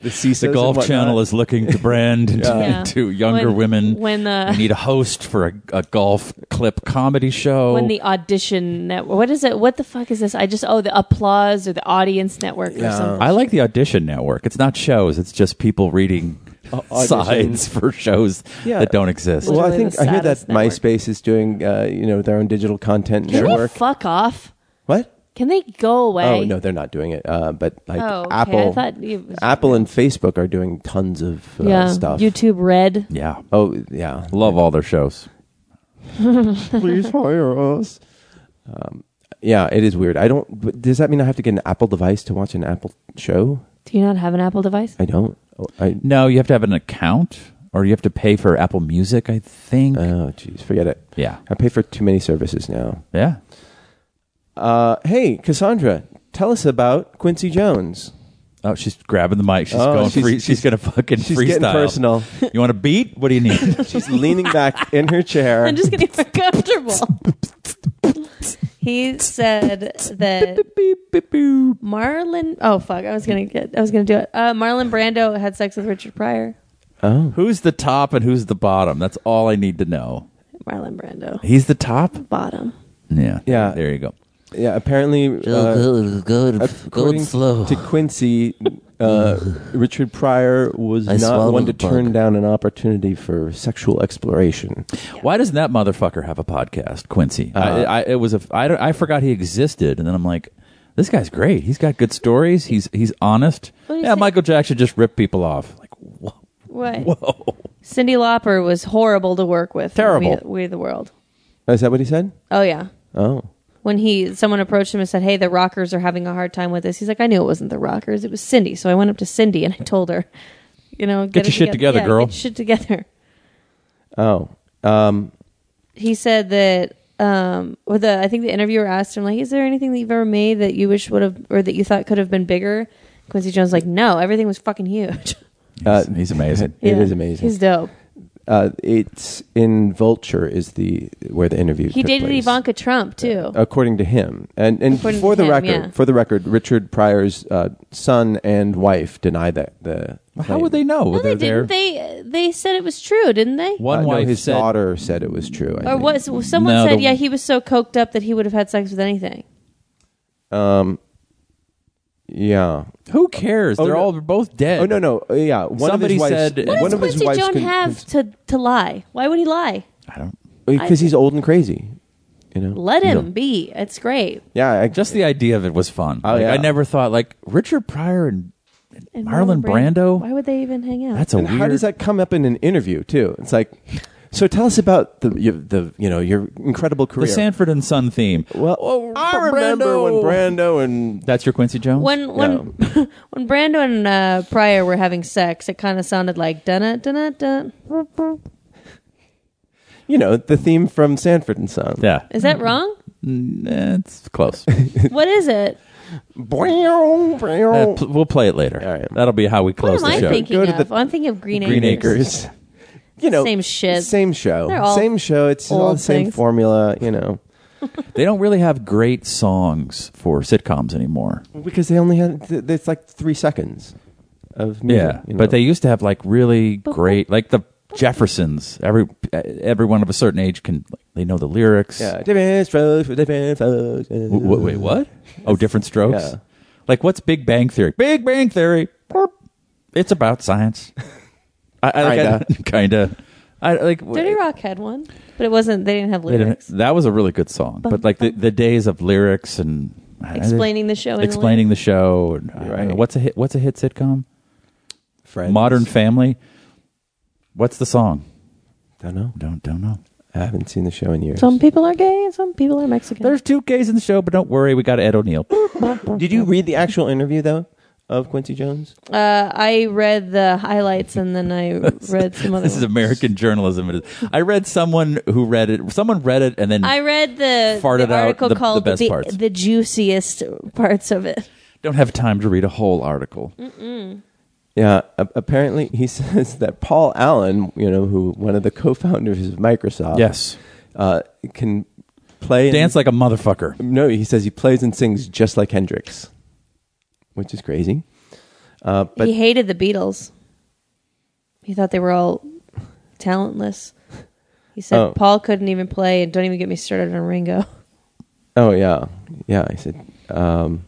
Speaker 2: The sea
Speaker 4: The Golf Channel is looking to *laughs* brand into,
Speaker 3: Yeah.
Speaker 4: into younger
Speaker 3: When-
Speaker 4: women.
Speaker 3: when, uh,
Speaker 4: we need a host for a, a golf clip comedy show.
Speaker 3: When the audition network. What is it? What the fuck is this? I just oh the applause or the audience network or something.
Speaker 4: I like the audition network. It's not shows. It's just people reading *laughs* sides for shows
Speaker 2: Yeah.
Speaker 4: that don't exist.
Speaker 2: Well, I
Speaker 3: Literally
Speaker 2: think
Speaker 3: the
Speaker 2: I hear that
Speaker 3: saddest network.
Speaker 2: MySpace is doing, uh, you know, their own digital content
Speaker 3: Can they
Speaker 2: network.
Speaker 3: fuck off?
Speaker 2: What?
Speaker 3: Can they go away?
Speaker 2: Oh no, they're not doing it. Uh, but like
Speaker 3: Oh, okay.
Speaker 2: Apple,
Speaker 3: I thought it was-
Speaker 2: Apple and Facebook are doing tons of uh,
Speaker 3: yeah.
Speaker 2: stuff.
Speaker 3: YouTube Red.
Speaker 4: yeah,
Speaker 2: Oh
Speaker 4: *laughs*
Speaker 2: yeah,
Speaker 4: love all their shows.
Speaker 2: please hire us. Um, yeah, it is weird. I don't. But does that mean I have to get an Apple device to watch an Apple show?
Speaker 3: Do you not have an Apple device?
Speaker 2: I don't. Oh, I
Speaker 4: No, you have to have an account, or you have to pay for Apple Music. I think.
Speaker 2: oh jeez, forget it.
Speaker 4: yeah,
Speaker 2: I pay for too many services now.
Speaker 4: yeah.
Speaker 2: Uh, hey, Cassandra, tell us about Quincy Jones.
Speaker 4: Oh, she's grabbing the mic. She's
Speaker 2: Oh,
Speaker 4: going.
Speaker 2: she's-
Speaker 4: free, she's,
Speaker 2: she's-
Speaker 4: gonna fucking
Speaker 2: she's
Speaker 4: freestyle.
Speaker 2: getting *laughs* personal.
Speaker 4: You want a beat? What do you *laughs* need?
Speaker 6: *laughs*
Speaker 3: *laughs*
Speaker 2: She's leaning back in her chair.
Speaker 3: I'm just getting uncomfortable. He said that Marlon. Oh fuck! I was gonna get. I was gonna do it. Uh, Marlon Brando had sex with Richard Pryor.
Speaker 4: Who's the top and who's the bottom? That's all I need to know.
Speaker 3: Marlon Brando.
Speaker 4: He's the top?
Speaker 3: Bottom.
Speaker 4: Yeah.
Speaker 2: Yeah.
Speaker 4: There you go.
Speaker 2: Yeah, apparently, uh,
Speaker 6: go, go, go, go
Speaker 2: according
Speaker 6: slow.
Speaker 2: to
Speaker 6: *laughs*
Speaker 2: Quincy, uh, Richard Pryor was
Speaker 6: I
Speaker 2: not
Speaker 6: swallowed
Speaker 2: one to
Speaker 6: the bug.
Speaker 2: turn down an opportunity for sexual exploration.
Speaker 4: Why doesn't that motherfucker have a podcast, Quincy?
Speaker 2: Uh,
Speaker 4: I, I, it was a, I, don't- I forgot he existed, and then I'm like, this guy's great. He's got good stories. He's he's honest.
Speaker 3: What do you
Speaker 4: yeah,
Speaker 3: think?
Speaker 4: Michael Jackson just ripped people off. Like, wha-
Speaker 3: Right.
Speaker 4: whoa.
Speaker 3: Cindy Lauper was horrible to work with. in
Speaker 4: Terrible.
Speaker 3: We, we the world.
Speaker 2: Is that what he said?
Speaker 3: Oh yeah.
Speaker 2: Oh,
Speaker 3: When he someone approached him and said, "Hey, the Rockers are having a hard time with this," he's like, "I knew it wasn't the Rockers. It was Cindy." So I went up to Cindy and I told her, "You know,
Speaker 4: Get
Speaker 3: get, it
Speaker 4: your shit together,
Speaker 3: Yeah,
Speaker 4: girl.
Speaker 3: Get your shit together."
Speaker 2: oh, um,
Speaker 3: he said that um with the I think the interviewer asked him like is there anything that you've ever made that you wish would have or that you thought could have been bigger Quincy Jones was like no everything was fucking huge *laughs*
Speaker 4: He's,
Speaker 2: Uh,
Speaker 4: he's
Speaker 2: *laughs*
Speaker 4: amazing.
Speaker 2: it
Speaker 3: Yeah.
Speaker 2: is amazing.
Speaker 3: he's dope
Speaker 2: uh, it's in Vulture is the where the interview.
Speaker 3: he
Speaker 2: took
Speaker 3: dated
Speaker 2: place.
Speaker 3: Ivanka Trump too
Speaker 2: according to him. And and
Speaker 3: According
Speaker 2: for
Speaker 3: to
Speaker 2: the
Speaker 3: him,
Speaker 2: record,
Speaker 3: yeah.
Speaker 2: for the record, Richard Pryor's uh, son and wife deny that the.
Speaker 4: How would they know?
Speaker 3: no they
Speaker 4: They're there.
Speaker 3: didn't they they said it was true didn't they
Speaker 4: One
Speaker 2: Uh, no,
Speaker 4: wife
Speaker 2: his
Speaker 4: said,
Speaker 2: daughter said it was true. I
Speaker 3: or
Speaker 2: think.
Speaker 3: was someone
Speaker 4: No,
Speaker 3: said
Speaker 4: the-
Speaker 3: yeah he was so coked up that he would have had sex with anything
Speaker 2: Yeah.
Speaker 4: "Who cares?
Speaker 2: Oh,
Speaker 4: They're
Speaker 2: no.
Speaker 4: all they're both dead."
Speaker 2: Oh no no uh, yeah. One
Speaker 4: Somebody
Speaker 2: of his wives,
Speaker 4: said- What
Speaker 2: one
Speaker 3: What
Speaker 2: of
Speaker 3: does
Speaker 2: his
Speaker 3: Quincy
Speaker 2: wives
Speaker 3: Jones
Speaker 2: con-
Speaker 3: have to to lie why would he lie
Speaker 4: I don't.
Speaker 2: because uh, he's old and crazy. You know.
Speaker 3: let him be it's great
Speaker 2: Yeah. I,
Speaker 4: Just the idea of it was fun.
Speaker 2: Oh,
Speaker 4: Like,
Speaker 2: yeah.
Speaker 4: I never thought like Richard Pryor and
Speaker 3: And
Speaker 4: Marlon Brando?
Speaker 3: why would they even hang out
Speaker 4: that's a
Speaker 2: and
Speaker 4: weird.
Speaker 2: how does that come up in an interview too? It's like. So tell us about the you, the you know your incredible
Speaker 4: the Oh,
Speaker 2: career.
Speaker 4: Sanford and Son theme?
Speaker 2: well, I remember when Brando and
Speaker 4: That's your Quincy Jones.
Speaker 3: when when *laughs* when Brando and uh, Pryor were having sex, it kind of sounded like dunna dunna dun.
Speaker 2: you know the theme from Sanford and Son.
Speaker 4: yeah,
Speaker 3: Is
Speaker 4: *laughs*
Speaker 3: that wrong?
Speaker 4: Mm, it's
Speaker 2: *laughs*
Speaker 4: close.
Speaker 3: what is it?
Speaker 2: Brow, brow.
Speaker 4: Uh, pl- we'll play it later.
Speaker 2: Oh. All right.
Speaker 4: That'll be how we
Speaker 3: What
Speaker 4: close
Speaker 3: am
Speaker 4: the
Speaker 3: I
Speaker 4: show.
Speaker 3: thinking
Speaker 2: Go to
Speaker 3: of?
Speaker 2: the-
Speaker 3: I'm thinking of Green,
Speaker 4: Green
Speaker 3: Acres.
Speaker 2: Acres. *laughs* You know,
Speaker 3: Same shit.
Speaker 2: same show,
Speaker 3: They're all
Speaker 2: same show. It's all
Speaker 3: old
Speaker 2: the same
Speaker 3: things.
Speaker 2: formula, you know,
Speaker 4: They don't really have great songs for sitcoms anymore.
Speaker 2: because they only had th- it's like three seconds of music.
Speaker 4: Yeah,
Speaker 2: you know.
Speaker 4: but they used to have like really great, like the Jeffersons. Every everyone of a certain age can they know the lyrics.
Speaker 2: yeah, different strokes for different folks. uh,
Speaker 4: W- w- wait, what? Oh, different strokes.
Speaker 2: Yeah.
Speaker 4: Like what's Big Bang Theory? Big Bang Theory. Boop. It's about
Speaker 2: *laughs*
Speaker 4: science. I, I
Speaker 2: Kinda.
Speaker 4: like, *laughs* kinda. I like. w-
Speaker 3: Dirty Rock had one, but it wasn't. They didn't have
Speaker 4: they didn't-
Speaker 3: lyrics.
Speaker 4: That was a really good song, but like the, the days of lyrics and
Speaker 3: Explaining the show in the
Speaker 4: explaining the show. And, I don't
Speaker 2: Right.
Speaker 4: know, what's a hit? What's a hit sitcom?
Speaker 2: Friends.
Speaker 4: Modern Family. What's the song?
Speaker 2: Don't know.
Speaker 4: Don't don't know.
Speaker 2: I haven't seen the show in years.
Speaker 3: Some people are gay, and some people are Mexican.
Speaker 4: There's two gays in the show, but don't worry, we got Ed
Speaker 3: *laughs*
Speaker 4: O'Neill.
Speaker 2: Did you read the actual interview though of Quincy Jones?
Speaker 3: uh, I read the highlights, and then I read some
Speaker 4: *laughs*
Speaker 3: other.
Speaker 4: This is
Speaker 3: ones.
Speaker 4: American journalism. It is. I read someone who read it. Someone read it and then
Speaker 3: I read the,
Speaker 4: Farted
Speaker 3: the
Speaker 4: out
Speaker 3: article
Speaker 4: the- the
Speaker 3: called
Speaker 4: best parts.
Speaker 3: the juiciest parts of it.
Speaker 4: don't have time to read a whole article.
Speaker 3: Mm-hmm.
Speaker 2: Yeah, a- apparently he *laughs* says that Paul Allen, you know, who one of the co-founders of Microsoft,
Speaker 4: Yes,
Speaker 2: uh, can play and-
Speaker 4: dance like a motherfucker.
Speaker 2: No, he says he plays and sings just like Hendrix, which is crazy. Uh, but
Speaker 3: he hated the Beatles. He thought they were all talentless. He said
Speaker 2: Oh.
Speaker 3: Paul couldn't even play, and don't even get me started on Ringo.
Speaker 2: oh yeah, yeah. He said. Um,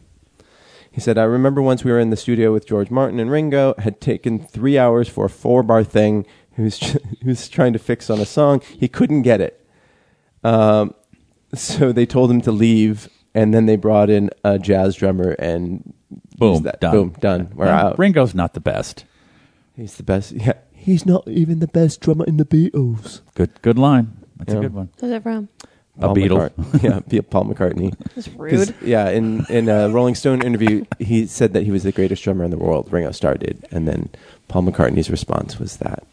Speaker 2: he said, I remember once we were in the studio with George Martin and Ringo. Had taken three hours for a four bar thing. He was *laughs* he was trying to fix on a song. He couldn't get it. Um, so they told him to leave, and then they brought in a jazz drummer and
Speaker 4: Boom,
Speaker 2: used that.
Speaker 4: done.
Speaker 2: boom, done. We're out.
Speaker 4: Ringo's not the best.
Speaker 2: He's the best. Yeah, he's not even the best drummer in the Beatles.
Speaker 4: Good, good line. That's
Speaker 2: Yeah.
Speaker 4: a good one.
Speaker 3: Who's that from?
Speaker 4: A Beatle.
Speaker 2: McCart- *laughs* yeah, be- Paul McCartney.
Speaker 3: *laughs* That's
Speaker 2: 'Cause,
Speaker 3: rude.
Speaker 2: Yeah, in in a Rolling Stone interview, he said that he was the greatest drummer in the world. Ringo Starr did, and then Paul McCartney's response was that.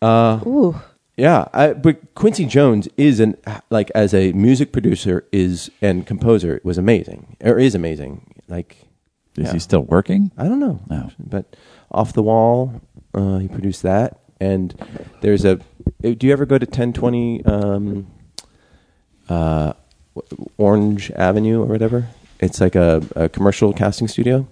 Speaker 2: Uh,
Speaker 3: Ooh,
Speaker 2: Yeah, I, but Quincy Jones is an like as a music producer is and composer was amazing or is amazing. Like
Speaker 4: Is
Speaker 2: Yeah.
Speaker 4: he still working?
Speaker 2: I don't know.
Speaker 4: No.
Speaker 2: But Off the Wall, uh, he produced that. And eh, there's a. Do you ever go to 1020? Um, uh, Orange Avenue or whatever. It's like a, a commercial casting studio.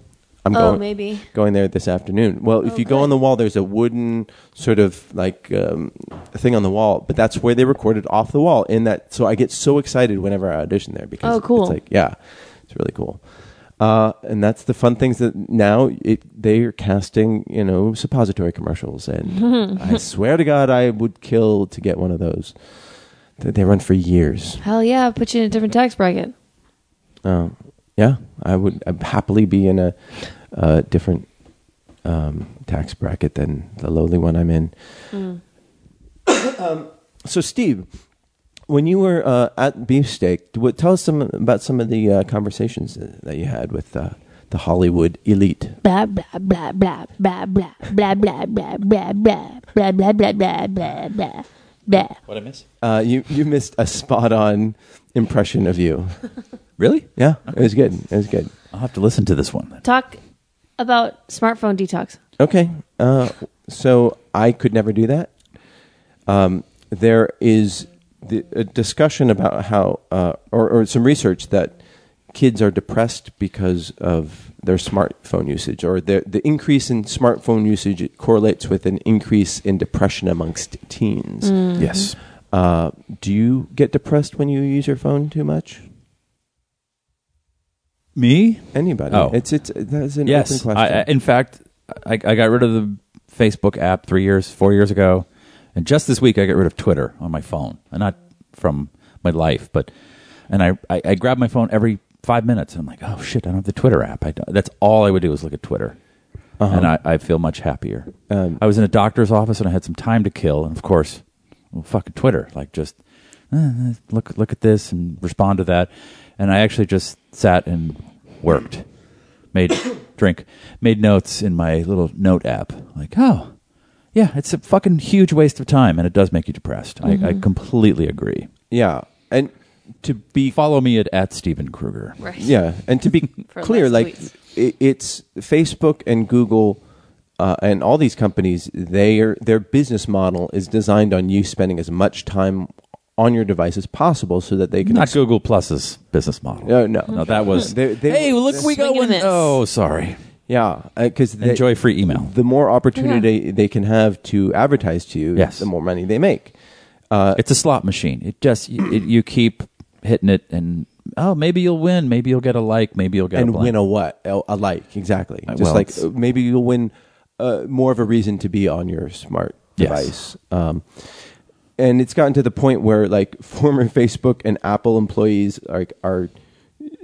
Speaker 2: I'm
Speaker 3: Oh,
Speaker 2: going
Speaker 3: maybe.
Speaker 2: going there this afternoon. Well, if
Speaker 3: Oh,
Speaker 2: you go
Speaker 3: good.
Speaker 2: on the wall, there's a wooden sort of like um, thing on the wall, but that's where they recorded off the wall. In that, so I get so excited whenever I audition there because
Speaker 3: Oh, cool.
Speaker 2: It's like yeah, it's really cool. Uh, and that's the fun things that now it, they are casting, you know, suppository commercials.
Speaker 3: *laughs*
Speaker 2: And I swear to God, I would kill to get one of those. They they run for years.
Speaker 3: Hell yeah, put you in a different tax bracket.
Speaker 2: Uh, yeah, I would I'd happily be in a, a different um, tax bracket than the lowly one I'm in. um, so, Steve, when you were uh, at Beefsteak, do- what- tell us some about some of the uh, conversations that you had with uh, the Hollywood elite.
Speaker 6: blah blah blah blah blah blah blah blah blah blah blah blah blah blah blah blah blah blah.
Speaker 4: What I miss?
Speaker 2: Uh, you you missed a spot on impression of you.
Speaker 4: Really?
Speaker 2: Yeah, it was good. It was good.
Speaker 4: I'll have to listen to this one. Then.
Speaker 3: Talk about smartphone detox.
Speaker 2: Okay. Uh, so I could never do that. Um, there is the, a discussion about how, uh, or, or some research that kids are depressed because of their smartphone usage, or the, the increase in smartphone usage correlates with an increase in depression amongst teens.
Speaker 4: Yes.
Speaker 2: Uh, do you get depressed when you use your phone too much?
Speaker 4: Me?
Speaker 2: Anybody?
Speaker 4: Oh.
Speaker 2: It's it's that's an open
Speaker 4: Yes.
Speaker 2: question.
Speaker 4: I, I- in fact, I, I got rid of the Facebook app three years, four years ago, and just this week I got rid of Twitter on my phone, and not from my life, but and I I, I grab my phone every five minutes, and I'm like, oh shit, I don't have the Twitter app. I don't- that's all I would do is look at Twitter. And I, I feel much happier. I was in a doctor's office and I had some time to kill, and of course, well, fucking Twitter, like just eh, look look at this and respond to that. And I actually just sat and worked, made *coughs* drink, made notes in my little note app. Like, oh, yeah, it's a fucking huge waste of time, and it does make you depressed. I, I
Speaker 3: Mm-hmm.
Speaker 4: completely agree.
Speaker 2: yeah, and to be
Speaker 4: Follow me at, at Stephen Kruger.
Speaker 3: Right.
Speaker 2: Yeah, and to be
Speaker 3: *laughs* For
Speaker 2: clear,
Speaker 3: last
Speaker 2: like
Speaker 3: tweets.
Speaker 2: i it's Facebook and Google uh, and all these companies. Their their business model is designed on you spending as much time on your device as possible, so that they can. Oh,
Speaker 4: Not Google Plus's business model.
Speaker 2: No, no.
Speaker 4: no, that was.
Speaker 2: *laughs* They- they-
Speaker 4: hey, look, we got
Speaker 3: Swing and
Speaker 4: one.
Speaker 3: a miss.
Speaker 4: Oh, sorry.
Speaker 2: yeah, because
Speaker 4: Enjoy free email.
Speaker 2: The more opportunity they can have to advertise to you,
Speaker 4: Yes.
Speaker 2: the more money they make.
Speaker 4: Uh, it's a slot machine. It just you, it, you keep hitting it, and oh, maybe you'll win. Maybe you'll get a like. Maybe you'll get
Speaker 2: and
Speaker 4: a blank.
Speaker 2: win a what a, a like exactly
Speaker 4: Uh,
Speaker 2: just
Speaker 4: well,
Speaker 2: like
Speaker 4: it's-
Speaker 2: uh, maybe you'll win uh, more of a reason to be on your smart
Speaker 4: Yes.
Speaker 2: device um, and it's gotten to the point where like *laughs* former facebook and apple employees are, are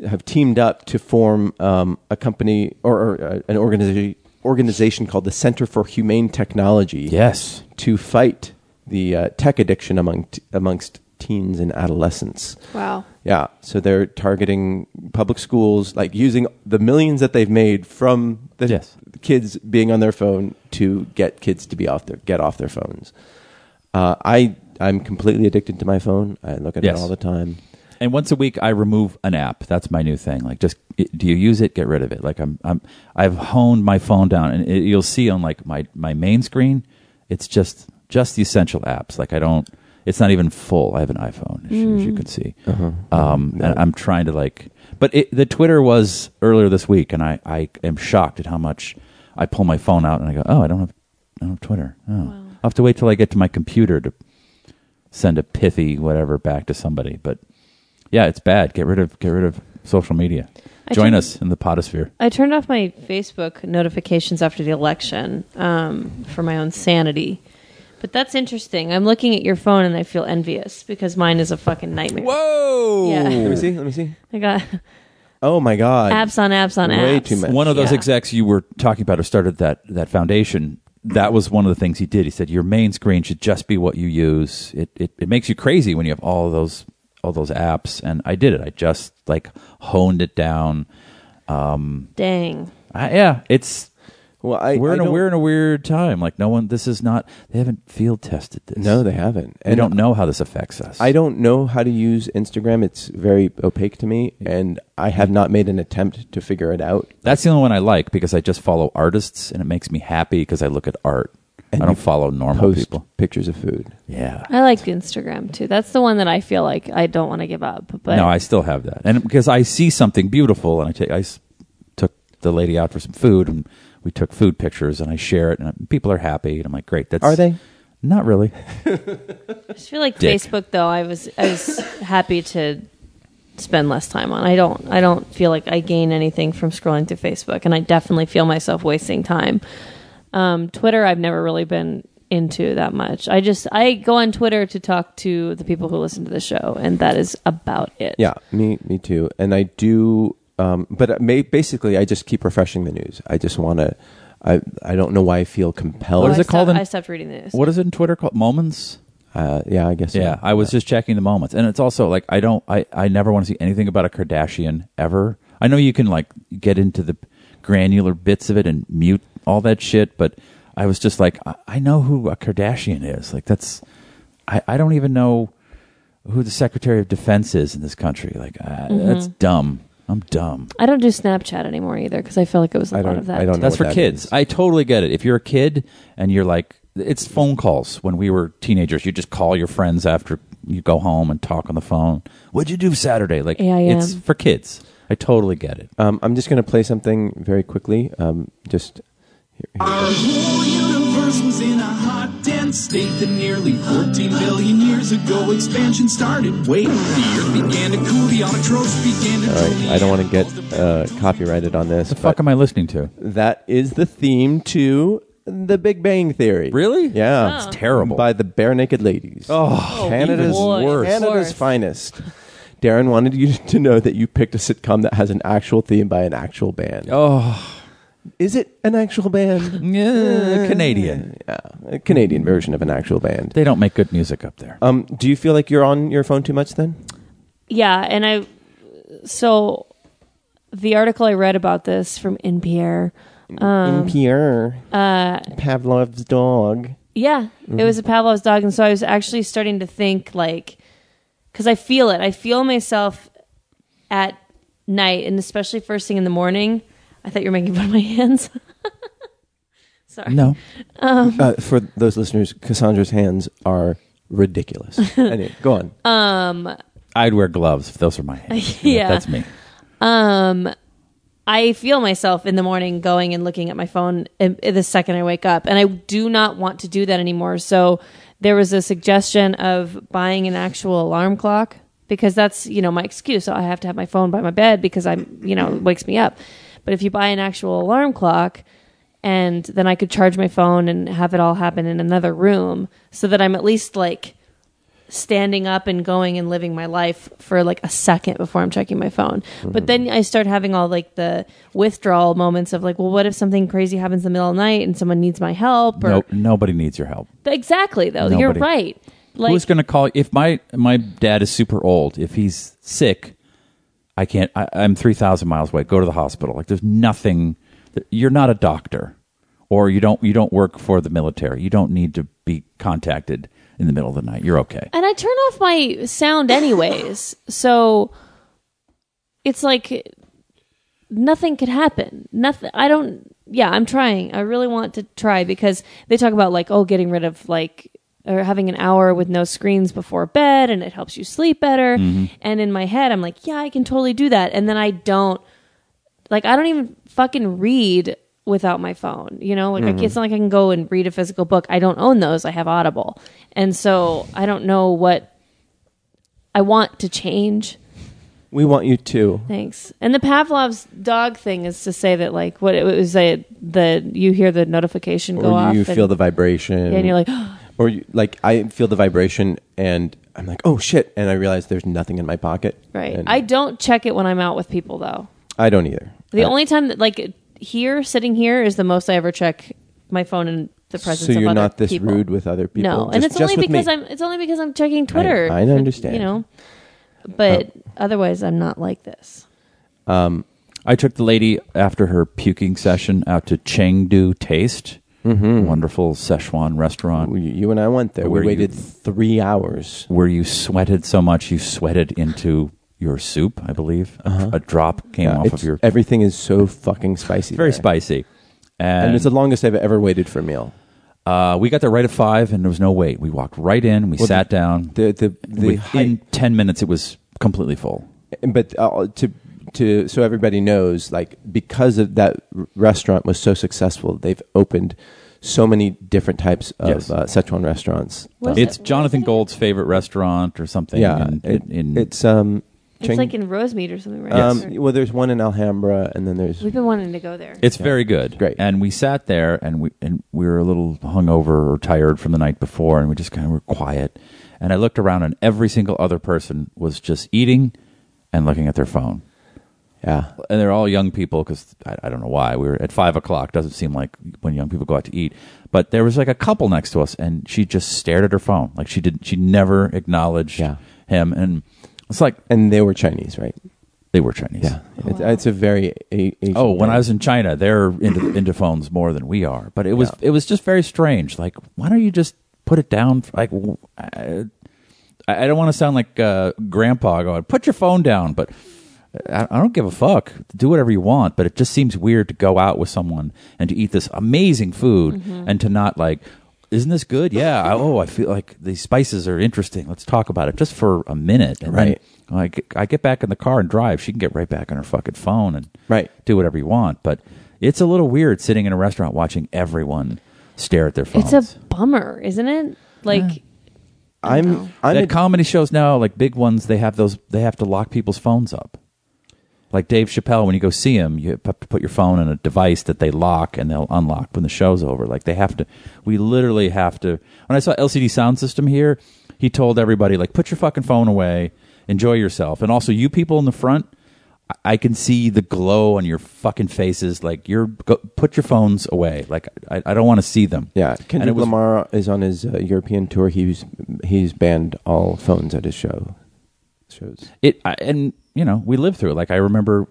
Speaker 2: have teamed up to form um, a company or, or uh, an organization organization called the center for humane technology
Speaker 4: Yes.
Speaker 2: to fight the uh, tech addiction among t- amongst teens and adolescents
Speaker 3: Wow.
Speaker 2: yeah. So they're targeting public schools, like using the millions that they've made from the
Speaker 4: Yes.
Speaker 2: kids being on their phone to get kids to be off their get off their phones. Uh, I I'm completely addicted to my phone. I look at
Speaker 4: Yes.
Speaker 2: it all the time.
Speaker 4: And once a week, I remove an app. That's my new thing. Like, just it, do you use it? Get rid of it. Like, I'm, I'm, I've honed my phone down, and it, you'll see on like my my main screen, it's just just the essential apps. Like, I don't. It's not even full. I have an iPhone, as, you- as you can see. Um, and I'm trying to like, but it, the Twitter was earlier this week, and I I am shocked at how much I pull my phone out and I go, oh, I don't have, I don't have Twitter. Oh, I'll have to wait till I get to my computer to send a pithy whatever back to somebody. But yeah, it's bad. Get rid of get rid of social media.
Speaker 3: I
Speaker 4: Join
Speaker 3: think-
Speaker 4: us in the potosphere.
Speaker 3: I turned off my Facebook notifications after the election um, for my own sanity. But that's interesting. I'm looking at your phone and I feel envious because mine is a fucking nightmare.
Speaker 4: Whoa!
Speaker 3: Yeah.
Speaker 4: *laughs*
Speaker 2: Let me see. Let me see.
Speaker 3: I got *laughs*
Speaker 2: Oh my God.
Speaker 3: apps on apps on
Speaker 2: Way
Speaker 3: apps.
Speaker 2: too much.
Speaker 4: One of those
Speaker 3: Yeah.
Speaker 4: execs you were talking about who started that that foundation. That was one of the things he did. He said your main screen should just be what you use. It it, it makes you crazy when you have all those all those apps. And I did it. I just like honed it down.
Speaker 3: Dang.
Speaker 4: I, yeah, it's
Speaker 2: Well, I,
Speaker 4: we're
Speaker 2: I
Speaker 4: in a
Speaker 2: don't-
Speaker 4: we're in a weird time. Like no one. This is not. They haven't field tested this.
Speaker 2: no, they haven't.
Speaker 4: I don't know how this affects us.
Speaker 2: I don't know how to use Instagram. It's very opaque to me, and I have not made an attempt to figure it out.
Speaker 4: That's the only one I like because I just follow artists and it makes me happy because I look at art. I don't follow normal
Speaker 2: Post
Speaker 4: people.
Speaker 2: pictures of food.
Speaker 4: Yeah.
Speaker 3: I like Instagram too. That's the one that I feel like I don't want to give up. But
Speaker 4: no, I still have that, and because I see something beautiful, and I take I s- took the lady out for some food, and we took food pictures, and I share it, and people are happy, and I'm like, great. That's
Speaker 2: Are they?
Speaker 4: Not really.
Speaker 3: just feel like
Speaker 4: Dick.
Speaker 3: Facebook though. I was I was happy to spend less time on. I don't I don't feel like I gain anything from scrolling through Facebook, and I definitely feel myself wasting time. Um, Twitter, I've never really been into that much. I just I go on Twitter to talk to the people who listen to the show, and that is about it.
Speaker 2: Yeah, me me too. And I do, um, but may, basically, I just keep refreshing the news. I just want to. I I don't know why I feel compelled.
Speaker 4: What is
Speaker 3: I
Speaker 4: it called
Speaker 3: stopped-
Speaker 4: in-
Speaker 3: I stopped reading the news.
Speaker 4: What is it in Twitter called? Moments.
Speaker 2: Uh, yeah, I guess. so.
Speaker 4: Yeah, I was just checking the moments, and it's also like I don't, I, I never want to see anything about a Kardashian ever. I know you can like get into the granular bits of it and mute all that shit, but I was just like, I, I know who a Kardashian is. Like that's, I, I don't even know who the Secretary of Defense is in this country. Like I, that's dumb. I'm dumb.
Speaker 3: I don't do Snapchat anymore either because I feel like it was a
Speaker 2: I
Speaker 3: lot
Speaker 2: don't-
Speaker 3: of that.
Speaker 2: I don't
Speaker 3: too.
Speaker 2: know
Speaker 4: That's
Speaker 2: what
Speaker 4: for
Speaker 2: that
Speaker 4: kids.
Speaker 2: is.
Speaker 4: I totally get it. If you're a kid and you're like, it's phone calls. When we were teenagers, you just call your friends after you go home and talk on the phone. What'd you do Saturday? Like,
Speaker 3: Yeah, yeah.
Speaker 4: it's for kids. I totally get it.
Speaker 2: Um, I'm just going to play something very quickly. Um, just here, here.
Speaker 7: whole universe was in a hot, dense state that nearly 14 billion years ago expansion started. Wait, the earth began to cool, the autotrophs began to
Speaker 2: All right, I don't want to get uh, copyrighted on this.
Speaker 4: The fuck am I listening to?
Speaker 2: that is the theme to The Big Bang Theory.
Speaker 4: Really?
Speaker 2: Yeah.
Speaker 4: It's terrible.
Speaker 2: By the Bare Naked Ladies. Oh, Canada's
Speaker 3: even worse.
Speaker 2: Canada's
Speaker 3: Worse.
Speaker 2: finest. Darren wanted you to know that you picked a sitcom that has an actual theme by an actual band.
Speaker 4: oh,
Speaker 2: Is it an actual band?
Speaker 4: yeah, *laughs* Canadian.
Speaker 2: yeah, a Canadian version of an actual band.
Speaker 4: They don't make good music up there.
Speaker 2: Um, do you feel like you're on your phone too much then?
Speaker 3: Yeah, and I so the article I read about this from NPR. Um,
Speaker 2: In Pierre, uh, Pavlov's dog.
Speaker 3: Yeah, it was a Pavlov's dog, and so I was actually starting to think like, because I feel it. I feel myself at night, and especially first thing in the morning. I thought you were making fun of my *laughs* hands. um, Sorry.
Speaker 4: no,
Speaker 2: Uh, for those listeners, Cassandra's hands are
Speaker 3: *laughs*
Speaker 2: ridiculous. anyway, go on.
Speaker 4: I'd wear gloves if those are my hands.
Speaker 3: Yeah.
Speaker 4: That's me.
Speaker 3: um I feel myself in the morning going and looking at my phone in- in the second I wake up and I do not want to do that anymore. So there was a suggestion of buying an actual alarm clock because that's, you know, my excuse. I have to have my phone by my bed because I'm, you know, it wakes me up. But if you buy an actual alarm clock and then I could charge my phone and have it all happen in another room so that I'm at least like standing up and going and living my life for like a second before I'm checking my phone. But then I start having all like the withdrawal moments of like, well, what if something crazy happens in the middle of the night and someone needs my help? Or
Speaker 4: No, nobody needs your help.
Speaker 3: exactly though, you're
Speaker 4: Nobody.
Speaker 3: right. Like
Speaker 4: Who's going to call? If my my dad is super old, if he's sick, I can't. I, I'm three thousand miles away. Go to the hospital. Like there's nothing. You're not a doctor, or you don't you don't work for the military. You don't need to be contacted in the middle of the night. You're okay.
Speaker 3: and I turn off my sound anyways, so it's like nothing could happen. Nothing. I don't. Yeah, I'm trying. I really want to try because they talk about like oh, getting rid of like or having an hour with no screens before bed and it helps you sleep better. And in my head, I'm like, yeah, I can totally do that. And then I don't like I don't even fucking read without my phone. You know,
Speaker 2: Mm-hmm.
Speaker 3: like I can't it's not like I can go and read a physical book. I don't own those. I have Audible, and so I don't know what I want to change.
Speaker 2: We want you to.
Speaker 3: Thanks. And the Pavlov's dog thing is to say that like what it was a the you hear the notification go
Speaker 2: Or
Speaker 3: off
Speaker 2: you feel
Speaker 3: and,
Speaker 2: the vibration.
Speaker 3: and you're like *gasps*
Speaker 2: or you, like I feel the vibration and I'm like, oh shit, and I realize there's nothing in my pocket.
Speaker 3: right.
Speaker 2: And
Speaker 3: I don't check it when I'm out with people though.
Speaker 2: I don't either. Uh,
Speaker 3: The
Speaker 2: I-
Speaker 3: only time that like here sitting here is the most I ever check my phone in the presence
Speaker 2: so
Speaker 3: of
Speaker 2: you're
Speaker 3: other
Speaker 2: not this
Speaker 3: people.
Speaker 2: rude with other people.
Speaker 3: No,
Speaker 2: just,
Speaker 3: and it's
Speaker 2: just
Speaker 3: only
Speaker 2: with me.
Speaker 3: because I'm it's only because I'm checking Twitter.
Speaker 2: I understand.
Speaker 3: You know, but
Speaker 4: Uh,
Speaker 3: otherwise I'm not like this.
Speaker 4: I took the lady after her puking session out to Chengdu Taste,
Speaker 2: Mm-hmm.
Speaker 4: wonderful Szechuan restaurant.
Speaker 2: You- You and I went there.
Speaker 4: Where
Speaker 2: We
Speaker 4: you-
Speaker 2: waited three hours.
Speaker 4: where you sweated so much you sweated into your soup, I believe. A- A, drop came
Speaker 2: Uh-huh. Yeah,
Speaker 4: off of
Speaker 2: it's-
Speaker 4: your
Speaker 2: everything is so fucking spicy.
Speaker 4: very
Speaker 2: there.
Speaker 4: spicy. And,
Speaker 2: And it's the longest I've ever waited for a meal.
Speaker 4: Uh, we got there right at five, and there was no wait. We walked right in. We
Speaker 2: Well,
Speaker 4: sat
Speaker 2: the-
Speaker 4: down.
Speaker 2: the- the- the
Speaker 4: Within
Speaker 2: hype-
Speaker 4: ten minutes, it was completely full.
Speaker 2: but uh, to to so everybody knows like because of that r- restaurant was so successful they've opened so many different types of
Speaker 4: Yes.
Speaker 2: uh, Sichuan restaurants. Uh,
Speaker 3: Where's
Speaker 4: It's
Speaker 3: it- where's
Speaker 4: Jonathan
Speaker 3: it?
Speaker 4: Gold's favorite restaurant or something.
Speaker 2: yeah,
Speaker 4: in,
Speaker 2: it-
Speaker 4: in-
Speaker 2: it's um,
Speaker 3: It's
Speaker 2: Cheng-
Speaker 3: like in Rosemead or something, right?
Speaker 2: um,
Speaker 3: Or-
Speaker 2: well, there's one in Alhambra, and then there's
Speaker 3: We've been wanting to go there.
Speaker 4: It's very good.
Speaker 2: Great.
Speaker 4: And we sat there and we and we were a little hungover or tired from the night before and we just kind of were quiet. And I looked around and every single other person was just eating and looking at their phone.
Speaker 2: yeah,
Speaker 4: And they're all young people because I, I don't know why. We were at five o'clock. Doesn't seem like when young people go out to eat. But there was like a couple next to us and she just stared at her phone. Like she did she never acknowledged
Speaker 2: Yeah.
Speaker 4: him. And it's like
Speaker 2: and they were Chinese, right?
Speaker 4: they were Chinese.
Speaker 2: Yeah, it's,
Speaker 3: Oh,
Speaker 2: it's a very a- Asian
Speaker 4: Oh, when
Speaker 2: thing.
Speaker 4: I was in China, they're into, *clears throat* into phones more than we are. But it was it was just very strange. Like, why don't you just put it down? Like, w- I, I don't want to sound like uh, Grandpa going, "Put your phone down," but uh, I, I don't give a fuck. Do whatever you want. But it just seems weird to go out with someone and to eat this amazing food
Speaker 2: Mm-hmm.
Speaker 4: and to not like. Isn't this good? Yeah. I, oh, I feel like these spices are interesting. Let's talk about it just for a minute. And then
Speaker 2: Right.
Speaker 4: I get, I get back in the car and drive. She can get right back on her fucking phone and
Speaker 2: Right.
Speaker 4: do whatever you want. But it's a little weird sitting in a restaurant watching everyone stare at their phones.
Speaker 3: It's a bummer, isn't it? Like,
Speaker 2: I'm I'm
Speaker 4: At
Speaker 2: a-
Speaker 4: comedy shows now, like big ones, they have those. They have to lock people's phones up. Like Dave Chappelle, when you go see him, you have to put your phone in a device that they lock and they'll unlock when the show's over. Like they have to. We literally have to. When I saw LCD Sound System here, he told everybody like, put your fucking phone away, enjoy yourself, and also you people in the front. I- I can see the glow on your fucking faces. Like you're go, put your phones away. Like I, I don't want to see them.
Speaker 2: yeah.
Speaker 4: And it
Speaker 2: Kendrick
Speaker 4: was-
Speaker 2: Lamar is on his uh, European tour. He's he's banned all phones at his show shows.
Speaker 4: it I, and you know we lived through it like i remember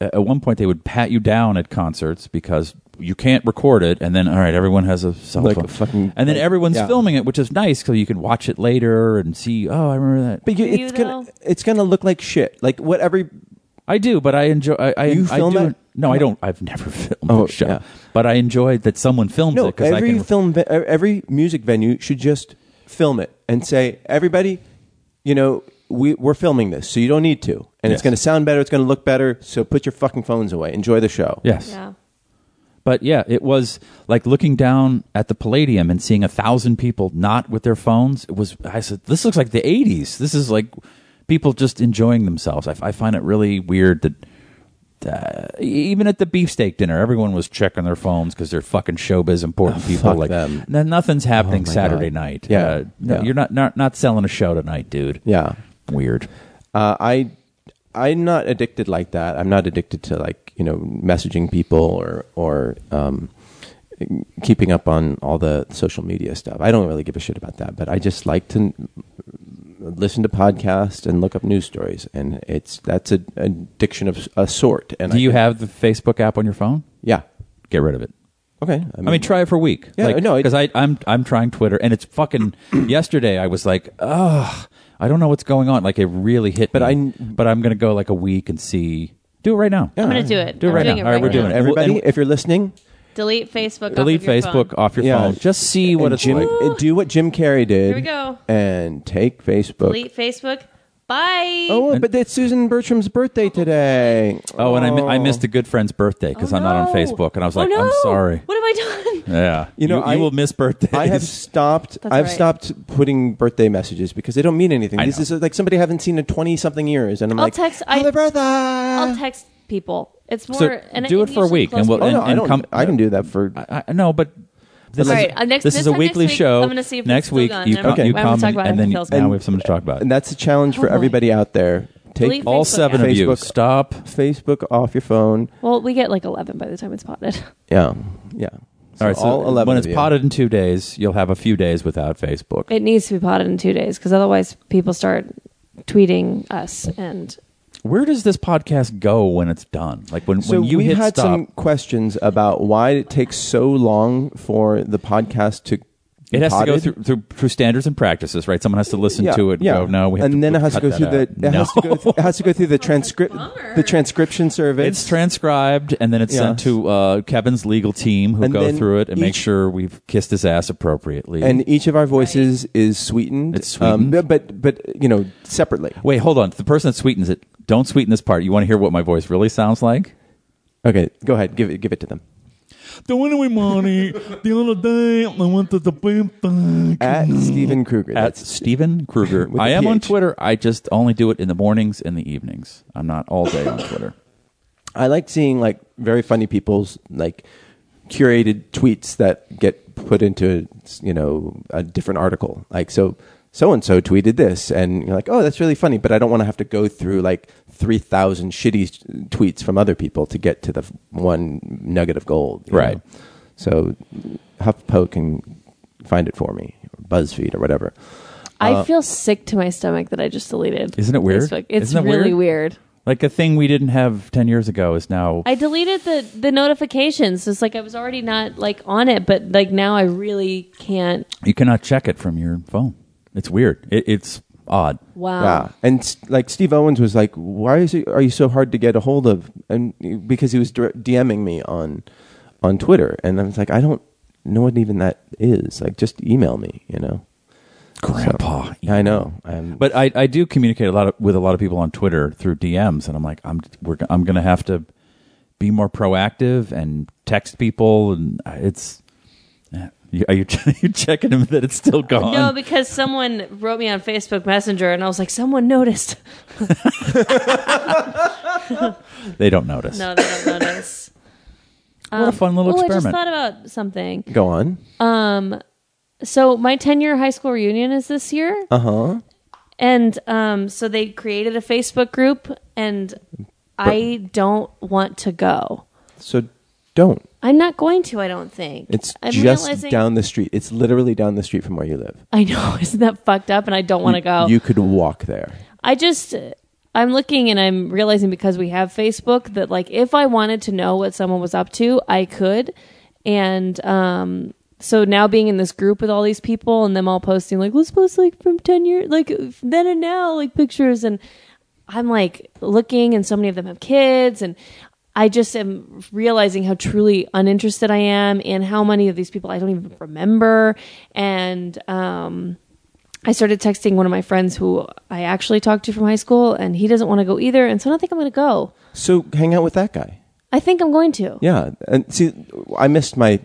Speaker 4: a- at one point they would pat you down at concerts because you can't record it and then all right everyone has a cell
Speaker 2: Like
Speaker 4: phone
Speaker 2: a fucking-
Speaker 4: and then
Speaker 2: like,
Speaker 4: everyone's
Speaker 2: yeah.
Speaker 4: filming it which is nice because you can watch it later and see oh i remember that
Speaker 2: But you,
Speaker 3: You,
Speaker 2: it's gonna
Speaker 3: though?
Speaker 2: it's gonna look like shit. Like what every
Speaker 4: i do but i enjoy i, I,
Speaker 2: You
Speaker 4: I
Speaker 2: film
Speaker 4: do,
Speaker 2: it?
Speaker 4: no i don't i've never *laughs* filmed
Speaker 2: Oh,
Speaker 4: a show
Speaker 2: yeah.
Speaker 4: but i enjoyed that someone filmed
Speaker 2: no
Speaker 4: it because i
Speaker 2: every
Speaker 4: can
Speaker 2: film ve- e, every music venue should just film it and say everybody, you know we we're filming this, so you don't need to, and
Speaker 4: Yes.
Speaker 2: it's gonna sound better. It's gonna look better. So put your fucking phones away. Enjoy the show.
Speaker 4: yes
Speaker 3: yeah.
Speaker 4: But yeah, it was like looking down at the Palladium and seeing a thousand people not with their phones. It was I said, this looks like the '80s. This is like people just enjoying themselves. I, I find it really weird that. Uh, even at the beefsteak dinner, everyone was checking their phones because they're fucking showbiz important people.
Speaker 2: Oh, fuck
Speaker 4: like,
Speaker 2: them. Oh,
Speaker 4: "No- nothing's happening
Speaker 2: my
Speaker 4: Saturday
Speaker 2: God.
Speaker 4: night.
Speaker 2: Yeah.
Speaker 4: Uh, no,
Speaker 2: Yeah.
Speaker 4: you're not, not not selling a show tonight, dude.
Speaker 2: Yeah.
Speaker 4: weird.
Speaker 2: Uh, I I'm not addicted like that. I'm not addicted to like you know messaging people or or um, keeping up on all the social media stuff. I don't really give a shit about that. But I just like to n- listen to podcasts and look up news stories, and it's that's a addiction of s- a sort. And
Speaker 4: Do
Speaker 2: I
Speaker 4: you
Speaker 2: can-
Speaker 4: have the Facebook app on your phone?
Speaker 2: Yeah.
Speaker 4: Get rid of it.
Speaker 2: Okay.
Speaker 4: I mean, try it for a week.
Speaker 2: Yeah,
Speaker 4: like,
Speaker 2: no, it-
Speaker 4: because I I'm I'm trying Twitter, and it's fucking.
Speaker 2: *clears throat*
Speaker 4: yesterday, I was like, ugh, I don't know what's going on. Like it really hit.
Speaker 2: But
Speaker 4: me.
Speaker 2: I-
Speaker 4: but I'm gonna go like a week and see. Do it right now.
Speaker 3: I'm going to do it.
Speaker 4: Do it
Speaker 3: I'm
Speaker 4: right
Speaker 3: doing
Speaker 4: now. All right, we're doing it.
Speaker 2: everybody,
Speaker 4: and-
Speaker 2: if you're listening,
Speaker 3: Delete Facebook.
Speaker 4: Delete
Speaker 3: off of your
Speaker 4: Facebook
Speaker 3: phone.
Speaker 4: off your
Speaker 2: Yeah.
Speaker 4: phone. Just see what
Speaker 2: and
Speaker 4: it's
Speaker 2: Jim,
Speaker 4: like.
Speaker 2: and do what Jim Carrey did.
Speaker 3: Here we go.
Speaker 2: And take Facebook.
Speaker 3: Delete Facebook. Bye.
Speaker 2: Oh, but that's Susan Bertram's birthday today.
Speaker 4: Oh, and I, mi- I missed a good friend's birthday because I'm not on Facebook, and I was
Speaker 3: Oh,
Speaker 4: like,
Speaker 3: no.
Speaker 4: I'm sorry.
Speaker 3: What have I done?
Speaker 4: Yeah,
Speaker 2: You know,
Speaker 4: you,
Speaker 2: I-
Speaker 4: will miss birthdays.
Speaker 2: I have stopped.
Speaker 3: That's
Speaker 2: I've
Speaker 3: right.
Speaker 2: stopped putting birthday messages because they don't mean anything.
Speaker 4: I
Speaker 2: This
Speaker 4: know.
Speaker 2: is like somebody I haven't seen in twenty something years, and I'm
Speaker 3: I'll
Speaker 2: like,
Speaker 3: text- I-
Speaker 2: "Happy birthday!"
Speaker 3: I'll text people. It's more.
Speaker 4: So
Speaker 3: and
Speaker 4: do
Speaker 3: I-
Speaker 4: it for a
Speaker 3: usually
Speaker 4: week,
Speaker 3: close
Speaker 4: and we'll-
Speaker 2: oh, no,
Speaker 4: and-
Speaker 2: I don't.
Speaker 4: come-
Speaker 2: I can do that for.
Speaker 4: *laughs* I, I no, but this
Speaker 3: All
Speaker 4: is,
Speaker 3: right, uh, next-
Speaker 4: this
Speaker 3: this
Speaker 4: is a
Speaker 3: time next
Speaker 4: weekly
Speaker 3: week,
Speaker 4: show.
Speaker 3: I'm gonna see if it's
Speaker 4: next
Speaker 3: still
Speaker 4: week
Speaker 3: gone.
Speaker 4: you,
Speaker 3: Never
Speaker 4: com-
Speaker 2: mind.
Speaker 4: you
Speaker 3: We haven't
Speaker 4: comment,
Speaker 3: talked about it.
Speaker 4: and then
Speaker 3: It feels
Speaker 4: now
Speaker 3: good.
Speaker 4: we have something to talk about.
Speaker 2: and that's a challenge for
Speaker 3: Oh, boy.
Speaker 2: everybody out there. Take
Speaker 3: Delete
Speaker 4: all
Speaker 3: Facebook
Speaker 4: seven
Speaker 3: app.
Speaker 4: of you,
Speaker 2: Facebook-
Speaker 4: stop.
Speaker 2: Facebook off your phone.
Speaker 3: Well, we get like 11 by the time it's potted. *laughs*
Speaker 2: Yeah, yeah.
Speaker 4: all right, so
Speaker 2: all eleven.
Speaker 4: when
Speaker 2: of
Speaker 4: it's
Speaker 2: you.
Speaker 4: potted in two days, you'll have a few days without Facebook.
Speaker 3: It needs to be potted in two days because otherwise people start tweeting us and
Speaker 4: Where does this podcast go when it's done? Like when,
Speaker 2: So
Speaker 4: when you
Speaker 2: we've
Speaker 4: hit
Speaker 2: had
Speaker 4: stop.
Speaker 2: some questions about why it takes so long for the podcast to
Speaker 4: It has to go
Speaker 2: potted.
Speaker 4: through, through through standards and practices, right? Someone has to listen to it. and Go, no, we have
Speaker 2: and
Speaker 4: to
Speaker 2: then
Speaker 4: we'll
Speaker 2: it has to
Speaker 4: cut
Speaker 2: go
Speaker 4: that
Speaker 2: through the
Speaker 4: out."
Speaker 2: it has to
Speaker 4: No.
Speaker 2: go th- it has to go through the transcript the transcription service.
Speaker 4: *laughs* It's transcribed and then it's sent
Speaker 2: Yes.
Speaker 4: to uh, Kevin's legal team who
Speaker 2: And
Speaker 4: go
Speaker 2: then
Speaker 4: through it and make
Speaker 2: each-
Speaker 4: sure we've kissed his ass appropriately.
Speaker 2: and each of our voices is sweetened.
Speaker 4: It's sweetened.
Speaker 2: um, but but you know separately.
Speaker 4: wait, hold on. The person that sweetens it, don't sweeten this part. You want to hear what my voice really sounds like?
Speaker 2: Okay, go ahead, give it give it to them.
Speaker 4: Don't anyway, Monty. The other day I went to the bank.
Speaker 2: At Stephen Kruger.
Speaker 4: Mm. At
Speaker 2: That's
Speaker 4: Stephen Kruger.
Speaker 2: With a
Speaker 4: I am on
Speaker 2: PH.
Speaker 4: Twitter. I just only do it in the mornings and the evenings. I'm not all day on Twitter.
Speaker 2: I like seeing like very funny people's like curated tweets that get put into you know a different article. Like so so and so tweeted this and you're like, "Oh, that's really funny, but I don't want to have to go through like 3000 shitty tweets from other people to get to the f- one nugget of gold." you
Speaker 4: Right.
Speaker 2: know? So HuffPo can find it for me or BuzzFeed or whatever.
Speaker 3: I feel sick to my stomach that I just deleted.
Speaker 4: Uh, Isn't it weird?
Speaker 3: Facebook. It's
Speaker 4: Isn't it
Speaker 3: really
Speaker 4: weird?
Speaker 3: weird?
Speaker 4: Like a thing we didn't have 10 years ago is now.
Speaker 3: I deleted the the notifications. It's like I was already not like on it, but like now I really can't.
Speaker 4: you cannot check it from your phone. It's weird. It, it's odd.
Speaker 3: Wow.
Speaker 2: Yeah, and s- like Steve Owens was like, "Why is it, are you so hard to get a hold of?" And because he was dir- DMing me on on Twitter, and I was like, "I don't know what even that is. Like, just email me, you know."
Speaker 4: Grandpa.
Speaker 2: I know. Um, I'm,
Speaker 4: But I, I do communicate a lot of, with a lot of people on Twitter through DMs, and I'm like, I'm we're, go- I'm gonna have to be more proactive and text people, and I- it's. You- Are you, *laughs* are you checking them that it's still gone?
Speaker 3: No, because someone wrote me on Facebook Messenger, and I was like, someone noticed.
Speaker 4: they don't notice.
Speaker 3: No, they don't notice.
Speaker 4: what a *laughs* fun little
Speaker 3: oh,
Speaker 4: experiment.
Speaker 3: I just thought about something.
Speaker 2: go on.
Speaker 3: So my ten-year high school reunion is this year. Uh huh.
Speaker 2: Uh-huh.
Speaker 3: And um, so they created a Facebook group, and I don't want to go.
Speaker 2: So don't.
Speaker 3: I'm not going to. I don't think
Speaker 2: It's
Speaker 3: I'm
Speaker 2: just
Speaker 3: realizing-
Speaker 2: down the street. It's literally down the street from where you live.
Speaker 3: I know, *laughs* isn't that fucked up? And I don't want to go.
Speaker 2: You could walk there.
Speaker 3: I just, I'm looking and I'm realizing because we have Facebook that, like, if I wanted to know what someone was up to, I could. And um, so now being in this group with all these people and them all posting, like, let's post, like, from 10 years, like, then and now, like, pictures. And I'm, like, looking, and so many of them have kids. And I just am realizing how truly uninterested I am and how many of these people I don't even remember. And, um, I started texting one of my friends who I actually talked to from high school, and he doesn't want to go either. And so I don't think I'm going to go.
Speaker 2: So hang out with that guy.
Speaker 3: I think I'm going to.
Speaker 2: Yeah, and see, I missed my.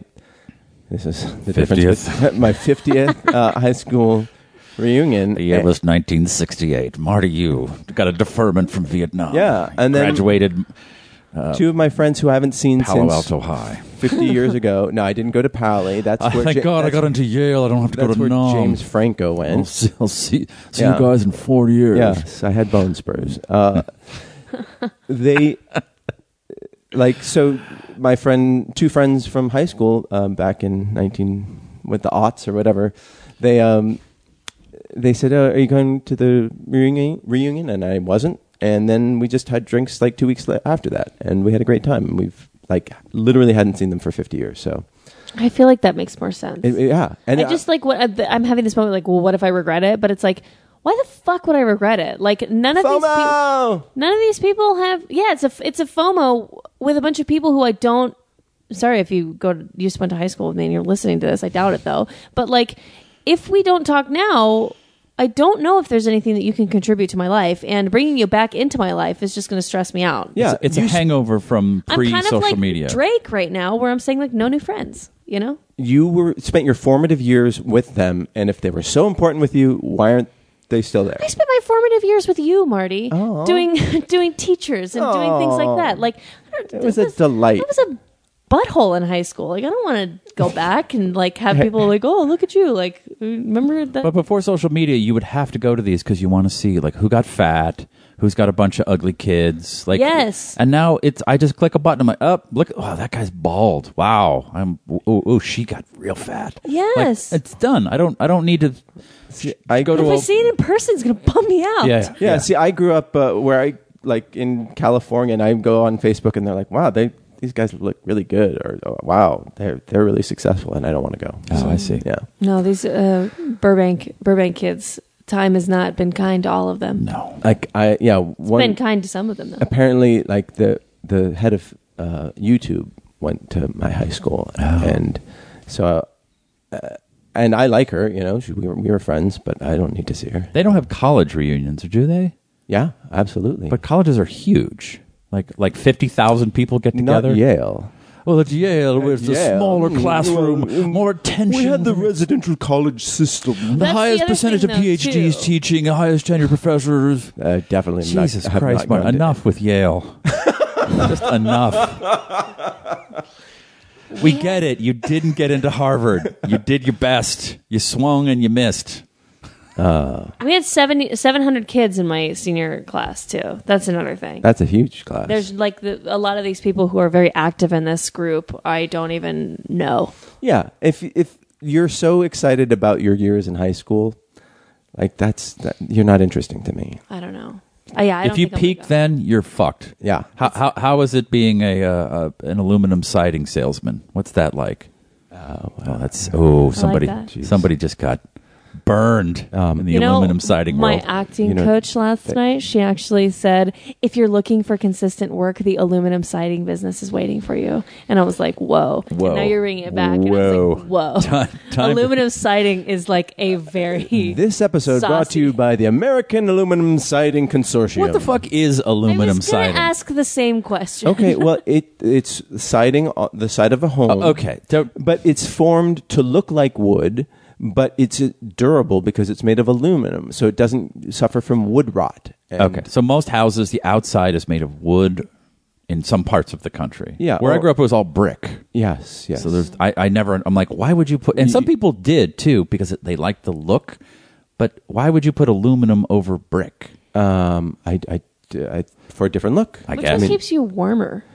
Speaker 2: This is the difference.
Speaker 4: 50th.
Speaker 2: bet- *laughs* My fiftieth uh, high school
Speaker 4: *laughs*
Speaker 2: reunion.
Speaker 4: The year was 1968. Marty, you got a deferment from Vietnam.
Speaker 2: Yeah, and then-
Speaker 4: graduated
Speaker 2: two of my friends who I haven't seen
Speaker 4: Um, Palo
Speaker 2: since
Speaker 4: Alto High.
Speaker 2: 50 years ago. No, I didn't go to Pali. That's
Speaker 4: *laughs* I
Speaker 2: where
Speaker 4: thank
Speaker 2: Ja-
Speaker 4: God I
Speaker 2: that's-
Speaker 4: got into Yale. I don't have to go
Speaker 2: That's
Speaker 4: to
Speaker 2: where
Speaker 4: NOM.
Speaker 2: James Franco
Speaker 4: I'll
Speaker 2: went.
Speaker 4: see, I'll see, see
Speaker 2: Yeah.
Speaker 4: you guys in four years.
Speaker 2: Yes, I had bone spurs.
Speaker 3: *laughs*
Speaker 2: Uh, they like so. My friend, two friends from high school, um, back in nineteen with the aughts or whatever, they um, they said, oh, "Are you going to the reunion?" Reunion, and I wasn't. And then we just had drinks like two weeks la- after that, and we had a great time. And we've like literally hadn't seen them for fifty years, so
Speaker 3: I feel like that makes more sense.
Speaker 2: It- it- yeah, and
Speaker 3: I just like what uh, I'm having this moment, like, well, what if I regret it? But it's like, why the fuck would I regret it? Like, none of these people.
Speaker 2: FOMO.
Speaker 3: None of these people have. Yeah, it's a it's a FOMO with a bunch of people who I don't. Sorry if you go to, you just went to high school with me and you're listening to this. I doubt it though. But like, if we don't talk now, I don't know if there's anything that you can contribute to my life. And bringing you back into my life is just going to stress me out.
Speaker 2: Yeah,
Speaker 4: It's, it's
Speaker 2: you
Speaker 4: a
Speaker 2: s-
Speaker 4: hangover from
Speaker 3: I'm
Speaker 4: pre
Speaker 3: kind
Speaker 4: social
Speaker 3: of like
Speaker 4: media.
Speaker 3: Drake right now, where I'm saying like no new friends. You know,
Speaker 2: You were spent your formative years with them, and if they were so important with you, why aren't they still there?
Speaker 3: I spent my formative years with you, Marty,
Speaker 2: Oh.
Speaker 3: doing *laughs* doing teachers and doing things like that. Like I don't,
Speaker 2: It was a delight.
Speaker 3: It was a butthole in high school. Like I don't want
Speaker 2: *laughs*
Speaker 3: to go back and like have people like, oh, look at you. Like remember that?
Speaker 4: But before social media, you would have to go to these because you want to see like who got fat, who's got a bunch of ugly kids. Like
Speaker 3: Yes.
Speaker 4: and now it's I just click a button. I'm like, up, look, oh that guy's bald. Wow, I'm oh, oh she got real fat. Like,
Speaker 3: Yes.
Speaker 4: it's done. I don't I don't need to.
Speaker 2: I
Speaker 4: go
Speaker 3: if
Speaker 4: to
Speaker 3: I
Speaker 4: a
Speaker 3: see it in person, it's gonna bum me out.
Speaker 4: yeah,
Speaker 2: yeah, See, I grew up uh, where I like in California, and I go on Facebook, and they're like, "Wow, they these guys look really good, or oh, wow, they're they're really successful, and I don't want to go.
Speaker 4: Oh, I see.
Speaker 2: Yeah,
Speaker 3: No, these uh, Burbank Burbank kids, time has not been kind to all of them.
Speaker 4: No.
Speaker 2: like I yeah one
Speaker 3: Been kind to some of them though.
Speaker 2: apparently like the the head of uh, YouTube went to my high school,
Speaker 4: Oh.
Speaker 2: and so. Uh, and I like her, you know. She, we, were, we were friends, but I don't need to see her.
Speaker 4: They don't have college reunions, do they?
Speaker 2: Yeah, absolutely.
Speaker 4: But colleges are huge. Like like fifty thousand people get
Speaker 2: not
Speaker 4: together.
Speaker 2: Yale.
Speaker 4: Well, at Yale, where it's
Speaker 2: Yale.
Speaker 4: a smaller classroom, more attention.
Speaker 1: residential college system.
Speaker 4: The
Speaker 3: That's the
Speaker 4: highest
Speaker 3: other
Speaker 4: percentage
Speaker 3: thing,
Speaker 4: of
Speaker 3: though,
Speaker 4: PhDs
Speaker 3: too.
Speaker 4: teaching, the highest tenured professors.
Speaker 2: Uh, definitely. I'm not-
Speaker 4: Jesus
Speaker 2: have not
Speaker 4: Christ, Mark,
Speaker 2: gone to-
Speaker 4: enough with Yale. *laughs* Just enough. We get it. You didn't get into Harvard. You did your best. You swung and you missed.
Speaker 3: We had 70, 700 kids in my senior class too. That's another thing.
Speaker 2: That's a huge class.
Speaker 3: There's like the, a lot of these people who are very active in this group. I don't even know.
Speaker 2: Yeah, if if you're so excited about your years in high school, like that's that, you're not interesting to me.
Speaker 3: I don't know. Uh, yeah, I
Speaker 4: if
Speaker 3: don't
Speaker 4: you
Speaker 3: think I'm
Speaker 4: peak,
Speaker 3: gonna go.
Speaker 4: then you're fucked.
Speaker 2: Yeah.
Speaker 4: How, how, how is it being a, uh, a an aluminum siding salesman? What's that like? Oh, that's oh somebody
Speaker 3: that. Jeez.
Speaker 4: somebody just got burned in the
Speaker 3: You know,
Speaker 4: aluminum siding
Speaker 3: my
Speaker 4: world.
Speaker 3: acting
Speaker 2: You know,
Speaker 3: coach last night, she actually said, "If you're looking for consistent work, the aluminum siding business is waiting for you." And I was like, "Whoa!" And
Speaker 4: Whoa.
Speaker 3: now you're bringing it back. And I was like,
Speaker 4: Whoa. *laughs*
Speaker 3: "Whoa!"
Speaker 4: Time- time-
Speaker 3: aluminum siding is like
Speaker 4: *laughs*
Speaker 3: a very
Speaker 2: This episode brought to
Speaker 3: Saucy.
Speaker 2: you by the American Aluminum Siding Consortium.
Speaker 4: what the fuck is
Speaker 3: I was
Speaker 4: aluminum
Speaker 3: gonna
Speaker 4: siding?
Speaker 3: ask the same question.
Speaker 2: Okay, well it it's siding on the side of a home.
Speaker 4: Oh, okay, don't-
Speaker 2: but it's formed to look like wood, but it's uh, durable because it's made of aluminum, so it doesn't suffer from wood rot. And-
Speaker 4: Okay. So most houses, the outside is made of wood in some parts of the country.
Speaker 2: Yeah,
Speaker 4: Where I
Speaker 2: or-
Speaker 4: grew up, it was all brick.
Speaker 2: Yes. Yes.
Speaker 4: So there's, I, I never, I'm like, why would you put, and some people did too, because it, they liked the look, but why would you put aluminum over brick?
Speaker 2: um, I, I, I for a different look.
Speaker 4: I
Speaker 3: *laughs* Which
Speaker 4: guess.
Speaker 3: one
Speaker 4: I mean-
Speaker 3: keeps you warmer?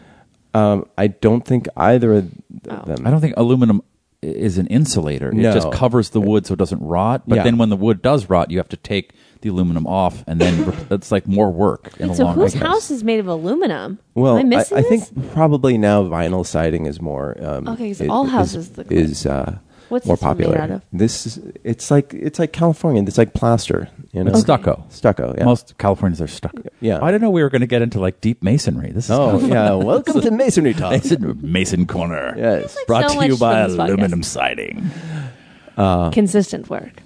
Speaker 2: Um, I don't think either of th-
Speaker 3: Oh.
Speaker 2: them.
Speaker 4: I don't think aluminum i- is an insulator.
Speaker 2: No.
Speaker 4: It just covers the wood so it doesn't rot. But
Speaker 2: Yeah.
Speaker 4: then when the wood does rot, you have to take the aluminum off, and then *laughs* re- it's like more work. In the
Speaker 3: So
Speaker 4: long
Speaker 3: whose
Speaker 4: run.
Speaker 3: house is made of aluminum?
Speaker 2: Well,
Speaker 3: Am I missing
Speaker 2: I,
Speaker 3: this?
Speaker 2: think probably now vinyl siding is more. Um,
Speaker 3: Okay, 'cause
Speaker 2: i-
Speaker 3: all
Speaker 2: is-
Speaker 3: houses look like-
Speaker 2: is uh,
Speaker 3: What's
Speaker 2: more
Speaker 3: this one made
Speaker 2: popular.
Speaker 3: out of?
Speaker 2: This is it's like it's like California. It's like plaster. You know,
Speaker 4: It's stucco.
Speaker 2: Stucco. Yeah.
Speaker 4: Most Californians are stuck.
Speaker 2: Yeah.
Speaker 4: I didn't know we were going to get into like deep masonry. This is kind of
Speaker 2: Oh
Speaker 4: fun.
Speaker 2: *laughs* yeah. Welcome to masonry talk.
Speaker 4: Mason, Mason Corner.
Speaker 2: Yes.
Speaker 4: Brought
Speaker 3: so
Speaker 4: to
Speaker 3: much
Speaker 4: you by
Speaker 3: from this podcast.
Speaker 4: aluminum siding.
Speaker 3: consistent work.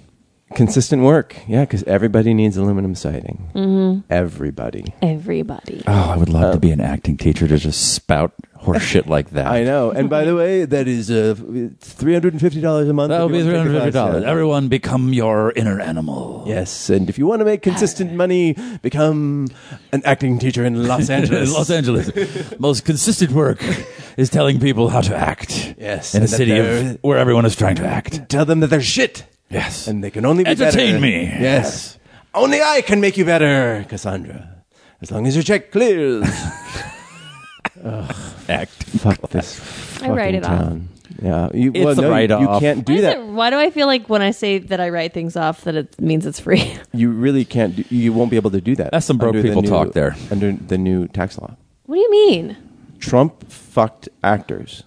Speaker 2: Consistent work. Yeah, because everybody needs aluminum siding.
Speaker 3: Mm-hmm.
Speaker 2: Everybody.
Speaker 3: Everybody.
Speaker 4: Oh, I would love to be an acting teacher to just spout horseshit like that.
Speaker 2: I know. And by the way, that is uh, three hundred and fifty dollars a month.
Speaker 4: That'll
Speaker 2: if
Speaker 4: be
Speaker 2: you
Speaker 4: three
Speaker 2: wanna
Speaker 4: hundred
Speaker 2: take
Speaker 4: fifty
Speaker 2: the class,
Speaker 4: dollars.
Speaker 2: yeah.
Speaker 4: Everyone, become your inner animal.
Speaker 2: Yes, and if you want to make consistent money, become an acting teacher
Speaker 4: *laughs*
Speaker 2: in *laughs* Los Angeles.
Speaker 4: In *laughs* Los Angeles, *laughs* most consistent work is telling people how to act.
Speaker 2: Yes,
Speaker 4: in a
Speaker 2: and that
Speaker 4: city
Speaker 2: they're-
Speaker 4: of, where everyone is trying to act.
Speaker 2: Tell them that they're shit.
Speaker 4: Yes,
Speaker 2: And they can only be
Speaker 4: entertain
Speaker 2: better.
Speaker 4: me.
Speaker 2: Yes. Only I can make you better, Cassandra. As long as your
Speaker 4: *laughs*
Speaker 2: check clears.
Speaker 4: act.
Speaker 2: Fuck this.
Speaker 3: I write it off.
Speaker 2: off. Yeah. You, well,
Speaker 4: It's a
Speaker 2: no, you- You
Speaker 4: write-off.
Speaker 2: can't do
Speaker 3: Why is
Speaker 2: that.
Speaker 3: it- why do I feel like when I say that I write things off that it means it's free? *laughs*
Speaker 2: You really can't. Do, you won't be able to do that.
Speaker 4: That's some broke
Speaker 2: under the
Speaker 4: people
Speaker 2: new-
Speaker 4: talk there.
Speaker 2: Under the new tax law,
Speaker 3: what do you mean?
Speaker 2: Trump fucked actors.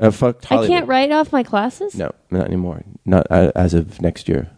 Speaker 2: Uh, fucked
Speaker 3: I
Speaker 2: Hollywood.
Speaker 3: can't write off my classes?
Speaker 2: No, not anymore. Not uh, as of next year.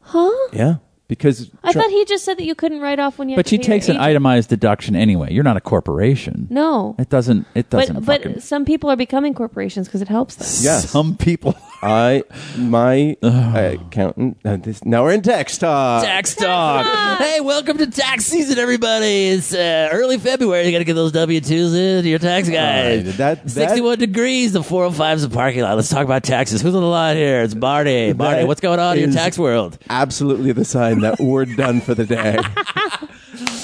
Speaker 3: Huh?
Speaker 2: Yeah, because
Speaker 3: I
Speaker 2: Trump-
Speaker 3: thought he just said that you couldn't write off when you had
Speaker 4: But
Speaker 3: to
Speaker 4: she
Speaker 3: pay
Speaker 4: takes
Speaker 3: your
Speaker 4: an
Speaker 3: agent.
Speaker 4: itemized deduction anyway. You're not a corporation.
Speaker 3: No.
Speaker 4: it doesn't. It doesn't.
Speaker 3: But, but
Speaker 4: fucking-
Speaker 3: some people are becoming corporations because it helps them.
Speaker 2: Yes.
Speaker 4: some people
Speaker 2: I
Speaker 4: *sighs*
Speaker 2: my accountant. Uh, this, now we're in tax talk.
Speaker 4: Uh, tax talk. Hey, welcome to tax season, everybody. It's uh, early February. You got to get those W twos in to your tax guys.
Speaker 2: right, that- that-
Speaker 4: 61 degrees. The 405 is the parking lot. Let's talk about taxes. Who's on the line here? It's Barney. Barney,
Speaker 2: That
Speaker 4: what's going on in
Speaker 2: is-
Speaker 4: your tax world?
Speaker 2: Absolutely, the sign that we're done for the
Speaker 4: *laughs*
Speaker 2: day. *laughs*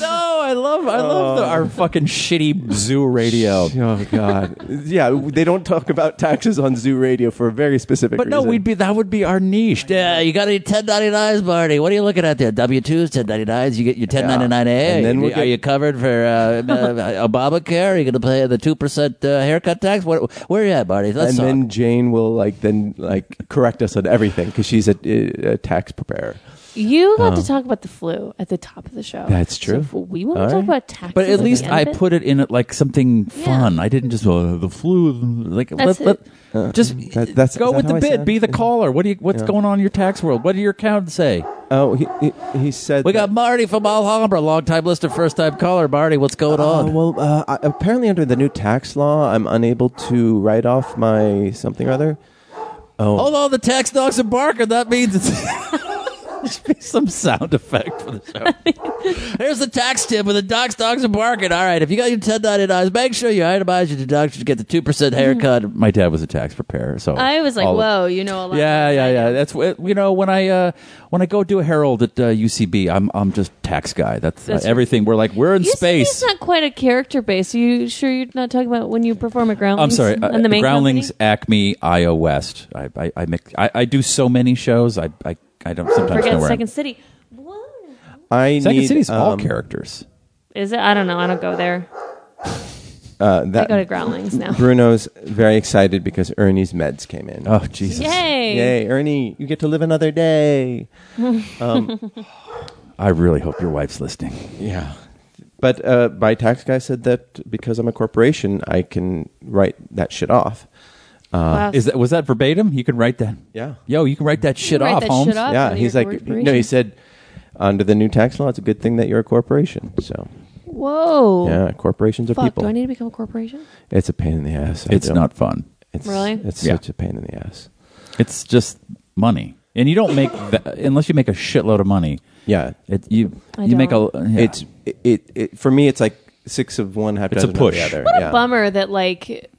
Speaker 4: No, I love, I love the, our fucking shitty zoo radio.
Speaker 2: oh God, yeah. They don't talk about taxes on Zoo Radio for a very specific.
Speaker 4: But no,
Speaker 2: reason.
Speaker 4: we'd be that would be our niche. Yeah, you got any 1099s, Barney? What are you looking at there? W twos, 1099s. You get your 1099A.
Speaker 2: And then we'll
Speaker 4: are
Speaker 2: get-
Speaker 4: you covered for uh,
Speaker 2: *laughs*
Speaker 4: uh, Obamacare? Are you going to pay the two percent uh, haircut tax? Where, where are you at, Barney? Let's
Speaker 2: and
Speaker 4: talk.
Speaker 2: then Jane will like then like correct us on everything because she's a, a tax preparer.
Speaker 3: You got to talk about the flu at the top of the show.
Speaker 4: Oh. That's
Speaker 3: So
Speaker 4: true.
Speaker 3: we won't
Speaker 4: All
Speaker 3: talk
Speaker 4: right.
Speaker 3: about taxes.
Speaker 4: But at least
Speaker 3: the
Speaker 4: I
Speaker 3: end of it.
Speaker 4: put it in it like something fun. I didn't just uh, the flu. Like
Speaker 3: That's
Speaker 4: let,
Speaker 3: it.
Speaker 4: let- just
Speaker 2: Uh, mm, that- that's-
Speaker 4: go
Speaker 2: is that
Speaker 4: with
Speaker 2: how
Speaker 4: the
Speaker 2: I
Speaker 4: bid.
Speaker 2: sound?
Speaker 4: Be the caller. What do you? What's
Speaker 2: Yeah.
Speaker 4: going on in your tax world? What do your accounts say?
Speaker 2: Oh, he, he, he said
Speaker 4: We
Speaker 2: that-
Speaker 4: got Marty from Alhambra, long time listener, first time caller. Marty, what's going
Speaker 2: Uh,
Speaker 4: on?
Speaker 2: well, uh, I- apparently under the new tax law, I'm unable to write off my something or other.
Speaker 4: Hold on, the tax dogs are barking. That means it's. *laughs* There should be Some sound effect for the show. Here's the tax tip with the dogs, dogs are barking. All right, if you got your 1099s, make sure you itemize your deductions to get the 2% haircut. My dad was a tax preparer, so.
Speaker 3: Mm-hmm. I was like,
Speaker 4: all of-
Speaker 3: whoa, you know a lot.
Speaker 4: Yeah, yeah, yeah. That's what you know. When I uh, when I go do a Herald at uh, UCB, I'm I'm just tax guy. That's,
Speaker 3: That's-
Speaker 4: uh, everything. We're like we're in
Speaker 3: You said
Speaker 4: space.
Speaker 3: It's not quite a character base. Are you sure you're not talking about when you perform at Groundlings?
Speaker 4: I'm sorry. Uh,
Speaker 3: and the main
Speaker 4: Groundlings,
Speaker 3: company?
Speaker 4: Acme, IO West. I I I, mix, I I do so many shows. I I, I don't sometimes know
Speaker 3: Forget
Speaker 4: where.
Speaker 3: Second
Speaker 4: I'm.
Speaker 3: City. What?
Speaker 2: I
Speaker 4: Second
Speaker 2: need,
Speaker 4: City's all
Speaker 2: um,
Speaker 4: characters.
Speaker 3: Is it? I don't know. I don't go there.
Speaker 2: Uh,
Speaker 3: I
Speaker 2: that,
Speaker 3: *laughs* go to Groundlings now.
Speaker 2: Bruno's very excited because Ernie's meds came in.
Speaker 4: Oh Jesus!
Speaker 3: Yay!
Speaker 2: Yay, Ernie, you get to live another day.
Speaker 4: I really hope your wife's listening.
Speaker 2: Yeah. But uh, my tax guy said that because I'm a corporation, I can write that shit off. Uh,
Speaker 3: Wow.
Speaker 4: Is that was that verbatim? You can write that.
Speaker 2: Yeah.
Speaker 4: Yo, you can write that shit
Speaker 3: write
Speaker 4: off,
Speaker 3: that shit
Speaker 4: Holmes.
Speaker 3: off.
Speaker 2: yeah,
Speaker 3: Oh, you're
Speaker 2: he's
Speaker 3: a
Speaker 2: like,
Speaker 3: corporation.
Speaker 2: no, he said, under the new tax law, it's a good thing that you're a corporation. So,
Speaker 3: Whoa.
Speaker 2: yeah, corporations are
Speaker 3: Fuck.
Speaker 2: people.
Speaker 3: Do I need to become a corporation?
Speaker 2: it's a pain in the ass. I
Speaker 4: It's
Speaker 2: don't-
Speaker 4: not fun.
Speaker 2: It's,
Speaker 3: Really?
Speaker 2: It's
Speaker 4: Yeah.
Speaker 2: such a pain in the ass.
Speaker 4: It's just money, and you
Speaker 3: *laughs*
Speaker 4: don't make that unless you make a shitload of money.
Speaker 2: Yeah.
Speaker 4: It, you
Speaker 3: I
Speaker 4: you make a
Speaker 3: don't.
Speaker 4: yeah.
Speaker 2: It's it, it, it for me. It's like six of one, half
Speaker 4: It's a
Speaker 2: dozen of
Speaker 4: push.
Speaker 2: the other.
Speaker 4: What
Speaker 2: yeah.
Speaker 3: Bummer that like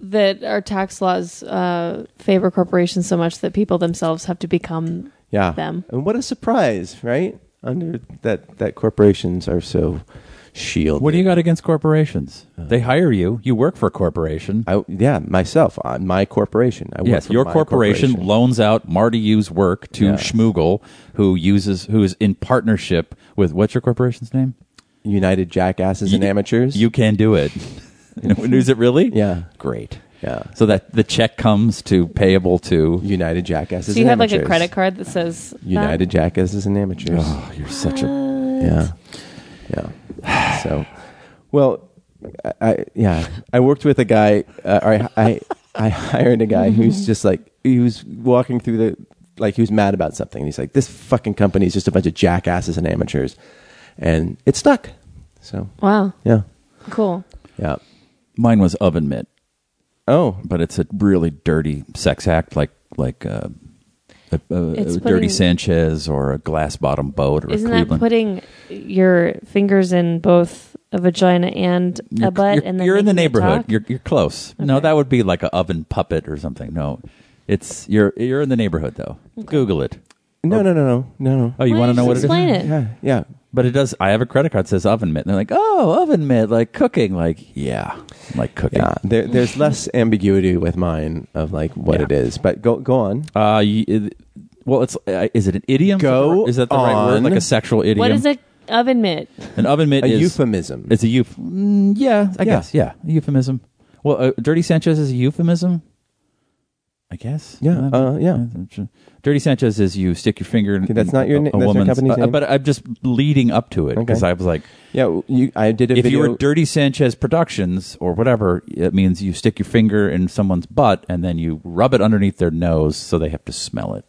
Speaker 3: that our tax laws uh, favor corporations so much that people themselves have to become
Speaker 2: Yeah.
Speaker 3: them.
Speaker 2: And what a surprise, right? Under that that corporations are so shielded.
Speaker 4: What do you got against corporations?
Speaker 2: Uh.
Speaker 4: They hire you. You work for a corporation.
Speaker 2: I, yeah, myself, uh, my corporation. I work
Speaker 4: yes,
Speaker 2: for
Speaker 4: your
Speaker 2: my
Speaker 4: corporation, loans out Marty Yu's work to
Speaker 2: Yeah.
Speaker 4: Schmoogle, who uses who is in partnership with what's your corporation's name?
Speaker 2: United Jackasses and
Speaker 4: You-
Speaker 2: Amateurs.
Speaker 4: You can do it. *laughs* is it really?
Speaker 2: Yeah.
Speaker 4: great.
Speaker 2: Yeah.
Speaker 4: So that the check comes to payable to.
Speaker 2: United Jackasses.
Speaker 3: Do you
Speaker 2: and
Speaker 3: have like a
Speaker 2: Amateurs.
Speaker 3: credit card that says that?
Speaker 2: United Jackasses and Amateurs.
Speaker 4: Oh, you're such a.
Speaker 2: Yeah, yeah. So, well, I, I yeah, I worked with a guy. Uh, or I, I I hired a guy who's just like he was walking through the like he was mad about something. He's like, this fucking company is just a bunch of jackasses and amateurs, and it stuck. So
Speaker 3: Wow.
Speaker 2: yeah,
Speaker 3: Cool.
Speaker 2: yeah.
Speaker 4: Mine was oven mitt,
Speaker 2: Oh,
Speaker 4: but it's a really dirty sex act, like like. Uh, a, a, a
Speaker 3: It's
Speaker 4: dirty
Speaker 3: putting-
Speaker 4: Sanchez or a glass bottom boat or
Speaker 3: Isn't
Speaker 4: a
Speaker 3: that
Speaker 4: Cleveland.
Speaker 3: putting your fingers in both a vagina and a butt?
Speaker 4: you're,
Speaker 3: and then
Speaker 4: you're in the
Speaker 3: making it
Speaker 4: neighborhood.
Speaker 3: talk?
Speaker 4: You're you're close. No, that would be like an oven puppet or something. No, it's you're you're in the neighborhood though. Google it.
Speaker 2: no, no, no, no, no, no.
Speaker 4: Oh, you
Speaker 3: Why
Speaker 4: want to
Speaker 3: don't
Speaker 4: know
Speaker 3: you
Speaker 4: what it is?
Speaker 3: explain it?
Speaker 2: Yeah, yeah.
Speaker 4: But it does. I have a credit card that says oven mitt. And they're like, oh, oven mitt, like cooking, like yeah, like cooking.
Speaker 2: Yeah, there, there's less ambiguity with mine of like what
Speaker 4: Yeah.
Speaker 2: it is, but go go on.
Speaker 4: Uh, you, it- well, it's uh, is it an idiom?
Speaker 2: Go
Speaker 4: Is that the right word?
Speaker 2: on.
Speaker 4: Like a sexual idiom?
Speaker 3: What is a oven mitt?
Speaker 4: An oven mitt
Speaker 2: A
Speaker 4: is
Speaker 2: euphemism.
Speaker 4: It's a euph. Mm, yeah, I
Speaker 2: Yeah.
Speaker 4: guess. Yeah, a euphemism. Well, uh, dirty Sanchez is a euphemism. I guess.
Speaker 2: Yeah, uh, yeah.
Speaker 4: Dirty Sanchez is you stick your finger in.
Speaker 2: Okay, that's not your
Speaker 4: a,
Speaker 2: na-
Speaker 4: a
Speaker 2: that's not
Speaker 4: woman's-
Speaker 2: company's
Speaker 4: uh,
Speaker 2: name.
Speaker 4: But I'm just leading up to it because
Speaker 2: Okay.
Speaker 4: I was like,
Speaker 2: yeah, you. I did a
Speaker 4: if
Speaker 2: video.
Speaker 4: you were Dirty Sanchez Productions or whatever, it means you stick your finger in someone's butt and then you rub it underneath their nose so they have to smell it.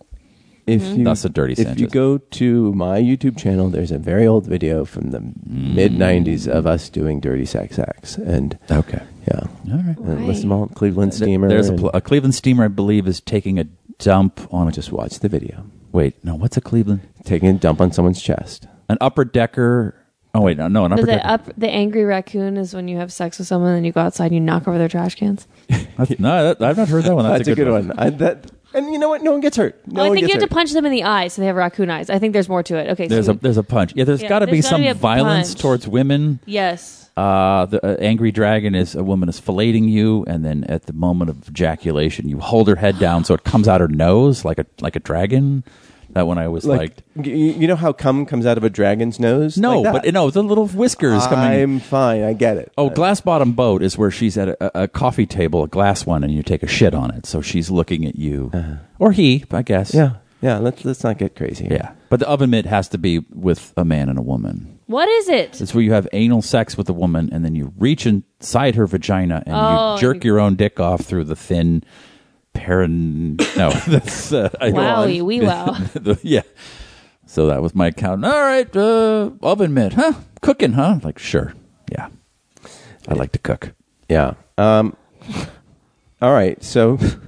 Speaker 2: If
Speaker 3: Mm-hmm.
Speaker 2: you,
Speaker 4: That's a dirty
Speaker 2: If you
Speaker 4: Sanchez.
Speaker 2: go to my YouTube channel, there's a very old video from the mid '90s of us doing dirty sex acts, and
Speaker 4: Okay.
Speaker 2: yeah,
Speaker 4: All right.
Speaker 2: and list them all. Cleveland Steamer.
Speaker 4: There's a,
Speaker 2: and
Speaker 4: pl- a Cleveland steamer, I believe, is taking a dump on a
Speaker 2: just watch the video.
Speaker 4: Wait, no, what's a Cleveland?
Speaker 2: Taking a dump on someone's chest.
Speaker 4: An upper decker. Oh wait, no, no, an upper
Speaker 3: Does it
Speaker 4: decker.
Speaker 3: up the angry raccoon is when you have sex with someone and you go outside and you knock over their trash cans.
Speaker 4: That's- no, that, I've not heard that one. That's,
Speaker 2: That's, a good one. I, that, and you know what? No one gets hurt. No
Speaker 3: oh, I
Speaker 2: one
Speaker 3: think you
Speaker 2: gets
Speaker 3: have
Speaker 2: hurt.
Speaker 3: to punch them in the eye so they have raccoon eyes. I think there's more to it. Okay,
Speaker 4: There's
Speaker 3: so
Speaker 4: a there's a punch. Yeah, there's
Speaker 3: Mm-hmm. Yeah,
Speaker 4: got to be
Speaker 3: there's gotta
Speaker 4: some
Speaker 3: be a
Speaker 4: violence
Speaker 3: punch.
Speaker 4: towards women.
Speaker 3: yes.
Speaker 4: Uh, the uh, angry dragon is a woman is filleting you, and then at the moment of ejaculation, you hold her head down so it comes out her nose like a like a dragon. That one I always
Speaker 2: Like,
Speaker 4: liked.
Speaker 2: y- you know how cum comes out of a dragon's nose?
Speaker 4: No,
Speaker 2: Like that.
Speaker 4: but no, the little whiskers coming.
Speaker 2: I'm uh, fine. I get it.
Speaker 4: Oh, glass bottom boat is where she's at a, a coffee table, a glass one, and you take a shit on it. So she's looking at you, or he, I guess.
Speaker 2: Uh-huh. Yeah. Yeah, let's let's not get crazy.
Speaker 4: Yeah. But the oven mitt has to be with a man and a woman.
Speaker 3: What is it?
Speaker 4: It's where you have anal sex with a woman and then you reach inside her vagina and
Speaker 3: Oh,
Speaker 4: you jerk
Speaker 3: you-
Speaker 4: your own dick off through the thin paran. No, *laughs* that's. Uh, I don't-
Speaker 3: Wowie, wee wow.
Speaker 4: *laughs* the- yeah. So that was my account. All right, uh, oven mitt, huh? Cooking, huh? Like, sure. Yeah. I like to cook.
Speaker 2: Yeah. Um, *laughs* all right. So I hope-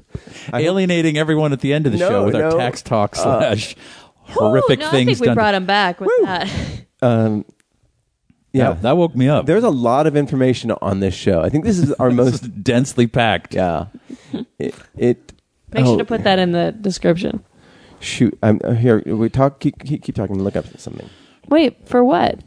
Speaker 4: Alienating everyone at the end of the
Speaker 2: No,
Speaker 4: show with our
Speaker 2: no. Uh,
Speaker 4: tax talk slash horrific
Speaker 3: Ooh, no, I
Speaker 4: things
Speaker 3: think we
Speaker 4: done.
Speaker 3: brought him back with that. *laughs*
Speaker 2: um, yeah,
Speaker 4: that woke me up.
Speaker 2: there's a lot of information on this show. I think this is
Speaker 4: *laughs*
Speaker 2: our
Speaker 4: This
Speaker 2: most.
Speaker 4: is densely packed.
Speaker 2: Yeah. It. it
Speaker 3: Make sure
Speaker 2: oh,
Speaker 3: to put that in the description.
Speaker 2: Shoot, I'm uh, here. We talk. Keep keep, keep talking. Look up something.
Speaker 3: Wait, for what?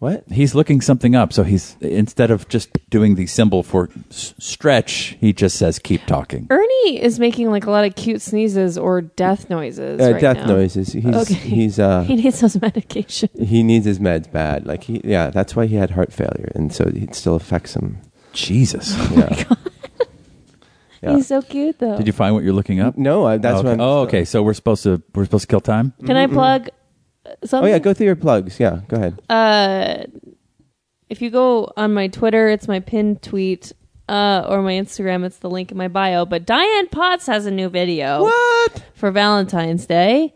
Speaker 2: What?
Speaker 4: He's looking something up, so he's instead of just doing the symbol for s- stretch, he just says keep talking.
Speaker 3: Ernie is making like a lot of cute sneezes or death noises.
Speaker 2: Uh,
Speaker 3: right
Speaker 2: death
Speaker 3: now.
Speaker 2: noises. He's
Speaker 3: Okay.
Speaker 2: he's uh
Speaker 3: *laughs* he needs those medication.
Speaker 2: he needs his meds bad. Like he yeah, that's why he had heart failure, and so it still affects him.
Speaker 4: Jesus,
Speaker 2: Yeah. Yeah.
Speaker 3: He's so cute though.
Speaker 4: did you find what you're looking up?
Speaker 2: No, I, that's
Speaker 4: okay.
Speaker 2: what. I'm, Mm-hmm.
Speaker 4: oh, okay. So we're supposed to we're supposed to kill time.
Speaker 3: Can I plug uh,
Speaker 2: Oh
Speaker 3: something?
Speaker 2: yeah, go through your plugs. Yeah, go ahead.
Speaker 3: uh, if you go on my Twitter, it's my pinned tweet, uh, or my Instagram, it's the link in my bio. But Diane Potts has a new video
Speaker 2: what?
Speaker 3: for Valentine's Day.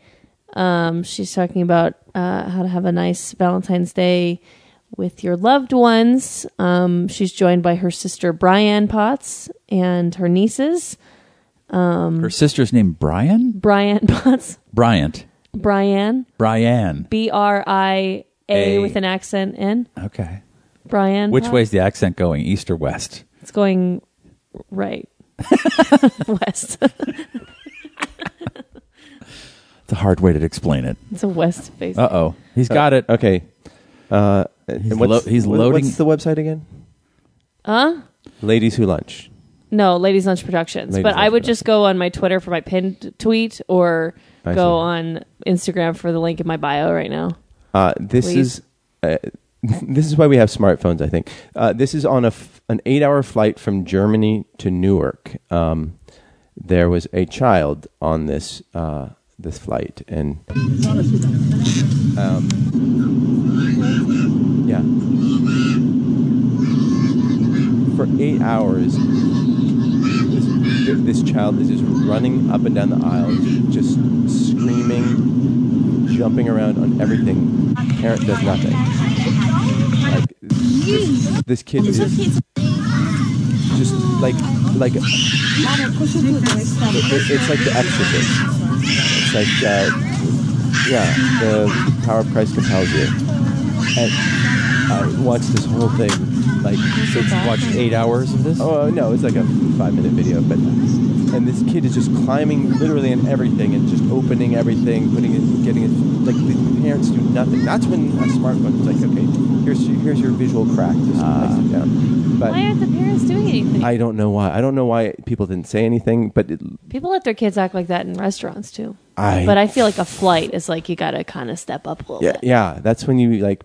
Speaker 3: Um, she's talking about uh, how to have a nice Valentine's Day with your loved ones. Um, she's joined by her sister Brian Potts and her nieces.
Speaker 4: Her sister's name Brian.
Speaker 3: Brian *laughs* Potts,
Speaker 4: Bryant.
Speaker 3: Brian,
Speaker 4: Brian.
Speaker 3: B R I A
Speaker 4: A.
Speaker 3: with an accent in
Speaker 4: Okay.
Speaker 3: Brian.
Speaker 4: Which
Speaker 3: Potts.
Speaker 4: way's the accent going? East or west?
Speaker 3: It's going
Speaker 2: *laughs*
Speaker 3: right. west.
Speaker 4: It's a hard way to explain it.
Speaker 3: It's a west face.
Speaker 4: Uh oh, he's got it.
Speaker 2: Okay. Uh, he's,
Speaker 4: lo- he's loading-
Speaker 2: What's the website again? Huh? Ladies Who Lunch.
Speaker 3: No, Ladies Lunch Productions.
Speaker 2: Ladies
Speaker 3: but I
Speaker 2: Lunch
Speaker 3: would just go on my Twitter for my pinned tweet or
Speaker 2: I
Speaker 3: go
Speaker 2: see.
Speaker 3: on Instagram for the link in my bio right now.
Speaker 2: Uh, this
Speaker 3: Please.
Speaker 2: is uh, *laughs* this is why we have smartphones. I think uh, this is on a f- an eight hour flight from Germany to Newark. Um, there was a child on this uh, this flight, and um, yeah, for eight hours. This, this child is just running up and down the aisle, just screaming, jumping around on everything. Parent does nothing. Like, this, this kid is just like like it, it's like the Exorcist. It's like uh, yeah, the power of Christ compels you. And I watched this whole thing like six, watched
Speaker 4: Eight hours of this.
Speaker 2: Oh no, it's like a five minute video, but and this kid is just climbing literally in everything and just opening everything, putting it, getting it. Like the parents do nothing. That's when a smartphone is like, okay, here's your, here's your visual crack. Just
Speaker 4: Ah.
Speaker 2: place it down.
Speaker 3: Why
Speaker 2: But
Speaker 3: aren't the parents doing anything?
Speaker 2: Uh, I don't know why. I don't know why people didn't say anything. But it,
Speaker 3: People let their kids act like that in restaurants too.
Speaker 2: I
Speaker 3: but I feel like a flight is like you got to kind of step up a little
Speaker 2: yeah
Speaker 3: bit.
Speaker 2: yeah that's when you like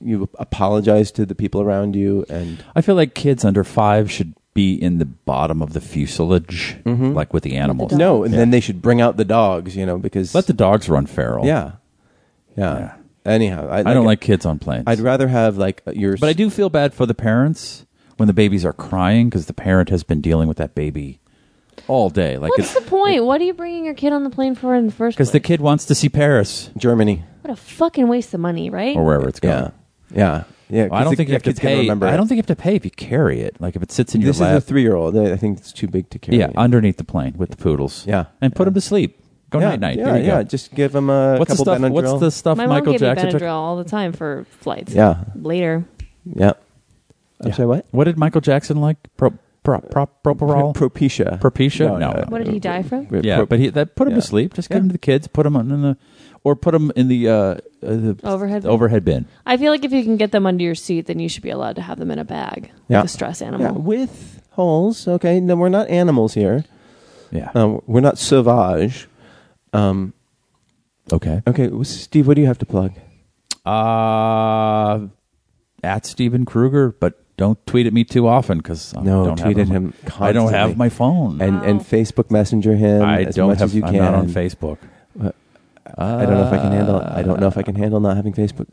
Speaker 2: you apologize to the people around you and
Speaker 4: I feel like kids under five should be in the bottom of the fuselage,
Speaker 2: Mm-hmm.
Speaker 4: like with the animals.
Speaker 2: no, and then they should bring out the dogs, you know, because
Speaker 4: Let the dogs run feral.
Speaker 2: yeah, yeah.
Speaker 4: Yeah.
Speaker 2: Anyhow, I,
Speaker 4: I don't like kids on planes.
Speaker 2: I'd rather have like your.
Speaker 4: but I do feel bad for the parents when the babies are crying because the parent has been dealing with that baby all day. Like
Speaker 3: What's the point? What are you bringing your kid on the plane for in the first place?
Speaker 4: Because the kid wants to see Paris
Speaker 2: Germany.
Speaker 3: what a fucking waste of money, right?
Speaker 4: or wherever it's going.
Speaker 2: Yeah,
Speaker 4: Well,
Speaker 2: yeah, yeah.
Speaker 4: I
Speaker 2: 'cause
Speaker 4: don't think
Speaker 2: the- the
Speaker 4: you have to
Speaker 2: kid's gonna
Speaker 4: pay.
Speaker 2: Remember
Speaker 4: I
Speaker 2: it.
Speaker 4: don't think you have to pay if you carry it. Like if it sits in
Speaker 2: this
Speaker 4: your
Speaker 2: is a
Speaker 4: lap.
Speaker 2: three-year-old. I I think it's too big to carry.
Speaker 4: yeah,
Speaker 2: it.
Speaker 4: underneath the plane with the poodles.
Speaker 2: Yeah.
Speaker 4: and put them to sleep. Go
Speaker 2: yeah,
Speaker 4: night night.
Speaker 2: Yeah, yeah. Just give him a
Speaker 4: what's the
Speaker 2: couple
Speaker 4: stuff?
Speaker 2: Benadryl.
Speaker 4: What's the stuff?
Speaker 3: My mom
Speaker 4: Michael
Speaker 3: gave
Speaker 4: Jackson.
Speaker 3: me
Speaker 4: took-
Speaker 3: Benadryl all the time for flights.
Speaker 2: Yeah.
Speaker 3: Later.
Speaker 2: Yeah. I'm sorry. What?
Speaker 4: What did Michael Jackson like? Pro, pro, pro, proparol?
Speaker 2: Propecia.
Speaker 4: Propecia? No.
Speaker 3: What did he die from?
Speaker 4: yeah, but he, that put him
Speaker 2: Yeah.
Speaker 4: to sleep. Just give
Speaker 2: Yeah.
Speaker 4: him to the kids. Put him in the, or put him in the, uh, uh, the
Speaker 3: Overhead
Speaker 4: the
Speaker 3: bin.
Speaker 4: overhead bin.
Speaker 3: I feel like if you can get them under your seat, then you should be allowed to have them in a bag.
Speaker 2: Yeah.
Speaker 3: Like a stress
Speaker 2: Yeah,
Speaker 3: animal.
Speaker 2: with holes. Okay. No, we're not animals here.
Speaker 4: Yeah.
Speaker 2: Um, we're not sauvage. Um,
Speaker 4: okay.
Speaker 2: okay, well, Steve. What do you have to plug?
Speaker 4: Uh, at Steven Kruger, but don't tweet at me too often because
Speaker 2: No,
Speaker 4: don't
Speaker 2: tweet
Speaker 4: have
Speaker 2: at him
Speaker 4: I don't have
Speaker 2: constantly.
Speaker 4: my phone.
Speaker 2: And and Facebook Messenger him
Speaker 4: I
Speaker 2: as
Speaker 4: don't
Speaker 2: much
Speaker 4: have.
Speaker 2: as you
Speaker 4: I'm
Speaker 2: can.
Speaker 4: not on Facebook.
Speaker 2: Uh, I don't know if I can handle. I don't know if I
Speaker 4: Uh,
Speaker 2: can handle not having Facebook.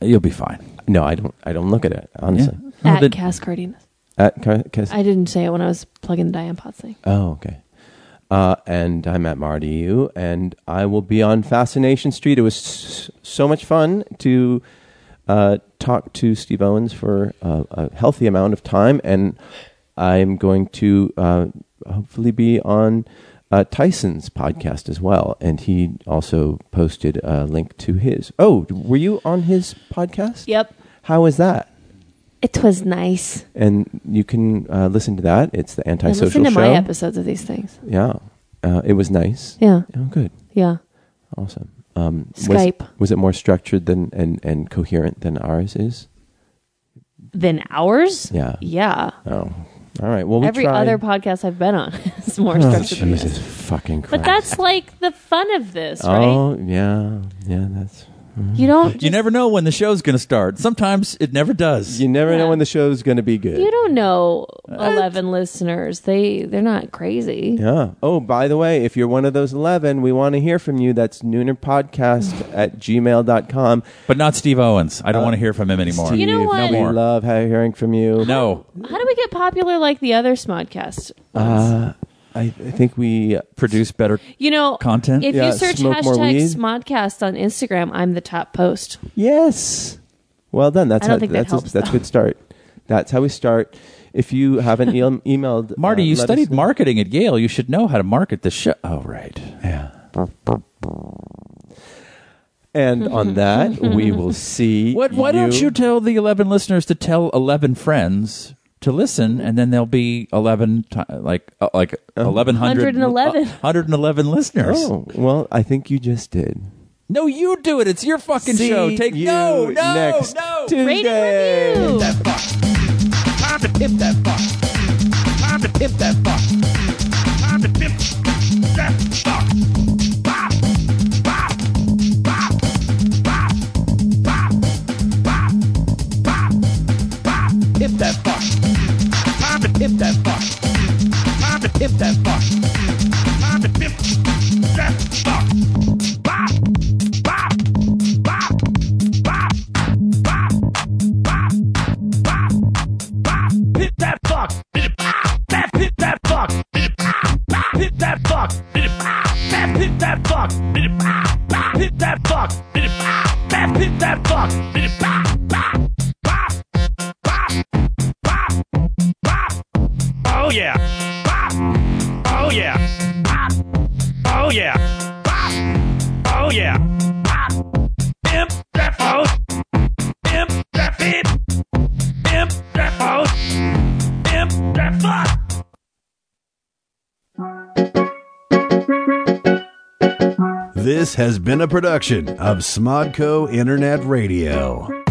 Speaker 4: You'll be fine.
Speaker 2: No, I don't. I don't look at it honestly. Uh,
Speaker 4: Yeah.
Speaker 3: At
Speaker 4: Well, the-
Speaker 3: Cass Cardenas.
Speaker 2: At Ca- Cas-
Speaker 3: I didn't say it when I was plugging the Diane Potts thing.
Speaker 2: oh, okay. Uh, and I'm at Marty U, and I will be on Fascination Street. It was s- so much fun to uh, talk to Steve Owens for uh, a healthy amount of time, and I'm going to uh, hopefully be on uh, Tyson's podcast as well. And he also posted a link to his. Oh, were you on his podcast?
Speaker 3: Yep.
Speaker 2: How was that?
Speaker 6: It was nice.
Speaker 2: and you can uh, listen to that. It's the
Speaker 3: I
Speaker 2: antisocial
Speaker 3: listen to
Speaker 2: show.
Speaker 3: my episodes of these things.
Speaker 2: Yeah, uh, it was nice.
Speaker 3: Yeah.
Speaker 2: Oh, good,
Speaker 3: Yeah.
Speaker 2: awesome. Um, was-
Speaker 3: Skype.
Speaker 2: was, it more structured than and, and coherent than ours is?
Speaker 3: Than ours?
Speaker 2: Yeah.
Speaker 3: Yeah.
Speaker 2: Oh, all right. Well, we
Speaker 3: Every
Speaker 2: tried.
Speaker 3: other podcast I've been on *laughs* is more
Speaker 2: Oh,
Speaker 3: structured than
Speaker 2: Jesus
Speaker 3: this.
Speaker 2: fucking
Speaker 3: But
Speaker 2: Christ!
Speaker 3: that's like the fun of this, right?
Speaker 2: oh yeah, yeah. That's
Speaker 3: You don't
Speaker 4: You never know when the show's going to start. Sometimes it never does.
Speaker 2: you never know
Speaker 3: Yeah.
Speaker 2: when the show's going to be good.
Speaker 3: You don't know eleven listeners. They they're not crazy.
Speaker 2: Yeah. Oh, by the way, if you're one of those 11, we want to hear from you. That's noonerpodcast at gmail.com.
Speaker 4: but not Steve Owens. I don't want to hear from him anymore.
Speaker 2: Uh, Steve,
Speaker 3: You know what?
Speaker 4: No
Speaker 2: we
Speaker 4: more.
Speaker 2: love hearing from you.
Speaker 4: no.
Speaker 3: How do we get popular like the other Smodcast?
Speaker 2: Uh, I, I think we
Speaker 4: Produce better.
Speaker 3: you know,
Speaker 4: content?
Speaker 3: If
Speaker 2: Yeah,
Speaker 3: you search
Speaker 2: smoke more weed.
Speaker 3: hashtag Smodcast on Instagram, I'm the top post.
Speaker 2: yes. Well done. That's
Speaker 3: I don't
Speaker 2: how,
Speaker 3: think that
Speaker 2: that's
Speaker 3: helps,
Speaker 2: a, that's a
Speaker 3: though.
Speaker 2: good start. That's how we start. If you haven't e- emailed
Speaker 4: *laughs* Marty,
Speaker 2: uh,
Speaker 4: you
Speaker 2: let us
Speaker 4: studied
Speaker 2: know.
Speaker 4: marketing at Yale. You should know how to market the show. Oh, right.
Speaker 2: and on that we
Speaker 4: *laughs*
Speaker 2: will see.
Speaker 4: What, why don't you tell the 11 listeners to tell 11 friends to listen, and then there'll be 11, ti like, uh, like uh, 1,100
Speaker 3: 111.
Speaker 4: 111 listeners.
Speaker 2: Oh well, I think you just did.
Speaker 4: No, you do it. It's your fucking
Speaker 2: See
Speaker 4: show. Take
Speaker 2: you
Speaker 4: no, no,
Speaker 2: next
Speaker 4: no.
Speaker 3: Rating
Speaker 2: Tuesday.
Speaker 3: review.
Speaker 5: Time to pimp that fuck. Time to pimp that fuck. Time to pimp that fuck. Bop, bop, bop, bop, bop, bop, bop, bop. Pimp that fuck. Time to pimp that fuck. Time to pimp that fuck. Time to pimp that fuck. Bop, bop, bop, bop, bop, bop, bop bop, pit that fuck, pit bop, that pit that fuck, pit bop, bop, pit that fuck, pit bop, that pit that fuck, pit bop, bop, pit that fuck, pit bop, that pit that fuck, pit bop, bop, bop, bop, bop, bop, oh yeah, bop, oh yeah, bop, oh yeah, bop, oh yeah, bop, imp that fuck, imp that fit. Imp that fuck. Imp that fuck.
Speaker 8: This has been a production of Smodco Internet Radio.